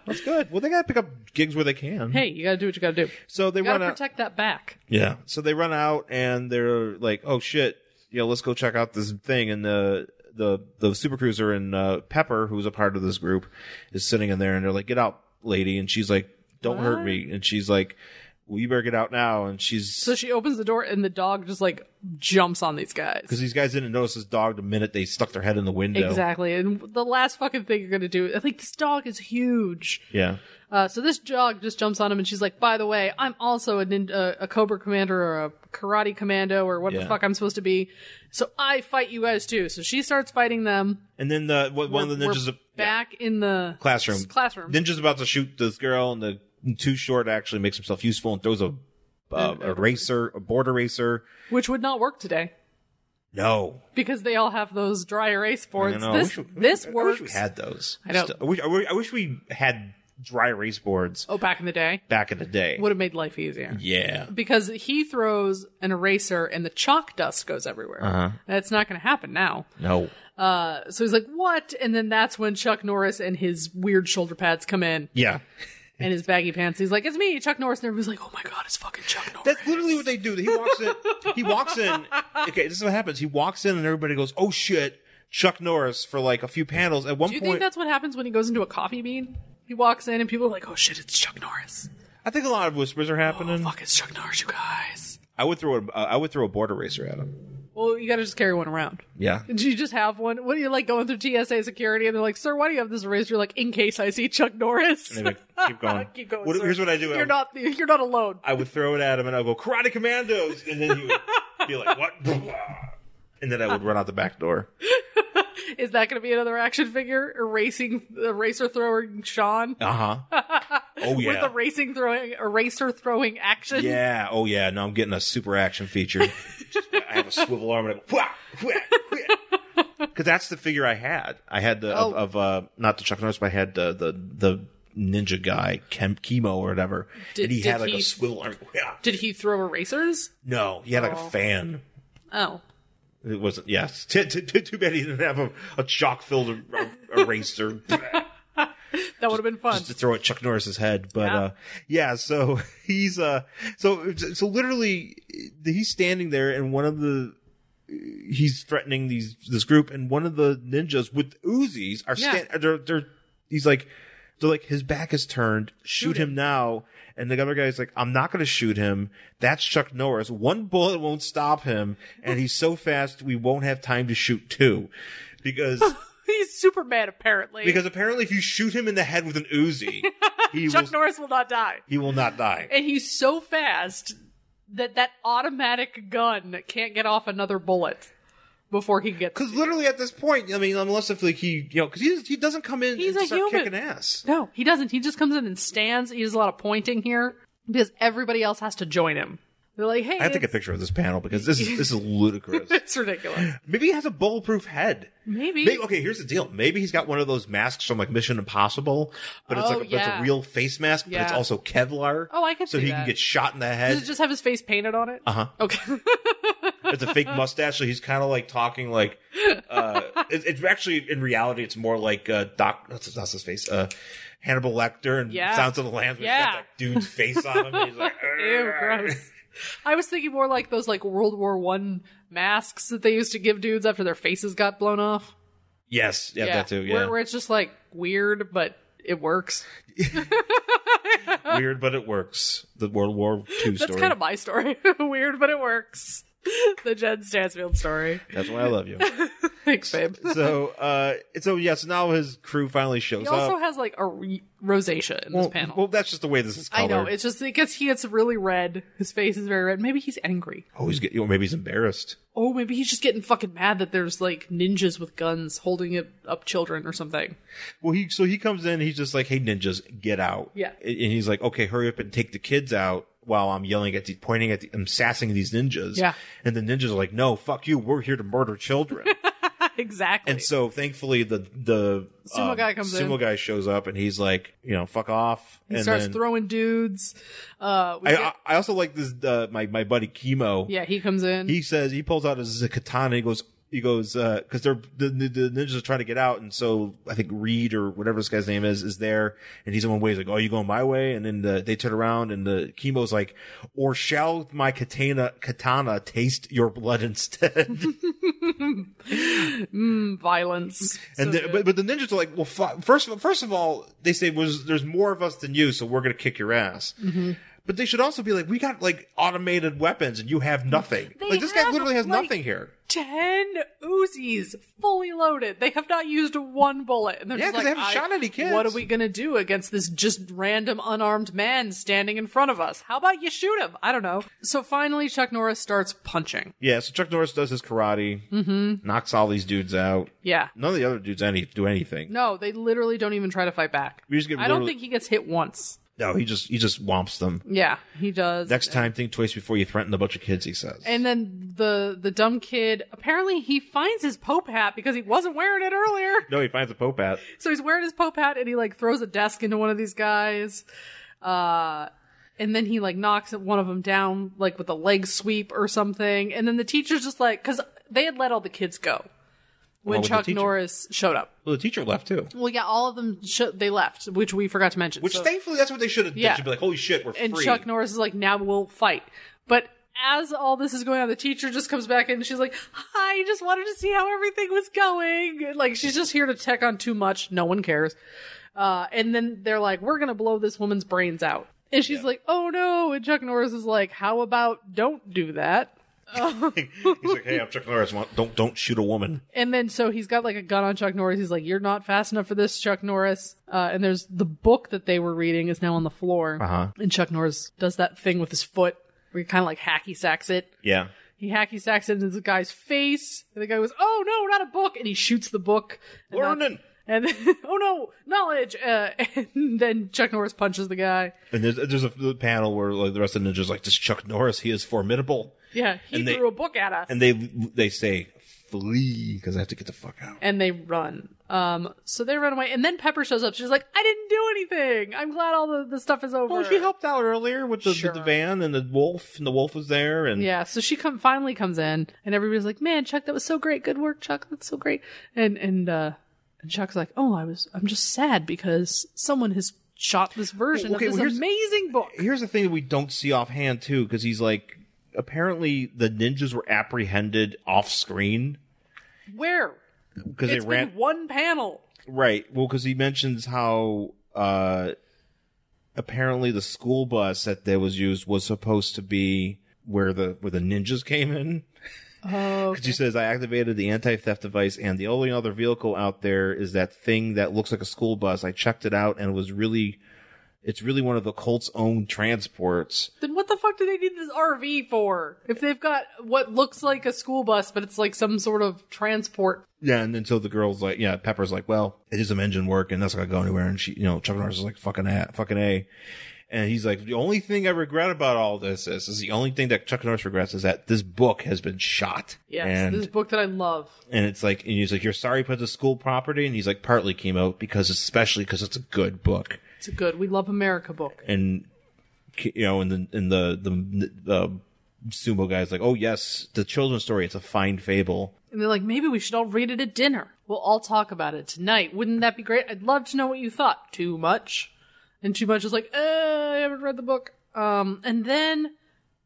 [SPEAKER 2] That's good. Well, they gotta pick up gigs where they can.
[SPEAKER 1] hey, you gotta do what you gotta do.
[SPEAKER 2] so they
[SPEAKER 1] You gotta
[SPEAKER 2] run out.
[SPEAKER 1] protect that back.
[SPEAKER 2] Yeah. So they run out and they're like, "Oh shit, yeah, let's go check out this thing." And the the the super cruiser and uh, Pepper, who's a part of this group, is sitting in there, and they're like, "Get out, lady!" And she's like, "Don't hurt me!" And she's like, "Well, you better get out now." And she's
[SPEAKER 1] So she opens the door, and the dog just like jumps on these guys.
[SPEAKER 2] because these guys didn't notice this dog the minute they stuck their head in the window.
[SPEAKER 1] Exactly, and the last fucking thing you're gonna do, like this dog is huge.
[SPEAKER 2] Yeah.
[SPEAKER 1] Uh, so this dog just jumps on him, and she's like, "By the way, I'm also a, nin- uh, a Cobra Commander or a Karate Commando or what
[SPEAKER 2] Yeah.
[SPEAKER 1] the fuck I'm supposed to be. So I fight you guys too." So she starts fighting them.
[SPEAKER 2] And then the one one of the
[SPEAKER 1] We're
[SPEAKER 2] ninjas yeah.
[SPEAKER 1] back in the
[SPEAKER 2] classroom.
[SPEAKER 1] Classroom.
[SPEAKER 2] Ninja's about to shoot this girl, and the too short actually makes himself useful and throws a uh, eraser, a board eraser.
[SPEAKER 1] which would not work today.
[SPEAKER 2] No,
[SPEAKER 1] because they all have those dry erase
[SPEAKER 2] I
[SPEAKER 1] boards.
[SPEAKER 2] know. I
[SPEAKER 1] This,
[SPEAKER 2] wish we-
[SPEAKER 1] this
[SPEAKER 2] I wish
[SPEAKER 1] works.
[SPEAKER 2] we had those.
[SPEAKER 1] I know.
[SPEAKER 2] Still- I wish, I wish- I wish we had dry erase boards
[SPEAKER 1] oh, back in the day,
[SPEAKER 2] back in the day.
[SPEAKER 1] would have made life easier.
[SPEAKER 2] yeah.
[SPEAKER 1] Because he
[SPEAKER 2] Uh-huh.
[SPEAKER 1] throws an eraser and the chalk dust goes everywhere. That's not going to happen now.
[SPEAKER 2] No.
[SPEAKER 1] Uh, so he's like, what? And then that's when Chuck Norris and his weird shoulder pads come in
[SPEAKER 2] Yeah.
[SPEAKER 1] and his baggy pants. He's like, it's me, Chuck Norris. And everybody's like, oh my God, it's fucking Chuck Norris.
[SPEAKER 2] That's literally what they do. He walks in. He walks in. Okay, this is what happens. He walks in, and everybody goes, "Oh shit!" Chuck Norris for like a few panels. At one
[SPEAKER 1] Do you
[SPEAKER 2] point,
[SPEAKER 1] think that's what happens when he goes into a coffee bean? He walks in and people are like, oh shit, it's Chuck Norris.
[SPEAKER 2] I think a lot of whispers are
[SPEAKER 1] Oh,
[SPEAKER 2] happening.
[SPEAKER 1] fuck, it's Chuck Norris, you guys.
[SPEAKER 2] I would throw a, uh, I would throw a board eraser at him.
[SPEAKER 1] Well, you gotta just carry one around.
[SPEAKER 2] Yeah.
[SPEAKER 1] Do you just have one? What are you like going through TSA security and they're like, sir, why do you have this eraser? You're like, in case I see Chuck Norris.
[SPEAKER 2] Anyway, keep going.
[SPEAKER 1] Keep going,
[SPEAKER 2] What-
[SPEAKER 1] sir.
[SPEAKER 2] here's what I do. I
[SPEAKER 1] You're
[SPEAKER 2] would-
[SPEAKER 1] not you're not alone.
[SPEAKER 2] I would throw it at him, and I'll go Karate Commandos, and then you would be like, "What?" And then I would run out the back door.
[SPEAKER 1] Is that going to be another action figure? Erasing eraser throwing Sean
[SPEAKER 2] Uh huh. Oh yeah.
[SPEAKER 1] with the racing throwing eraser throwing action.
[SPEAKER 2] Yeah. Oh, yeah. No, I'm getting a super action feature. Just, I have a swivel arm and because that's the figure I had. I had the
[SPEAKER 1] Oh.
[SPEAKER 2] of, of uh not the Chuck Norris, but I had the the the ninja guy chem, chemo or whatever,
[SPEAKER 1] Did-
[SPEAKER 2] and he
[SPEAKER 1] did
[SPEAKER 2] had like
[SPEAKER 1] he-
[SPEAKER 2] a swivel arm.
[SPEAKER 1] Did he throw erasers?
[SPEAKER 2] No, he had like a fan.
[SPEAKER 1] Oh,
[SPEAKER 2] It wasn't. Yes. Too, too, too- too bad he didn't have a, a chalk filled er- er- eraser.
[SPEAKER 1] that would have been fun.
[SPEAKER 2] just to throw at Chuck Norris's head. But
[SPEAKER 1] Yeah.
[SPEAKER 2] yeah, uh, yeah so he's uh, so so literally he's standing there, and one of the he's threatening these this group, and one of the ninjas with Uzis are
[SPEAKER 1] Yeah.
[SPEAKER 2] stand they're they're he's like they're like his back is turned, shoot, him. now. And the other guy's like, I'm not going to shoot him. That's Chuck Norris. One bullet won't stop him, and he's so fast we won't have time to shoot two, because
[SPEAKER 1] He's Superman apparently.
[SPEAKER 2] because apparently if you shoot him in the head with an Uzi, he will
[SPEAKER 1] Chuck Norris will not die,
[SPEAKER 2] he will not die.
[SPEAKER 1] and he's so fast that that automatic gun can't get off another bullet before he gets.
[SPEAKER 2] Because literally at this point, I mean, unless if like he, you know, because he he doesn't come in
[SPEAKER 1] He's
[SPEAKER 2] and
[SPEAKER 1] a
[SPEAKER 2] start
[SPEAKER 1] human.
[SPEAKER 2] kicking ass.
[SPEAKER 1] No, he doesn't. He just comes in and stands. He does a lot of pointing here because everybody else has to join him. They're like, hey,
[SPEAKER 2] I have to
[SPEAKER 1] it's,
[SPEAKER 2] get a picture of this panel because this is this is ludicrous.
[SPEAKER 1] it's ridiculous.
[SPEAKER 2] Maybe he has a bulletproof head.
[SPEAKER 1] Maybe.
[SPEAKER 2] Maybe, okay, here's the deal. Maybe he's got one of those masks from like Mission Impossible, but it's
[SPEAKER 1] Oh,
[SPEAKER 2] like a, it's
[SPEAKER 1] yeah.
[SPEAKER 2] a real face mask, but it's
[SPEAKER 1] Yeah.
[SPEAKER 2] also Kevlar.
[SPEAKER 1] Oh, I could
[SPEAKER 2] So
[SPEAKER 1] see
[SPEAKER 2] he
[SPEAKER 1] that.
[SPEAKER 2] can get shot in the head.
[SPEAKER 1] Does it just have his face painted on it? Uh
[SPEAKER 2] Uh-huh.
[SPEAKER 1] huh. Okay.
[SPEAKER 2] it's a fake mustache, so he's kind of like talking like. Uh, it's, it's actually in reality, it's more like uh, Doc. That's, that's his face. Uh, Hannibal Lecter and
[SPEAKER 1] Yeah.
[SPEAKER 2] Sounds of the Lambs. but he's
[SPEAKER 1] Yeah.
[SPEAKER 2] got that dude's face on him. And he's like,
[SPEAKER 1] Ew, gross. I was thinking more like those like World War One masks that they used to give dudes after their faces got blown off.
[SPEAKER 2] yes, yeah, that too.
[SPEAKER 1] Where,
[SPEAKER 2] Yeah,
[SPEAKER 1] where it's just like weird, but it works.
[SPEAKER 2] weird, but it works. The World War II
[SPEAKER 1] That's
[SPEAKER 2] story.
[SPEAKER 1] kind of my story. weird, but it works. The Jen Stansfield story.
[SPEAKER 2] That's why I love you.
[SPEAKER 1] Thanks, babe.
[SPEAKER 2] so, uh, so yes, now his crew finally shows
[SPEAKER 1] He also
[SPEAKER 2] up.
[SPEAKER 1] has like a re- rosacea in
[SPEAKER 2] well,
[SPEAKER 1] this panel.
[SPEAKER 2] well, that's just the way this is
[SPEAKER 1] I
[SPEAKER 2] colored.
[SPEAKER 1] know. It's just it gets he gets really red. His face is very red. Maybe he's angry.
[SPEAKER 2] oh, he's get, you know, maybe he's embarrassed.
[SPEAKER 1] Oh, maybe he's just getting fucking mad that there's like ninjas with guns holding it up children or something.
[SPEAKER 2] Well, he so he comes in. He's just like, "Hey, ninjas, get out!"
[SPEAKER 1] Yeah.
[SPEAKER 2] and and he's like, "Okay, hurry up and take the kids out." While I'm yelling at the, pointing at, the, I'm sassing these ninjas.
[SPEAKER 1] Yeah.
[SPEAKER 2] and the ninjas are like, "No, fuck you! We're here to murder children."
[SPEAKER 1] exactly.
[SPEAKER 2] and so, thankfully, the the um,
[SPEAKER 1] Sumo guy comes
[SPEAKER 2] sumo
[SPEAKER 1] in.
[SPEAKER 2] guy shows up, and he's like, "You know, fuck off."
[SPEAKER 1] he
[SPEAKER 2] and
[SPEAKER 1] starts
[SPEAKER 2] then-
[SPEAKER 1] throwing dudes. Uh, we
[SPEAKER 2] I,
[SPEAKER 1] get-
[SPEAKER 2] I I also like this. Uh, my my buddy Chemo.
[SPEAKER 1] yeah, he comes in.
[SPEAKER 2] he says he pulls out his katana. He goes, he goes, because they're the, the, the ninjas are trying to get out, and so I think Reed or whatever this guy's name is is there, and he's the one way. He's like, "Oh, you going my way?" And then the, they turn around, and the chemo's like, "Or shall my katana katana taste your blood instead?"
[SPEAKER 1] Violence.
[SPEAKER 2] and the, but, but the ninjas are like, "Well, fu- first of all, first of all, they say was there's more of us than you, so we're gonna kick your ass."
[SPEAKER 1] Mm-hmm.
[SPEAKER 2] But they should also be like, "We got like automated weapons, and you have nothing.
[SPEAKER 1] They
[SPEAKER 2] like this guy
[SPEAKER 1] have,
[SPEAKER 2] literally has
[SPEAKER 1] like-
[SPEAKER 2] nothing here."
[SPEAKER 1] Ten Uzis, fully loaded. They have not used one bullet, and they're
[SPEAKER 2] Yeah,
[SPEAKER 1] just
[SPEAKER 2] 'cause
[SPEAKER 1] like,
[SPEAKER 2] they haven't
[SPEAKER 1] I-
[SPEAKER 2] shot any kids.
[SPEAKER 1] What are we gonna do against this just random unarmed man standing in front of us? How about you shoot him? I don't know. So finally, Chuck Norris starts punching.
[SPEAKER 2] Yeah, so Chuck Norris does his karate,
[SPEAKER 1] Mm-hmm.
[SPEAKER 2] knocks all these dudes out.
[SPEAKER 1] Yeah.
[SPEAKER 2] None of the other dudes any do anything.
[SPEAKER 1] No, they literally don't even try to fight back.
[SPEAKER 2] We just get
[SPEAKER 1] I don't
[SPEAKER 2] literally-
[SPEAKER 1] think he gets hit once.
[SPEAKER 2] No, he just he just womps them.
[SPEAKER 1] Yeah, he does.
[SPEAKER 2] Next time, think twice before you threaten a bunch of kids. He says.
[SPEAKER 1] And then the the dumb kid apparently he finds his pope hat because he wasn't wearing it earlier.
[SPEAKER 2] no, he finds a pope hat.
[SPEAKER 1] So he's wearing his pope hat and he like throws a desk into one of these guys. Uh and then he like knocks one of them down like with a leg sweep or something. And then the teacher's just like cuz they had let all the kids go.
[SPEAKER 2] Along
[SPEAKER 1] when
[SPEAKER 2] Oh, with the
[SPEAKER 1] Chuck
[SPEAKER 2] teacher.
[SPEAKER 1] Norris showed up.
[SPEAKER 2] Well, the teacher left too.
[SPEAKER 1] Well, yeah, all of them sh- they left, which we forgot to mention.
[SPEAKER 2] Which
[SPEAKER 1] So-
[SPEAKER 2] thankfully, that's what they should have.
[SPEAKER 1] Yeah.
[SPEAKER 2] They should be like, "Holy shit, we're
[SPEAKER 1] and
[SPEAKER 2] free."
[SPEAKER 1] Chuck Norris is like, "Now we'll fight." But as all this is going on, the teacher just comes back and she's like, "Hi, just wanted to see how everything was going." Like she's just here to check on too much. No one cares. Uh, and then they're like, "We're gonna blow this woman's brains out," and she's like, "Oh no!" And Chuck Norris is like, "How about don't do that?"
[SPEAKER 2] He's like, "Hey, I'm Chuck Norris. Want- Don't don't shoot a woman."
[SPEAKER 1] And then so he's got like a gun on Chuck Norris. He's like, "You're not fast enough for this, Chuck Norris." Uh, and there's the book that they were reading is now on the floor, uh-huh. and Chuck Norris does that thing with his foot where he kind of like hacky sacks it.
[SPEAKER 2] Yeah.
[SPEAKER 1] He hacky sacks it into the guy's face, and the guy goes, "Oh no, not a book!" And he shoots the book. And that-
[SPEAKER 2] Learning.
[SPEAKER 1] and then, oh no, knowledge! Uh, and then Chuck Norris punches the guy.
[SPEAKER 2] And there's there's a the panel where like the rest of the ninjas are like this Chuck Norris. He is formidable.
[SPEAKER 1] Yeah, he
[SPEAKER 2] And they-
[SPEAKER 1] threw a book at us.
[SPEAKER 2] And they they say flee because I have to get the fuck out.
[SPEAKER 1] and they run. Um, so they run away, and then Pepper shows up. She's like, "I didn't do anything. I'm glad all the, the stuff is over."
[SPEAKER 2] Well, she helped out earlier with the,
[SPEAKER 1] Sure.
[SPEAKER 2] the van and the wolf, and the wolf was there, and
[SPEAKER 1] Yeah, so she come finally comes in, and everybody's like, "Man, Chuck, that was so great. Good work, Chuck. That's so great." And and uh, and Chuck's like, "Oh, I was. I'm just sad because someone has shot this version
[SPEAKER 2] Well, okay,
[SPEAKER 1] of
[SPEAKER 2] well,
[SPEAKER 1] this
[SPEAKER 2] here's-
[SPEAKER 1] amazing book."
[SPEAKER 2] here's the thing that we don't see offhand too, because he's like, apparently the ninjas were apprehended off screen
[SPEAKER 1] Where
[SPEAKER 2] because they
[SPEAKER 1] it's
[SPEAKER 2] ran
[SPEAKER 1] been one panel.
[SPEAKER 2] right. Well, because he mentions how uh, apparently the school bus that they was used was supposed to be where the where the ninjas came in.
[SPEAKER 1] Oh,
[SPEAKER 2] Because he says, I activated the anti theft device, and the only other vehicle out there is that thing that looks like a school bus. I checked it out, and it was really, it's really one of the Colt's own transports.
[SPEAKER 1] then what the fuck do they need this RV for? If they've got what looks like a school bus, but it's like some sort of transport.
[SPEAKER 2] Yeah, and then so the girl's like, yeah, Pepper's like, well, I did some engine work, and that's not gonna go anywhere. And she, you know, Chuck Norris is like, fucking a, fucking a. And he's like, the only thing I regret about all this is, is the only thing that Chuck Norris regrets is that this book has been shot.
[SPEAKER 1] Yes,
[SPEAKER 2] and
[SPEAKER 1] this book that I love.
[SPEAKER 2] And it's like, and he's like, you're sorry for the school property? And he's like, partly came out because, especially because it's a good book.
[SPEAKER 1] It's a good We Love America book.
[SPEAKER 2] And, you know, and the, and the, the, the sumo guy's like, oh yes, the children's story, it's a fine fable.
[SPEAKER 1] And they're like, maybe we should all read it at dinner. We'll all talk about it tonight. Wouldn't that be great? I'd love to know what you thought. Too much. And too much is like, eh, I haven't read the book. Um, and then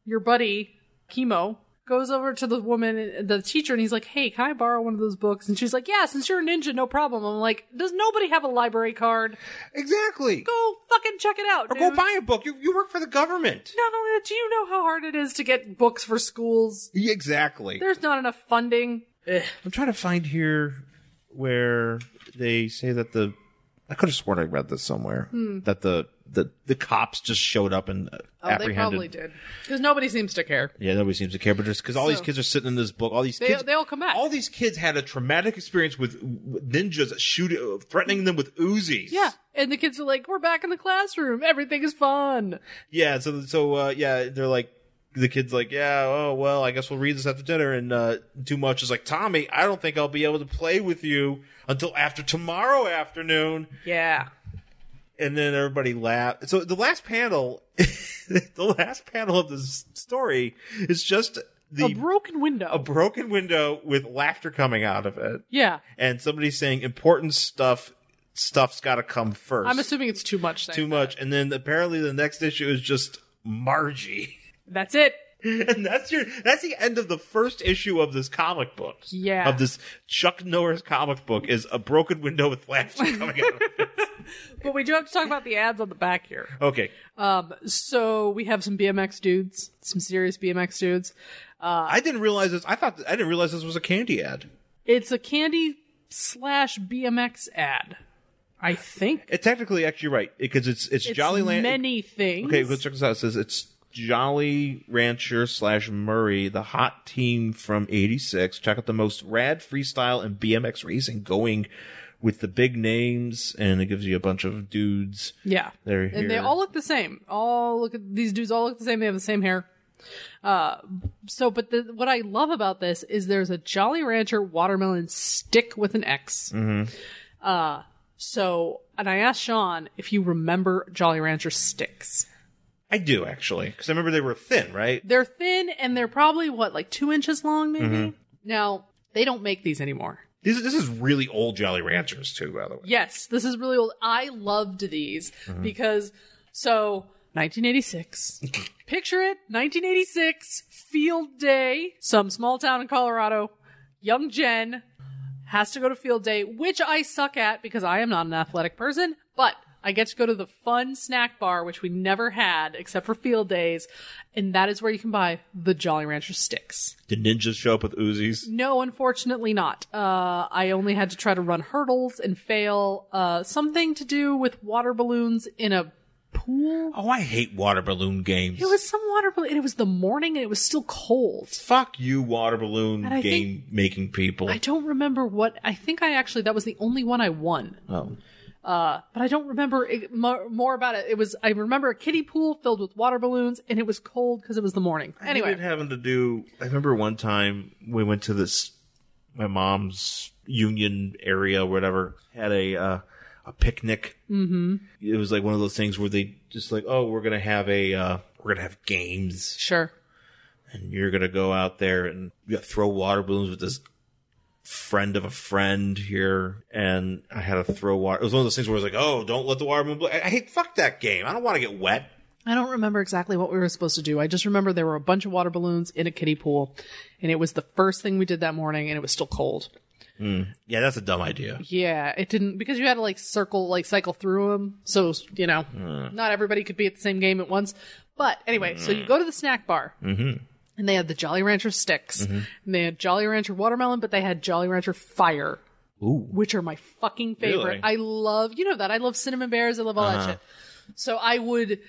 [SPEAKER 1] your buddy, Chemo, goes over to the woman, the teacher, and he's like, hey, can I borrow one of those books? And she's like, yeah, since you're a ninja, no problem. I'm like, does nobody have a library card?
[SPEAKER 2] Exactly.
[SPEAKER 1] Go fucking check it out.
[SPEAKER 2] or go
[SPEAKER 1] dude.
[SPEAKER 2] buy a book. You, you work for the government.
[SPEAKER 1] Not only that, do you know how hard it is to get books for schools?
[SPEAKER 2] Yeah, Exactly.
[SPEAKER 1] There's not enough funding.
[SPEAKER 2] I'm trying to find here where they say that the I could have sworn I read this somewhere that the, the the cops just showed up and uh,
[SPEAKER 1] Hmm. Oh, They
[SPEAKER 2] apprehended.
[SPEAKER 1] probably did. Because nobody seems to care.
[SPEAKER 2] Yeah, nobody seems to care, but just because all these
[SPEAKER 1] So-
[SPEAKER 2] kids are sitting in this book, all these
[SPEAKER 1] They-
[SPEAKER 2] kids
[SPEAKER 1] they all come back.
[SPEAKER 2] All these kids had a traumatic experience with with ninjas shooting, uh, threatening them with Uzis.
[SPEAKER 1] Yeah. And the kids are like, we're back in the classroom. Everything is fun.
[SPEAKER 2] yeah. So, so uh, yeah, they're like the kids, like, yeah, oh well, I guess we'll read this after dinner. And uh, too much is like, Tommy, I don't think I'll be able to play with you until after tomorrow afternoon.
[SPEAKER 1] Yeah.
[SPEAKER 2] and then everybody laughed. So the last panel, the last panel of this story is just the
[SPEAKER 1] a broken window.
[SPEAKER 2] a broken window with laughter coming out of it,
[SPEAKER 1] Oh, yeah.
[SPEAKER 2] and somebody saying important stuff. Stuff's got to come first.
[SPEAKER 1] I'm assuming it's too much. Saying
[SPEAKER 2] too much, and then apparently the next issue is just Margie,
[SPEAKER 1] That's it.
[SPEAKER 2] and that's your that's the end of the first issue of this comic book.
[SPEAKER 1] Yeah.
[SPEAKER 2] of this Chuck Norris comic book is a broken window with laughter coming out. of it.
[SPEAKER 1] But we do have to talk about the ads on the back here.
[SPEAKER 2] Okay,
[SPEAKER 1] Uh, Um, So we have some BMX dudes, some serious BMX dudes.
[SPEAKER 2] I didn't realize this. I thought I didn't realize this was a candy ad.
[SPEAKER 1] It's a candy slash BMX ad, I think.
[SPEAKER 2] It technically, actually, right because it's it's,
[SPEAKER 1] It's
[SPEAKER 2] Jolly Land.
[SPEAKER 1] many things.
[SPEAKER 2] Okay, let's check this out. It says it's Jolly Rancher slash Murray, the hot team from '86. Check out the most rad freestyle and BMX racing going with the big names, and it gives you a bunch of dudes.
[SPEAKER 1] Yeah.
[SPEAKER 2] They're
[SPEAKER 1] and they
[SPEAKER 2] here.
[SPEAKER 1] all look the same. All look at these dudes all look the same. They have the same hair. Uh, so, but the, what I love about this is there's a Jolly Rancher watermelon stick with an X. Uh, so, and I asked Sean if you remember Jolly Rancher sticks.
[SPEAKER 2] I do actually because I remember they were thin, right?
[SPEAKER 1] They're thin and they're probably what, like two inches long, maybe? Now, they don't make these anymore.
[SPEAKER 2] This, this is really old Jolly Ranchers too, by the way.
[SPEAKER 1] Yes, this is really old. I loved these because so 1986. Picture it, 1986, field day, some small town in Colorado. Young Jen has to go to field day, which I suck at because I am not an athletic person, but I get to go to the fun snack bar, which we never had except for field days, and that is where you can buy the Jolly Rancher sticks.
[SPEAKER 2] Did ninjas show up with Uzis?
[SPEAKER 1] No, unfortunately not. Uh, I only had to try to run hurdles and fail. Uh, something to do with water balloons in a pool.
[SPEAKER 2] Oh, I hate water balloon games.
[SPEAKER 1] It was some water balloon, and it was the morning, and it was still cold.
[SPEAKER 2] Fuck you, water balloon
[SPEAKER 1] I
[SPEAKER 2] game
[SPEAKER 1] think-
[SPEAKER 2] making people.
[SPEAKER 1] I don't remember what. I think I actually that was the only one I won.
[SPEAKER 2] Oh.
[SPEAKER 1] Uh, but I don't remember it, mo- more about it. It was I remember a kiddie pool filled with water balloons, and it was cold because it was the morning. Anyway,
[SPEAKER 2] it having to do. I remember one time we went to this my mom's union area, whatever, had a uh, a picnic. Mm-hmm. It was like one of those things where they just like, oh, we're gonna have a uh, we're gonna have games,
[SPEAKER 1] sure.
[SPEAKER 2] and you're gonna go out there and you gotta throw water balloons with this friend of a friend here and I had to throw water it was one of those things where I was like, Oh, don't let the water balloon blow I, I hate fuck that game. I don't want to get wet.
[SPEAKER 1] I don't remember exactly what we were supposed to do. I just remember there were a bunch of water balloons in a kiddie pool, and it was the first thing we did that morning, and it was still cold.
[SPEAKER 2] Yeah, that's a dumb idea.
[SPEAKER 1] Yeah, it didn't because you had to like circle, like cycle through them. So you know, not everybody could be at the same game at once. But anyway, so you go to the snack bar, mm-hmm. and they had the Jolly Rancher sticks, and they had Jolly Rancher watermelon, but they had Jolly Rancher fire, which are my fucking favorite.
[SPEAKER 2] Really?
[SPEAKER 1] I love you know that I love cinnamon bears. I love all that shit. So I would.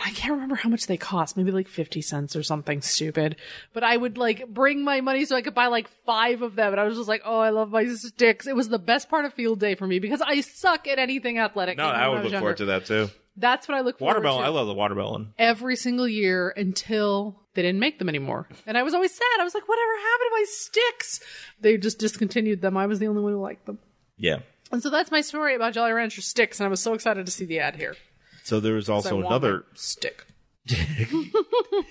[SPEAKER 1] I can't remember how much they cost, maybe like 50 cents or something stupid. But I would like bring my money so I could buy like five of them. And I was just like, oh, I love my sticks. It was the best part of field day for me because I suck at anything athletic.
[SPEAKER 2] No,
[SPEAKER 1] even
[SPEAKER 2] I
[SPEAKER 1] when
[SPEAKER 2] would
[SPEAKER 1] was
[SPEAKER 2] look forward to
[SPEAKER 1] younger.
[SPEAKER 2] that too.
[SPEAKER 1] That's what I look forward
[SPEAKER 2] Watermelon.
[SPEAKER 1] to
[SPEAKER 2] I love the watermelon.
[SPEAKER 1] every single year until they didn't make them anymore. And I was always sad. I was like, whatever happened to my sticks? They just discontinued them. I was the only one who liked them.
[SPEAKER 2] Yeah.
[SPEAKER 1] And so that's my story about Jolly Rancher sticks. And I was so excited to see the ad here.
[SPEAKER 2] So there was
[SPEAKER 1] I
[SPEAKER 2] also
[SPEAKER 1] want
[SPEAKER 2] another.
[SPEAKER 1] my stick.
[SPEAKER 2] we-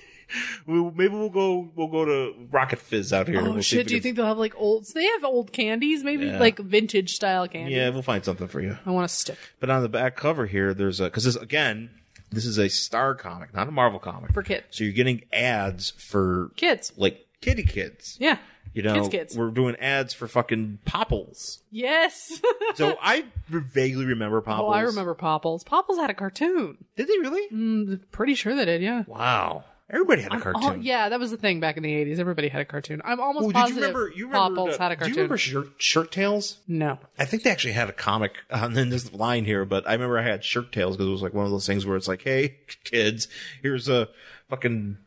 [SPEAKER 2] Maybe we'll go. We'll go to Rocket Fizz out here. and
[SPEAKER 1] Oh
[SPEAKER 2] we'll see
[SPEAKER 1] shit!
[SPEAKER 2] if
[SPEAKER 1] Do
[SPEAKER 2] we
[SPEAKER 1] you think they'll have like old? They have old candies, maybe
[SPEAKER 2] Yeah.
[SPEAKER 1] like vintage style candy.
[SPEAKER 2] Yeah, we'll find something for you.
[SPEAKER 1] I want a stick
[SPEAKER 2] But on the back cover here, there's a because this again, this is a Star comic, not a Marvel comic.
[SPEAKER 1] for kids.
[SPEAKER 2] so you're getting ads for
[SPEAKER 1] Kids.
[SPEAKER 2] like kitty kids.
[SPEAKER 1] Yeah.
[SPEAKER 2] You know,
[SPEAKER 1] Kids, kids.
[SPEAKER 2] we're doing ads for fucking Popples.
[SPEAKER 1] Yes.
[SPEAKER 2] So I vaguely remember
[SPEAKER 1] oh,
[SPEAKER 2] Popples.
[SPEAKER 1] I remember Mm. Popples. Popples had a cartoon.
[SPEAKER 2] Did they really?
[SPEAKER 1] Pretty sure they did. Yeah.
[SPEAKER 2] Wow. Everybody had a cartoon.
[SPEAKER 1] Oh, yeah, that was the thing back in the eighties. Everybody had a cartoon. I'm almost
[SPEAKER 2] Ooh, did you
[SPEAKER 1] positive
[SPEAKER 2] remember? You remember?
[SPEAKER 1] Popples
[SPEAKER 2] the-
[SPEAKER 1] had a
[SPEAKER 2] Do
[SPEAKER 1] cartoon.
[SPEAKER 2] you remember Shirt, shirt Tails?
[SPEAKER 1] no.
[SPEAKER 2] I think they actually had a comic on in this line here, but I remember I had Shirt Tales because it was like one of those things where it's like, hey, kids, here's a fucking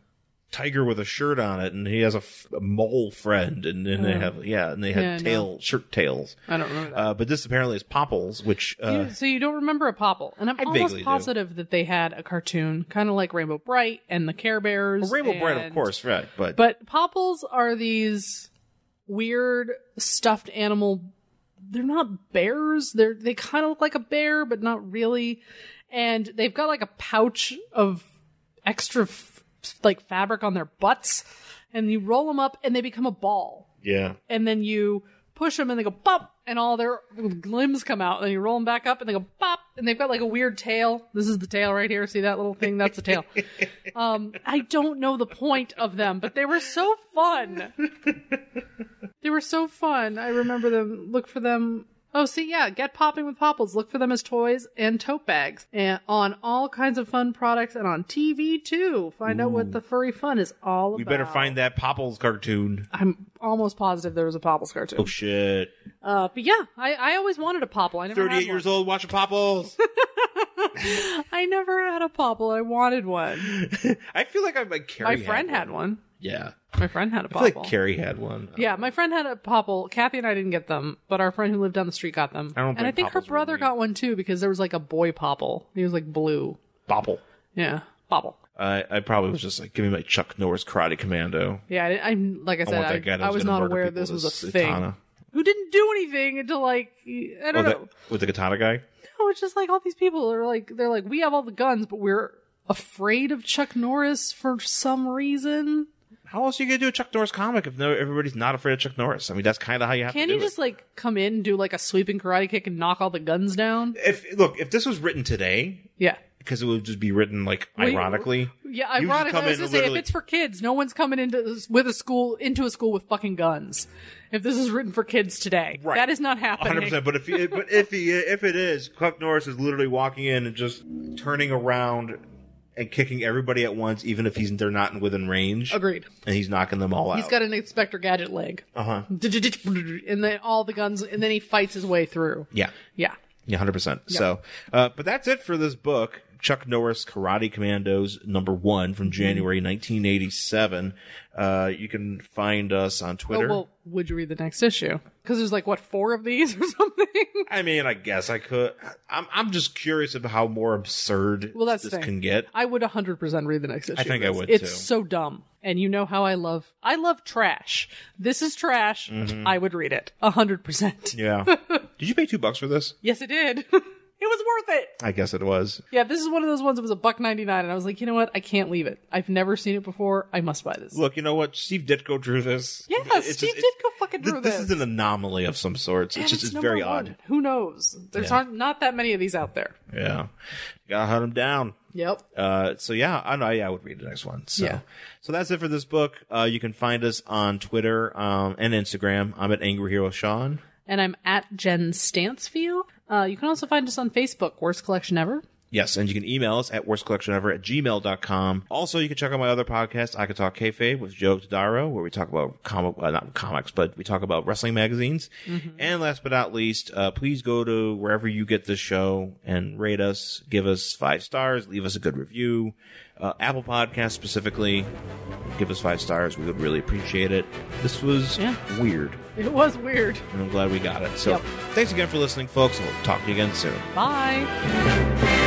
[SPEAKER 2] tiger with a shirt on it, and he has a, f- a mole friend, and then they have yeah, and they
[SPEAKER 1] Oh.
[SPEAKER 2] had
[SPEAKER 1] Yeah, I know. Oh.
[SPEAKER 2] tail shirt tails.
[SPEAKER 1] I don't remember that.
[SPEAKER 2] Uh, but this apparently is Popples, which uh,
[SPEAKER 1] so you don't remember a Popple, and I'm
[SPEAKER 2] vaguely
[SPEAKER 1] almost
[SPEAKER 2] do.
[SPEAKER 1] positive that they had a cartoon, kind of like Rainbow Bright and the Care Bears.
[SPEAKER 2] Rainbow Bright, of
[SPEAKER 1] and-
[SPEAKER 2] course, right? But,
[SPEAKER 1] But popples are these weird stuffed animal. They're not bears. They're they kind of look like a bear, but not really. And they've got like a pouch of extra f- like fabric on their butts, and you roll them up, and they become a ball.
[SPEAKER 2] yeah,
[SPEAKER 1] And then you push them, and they go pop, and all their limbs come out. And then you roll them back up, and they go pop, and they've got like a weird tail. This is the tail right here. See that little thing? That's the tail. Um, I don't know the point of them, but they were so fun. they were so fun. I remember them. Look for them. Oh, see, yeah, get popping with popples. Look for them as toys and tote bags, and on all kinds of fun products, and on TV too. Find out what the furry fun is all
[SPEAKER 2] we
[SPEAKER 1] about.
[SPEAKER 2] better find that Popples cartoon.
[SPEAKER 1] I'm almost positive there was a popples cartoon.
[SPEAKER 2] Oh shit!
[SPEAKER 1] Uh, but yeah, I, I always wanted a popple. I never had
[SPEAKER 2] Thirty-eight years
[SPEAKER 1] one.
[SPEAKER 2] old watching Popples.
[SPEAKER 1] I never had a popple. I wanted one.
[SPEAKER 2] I feel like I'm like Carrie.
[SPEAKER 1] My friend had one.
[SPEAKER 2] Yeah,
[SPEAKER 1] My friend had a
[SPEAKER 2] I feel
[SPEAKER 1] popple.
[SPEAKER 2] like Carrie had one.
[SPEAKER 1] Yeah, my friend had a popple. Kathy and I didn't get them, but our friend who lived down the street got them.
[SPEAKER 2] I don't
[SPEAKER 1] and
[SPEAKER 2] think
[SPEAKER 1] I think her
[SPEAKER 2] popples were
[SPEAKER 1] brother
[SPEAKER 2] made.
[SPEAKER 1] got one too because there was like a boy popple. He was like blue.
[SPEAKER 2] Popple.
[SPEAKER 1] Yeah, popple.
[SPEAKER 2] I, I probably was just like, give me my Chuck Norris Karate Commando.
[SPEAKER 1] Yeah, I, I'm like I
[SPEAKER 2] I
[SPEAKER 1] said,
[SPEAKER 2] want
[SPEAKER 1] I,
[SPEAKER 2] that guy. that
[SPEAKER 1] I was
[SPEAKER 2] gonna
[SPEAKER 1] not
[SPEAKER 2] murder
[SPEAKER 1] aware
[SPEAKER 2] people
[SPEAKER 1] this
[SPEAKER 2] with
[SPEAKER 1] was a
[SPEAKER 2] his
[SPEAKER 1] thing.
[SPEAKER 2] katana.
[SPEAKER 1] Who didn't do anything until like I
[SPEAKER 2] Oh,
[SPEAKER 1] don't
[SPEAKER 2] that,
[SPEAKER 1] know.
[SPEAKER 2] with the katana guy.
[SPEAKER 1] No, it's just like all these people are like they're like we have all the guns, but we're afraid of Chuck Norris for some reason.
[SPEAKER 2] How else are you gonna do a Chuck Norris comic if no everybody's not afraid of Chuck Norris? I mean, that's kind of how you have
[SPEAKER 1] Can't
[SPEAKER 2] to do
[SPEAKER 1] he just like come in and do like a sweeping karate kick and knock all the guns down?
[SPEAKER 2] it. If look, if this was written today,
[SPEAKER 1] Yeah.
[SPEAKER 2] because it would just be written like
[SPEAKER 1] Wait,
[SPEAKER 2] ironically.
[SPEAKER 1] Yeah,
[SPEAKER 2] you would
[SPEAKER 1] ironically,
[SPEAKER 2] come
[SPEAKER 1] I was gonna
[SPEAKER 2] in and
[SPEAKER 1] say if
[SPEAKER 2] literally-
[SPEAKER 1] it's for kids, no one's coming into this, with a school into a school with fucking guns. If this is written for kids today,
[SPEAKER 2] Right.
[SPEAKER 1] that is not
[SPEAKER 2] Hundred
[SPEAKER 1] happening.
[SPEAKER 2] percent. But if he, but if he, if it is, Chuck Norris is literally walking in and just turning around and kicking everybody at once, even if he's they're not within range,
[SPEAKER 1] Agreed.
[SPEAKER 2] and he's knocking them all out.
[SPEAKER 1] He's got an Inspector Gadget leg,
[SPEAKER 2] uh huh.
[SPEAKER 1] and then all the guns, and then he fights his way through.
[SPEAKER 2] Yeah.
[SPEAKER 1] Yeah.
[SPEAKER 2] Yeah, hundred percent. So, uh, but that's it for this book, Chuck Norris Karate Commandos number one from
[SPEAKER 1] Mm-hmm.
[SPEAKER 2] January nineteen eighty seven. Uh, you can find us on
[SPEAKER 1] Oh
[SPEAKER 2] Twitter.
[SPEAKER 1] well, would you read the next issue? Because there's like what four of these or something.
[SPEAKER 2] I mean, I guess I could. I'm I'm just curious about how more absurd
[SPEAKER 1] Well, that's
[SPEAKER 2] this
[SPEAKER 1] the thing.
[SPEAKER 2] can get.
[SPEAKER 1] I would 100% read the next issue.
[SPEAKER 2] I think I
[SPEAKER 1] It's-
[SPEAKER 2] would,
[SPEAKER 1] It's
[SPEAKER 2] too.
[SPEAKER 1] so dumb. And you know how I love I love trash. This is trash. I would read it. 100%.
[SPEAKER 2] Mm-hmm. Yeah. Did you pay two bucks for this?
[SPEAKER 1] Yes, it did. it was worth it.
[SPEAKER 2] I guess it was.
[SPEAKER 1] Yeah, this is one of those ones that was a buck 99 and I was like, "You know what? I can't leave it. I've never seen it before. I must buy this."
[SPEAKER 2] Look, you know what? Steve Ditko drew this.
[SPEAKER 1] Yeah,
[SPEAKER 2] It's
[SPEAKER 1] Steve
[SPEAKER 2] it's-
[SPEAKER 1] Ditko fucking
[SPEAKER 2] th-
[SPEAKER 1] drew
[SPEAKER 2] this.
[SPEAKER 1] this.
[SPEAKER 2] is an anomaly of some sorts.
[SPEAKER 1] And
[SPEAKER 2] it's just it's
[SPEAKER 1] number
[SPEAKER 2] very
[SPEAKER 1] one.
[SPEAKER 2] odd.
[SPEAKER 1] Who knows? There's aren't not that many of these out there.
[SPEAKER 2] Yeah. Gotta hunt him down.
[SPEAKER 1] Yep.
[SPEAKER 2] Uh, so yeah, I know. Yeah, I would read the next one. So,
[SPEAKER 1] Yeah.
[SPEAKER 2] so that's it for this book. Uh, you can find us on Twitter um, and Instagram. I'm at Angry Hero Sean.
[SPEAKER 1] And I'm at Jen Stansfield. Uh, you can also find us on Facebook, Worst Collection Ever.
[SPEAKER 2] Yes, and you can email us at worstcollectionever at gmail.com. Also, you can check out my other podcast, I Could Talk Kayfabe with Joe Tadaro, where we talk about comic, uh, not comics, but we talk about wrestling magazines.
[SPEAKER 1] Mm-hmm.
[SPEAKER 2] And last but not least, uh, please go to wherever you get this show and rate us, give us five stars, leave us a good review. Uh, Apple Podcast specifically, give us five stars. We would really appreciate it. This was
[SPEAKER 1] Yeah.
[SPEAKER 2] weird,
[SPEAKER 1] It was weird.
[SPEAKER 2] and I'm glad we got it. So
[SPEAKER 1] Yep.
[SPEAKER 2] thanks again for listening, folks, and we'll talk to you again soon.
[SPEAKER 1] Bye.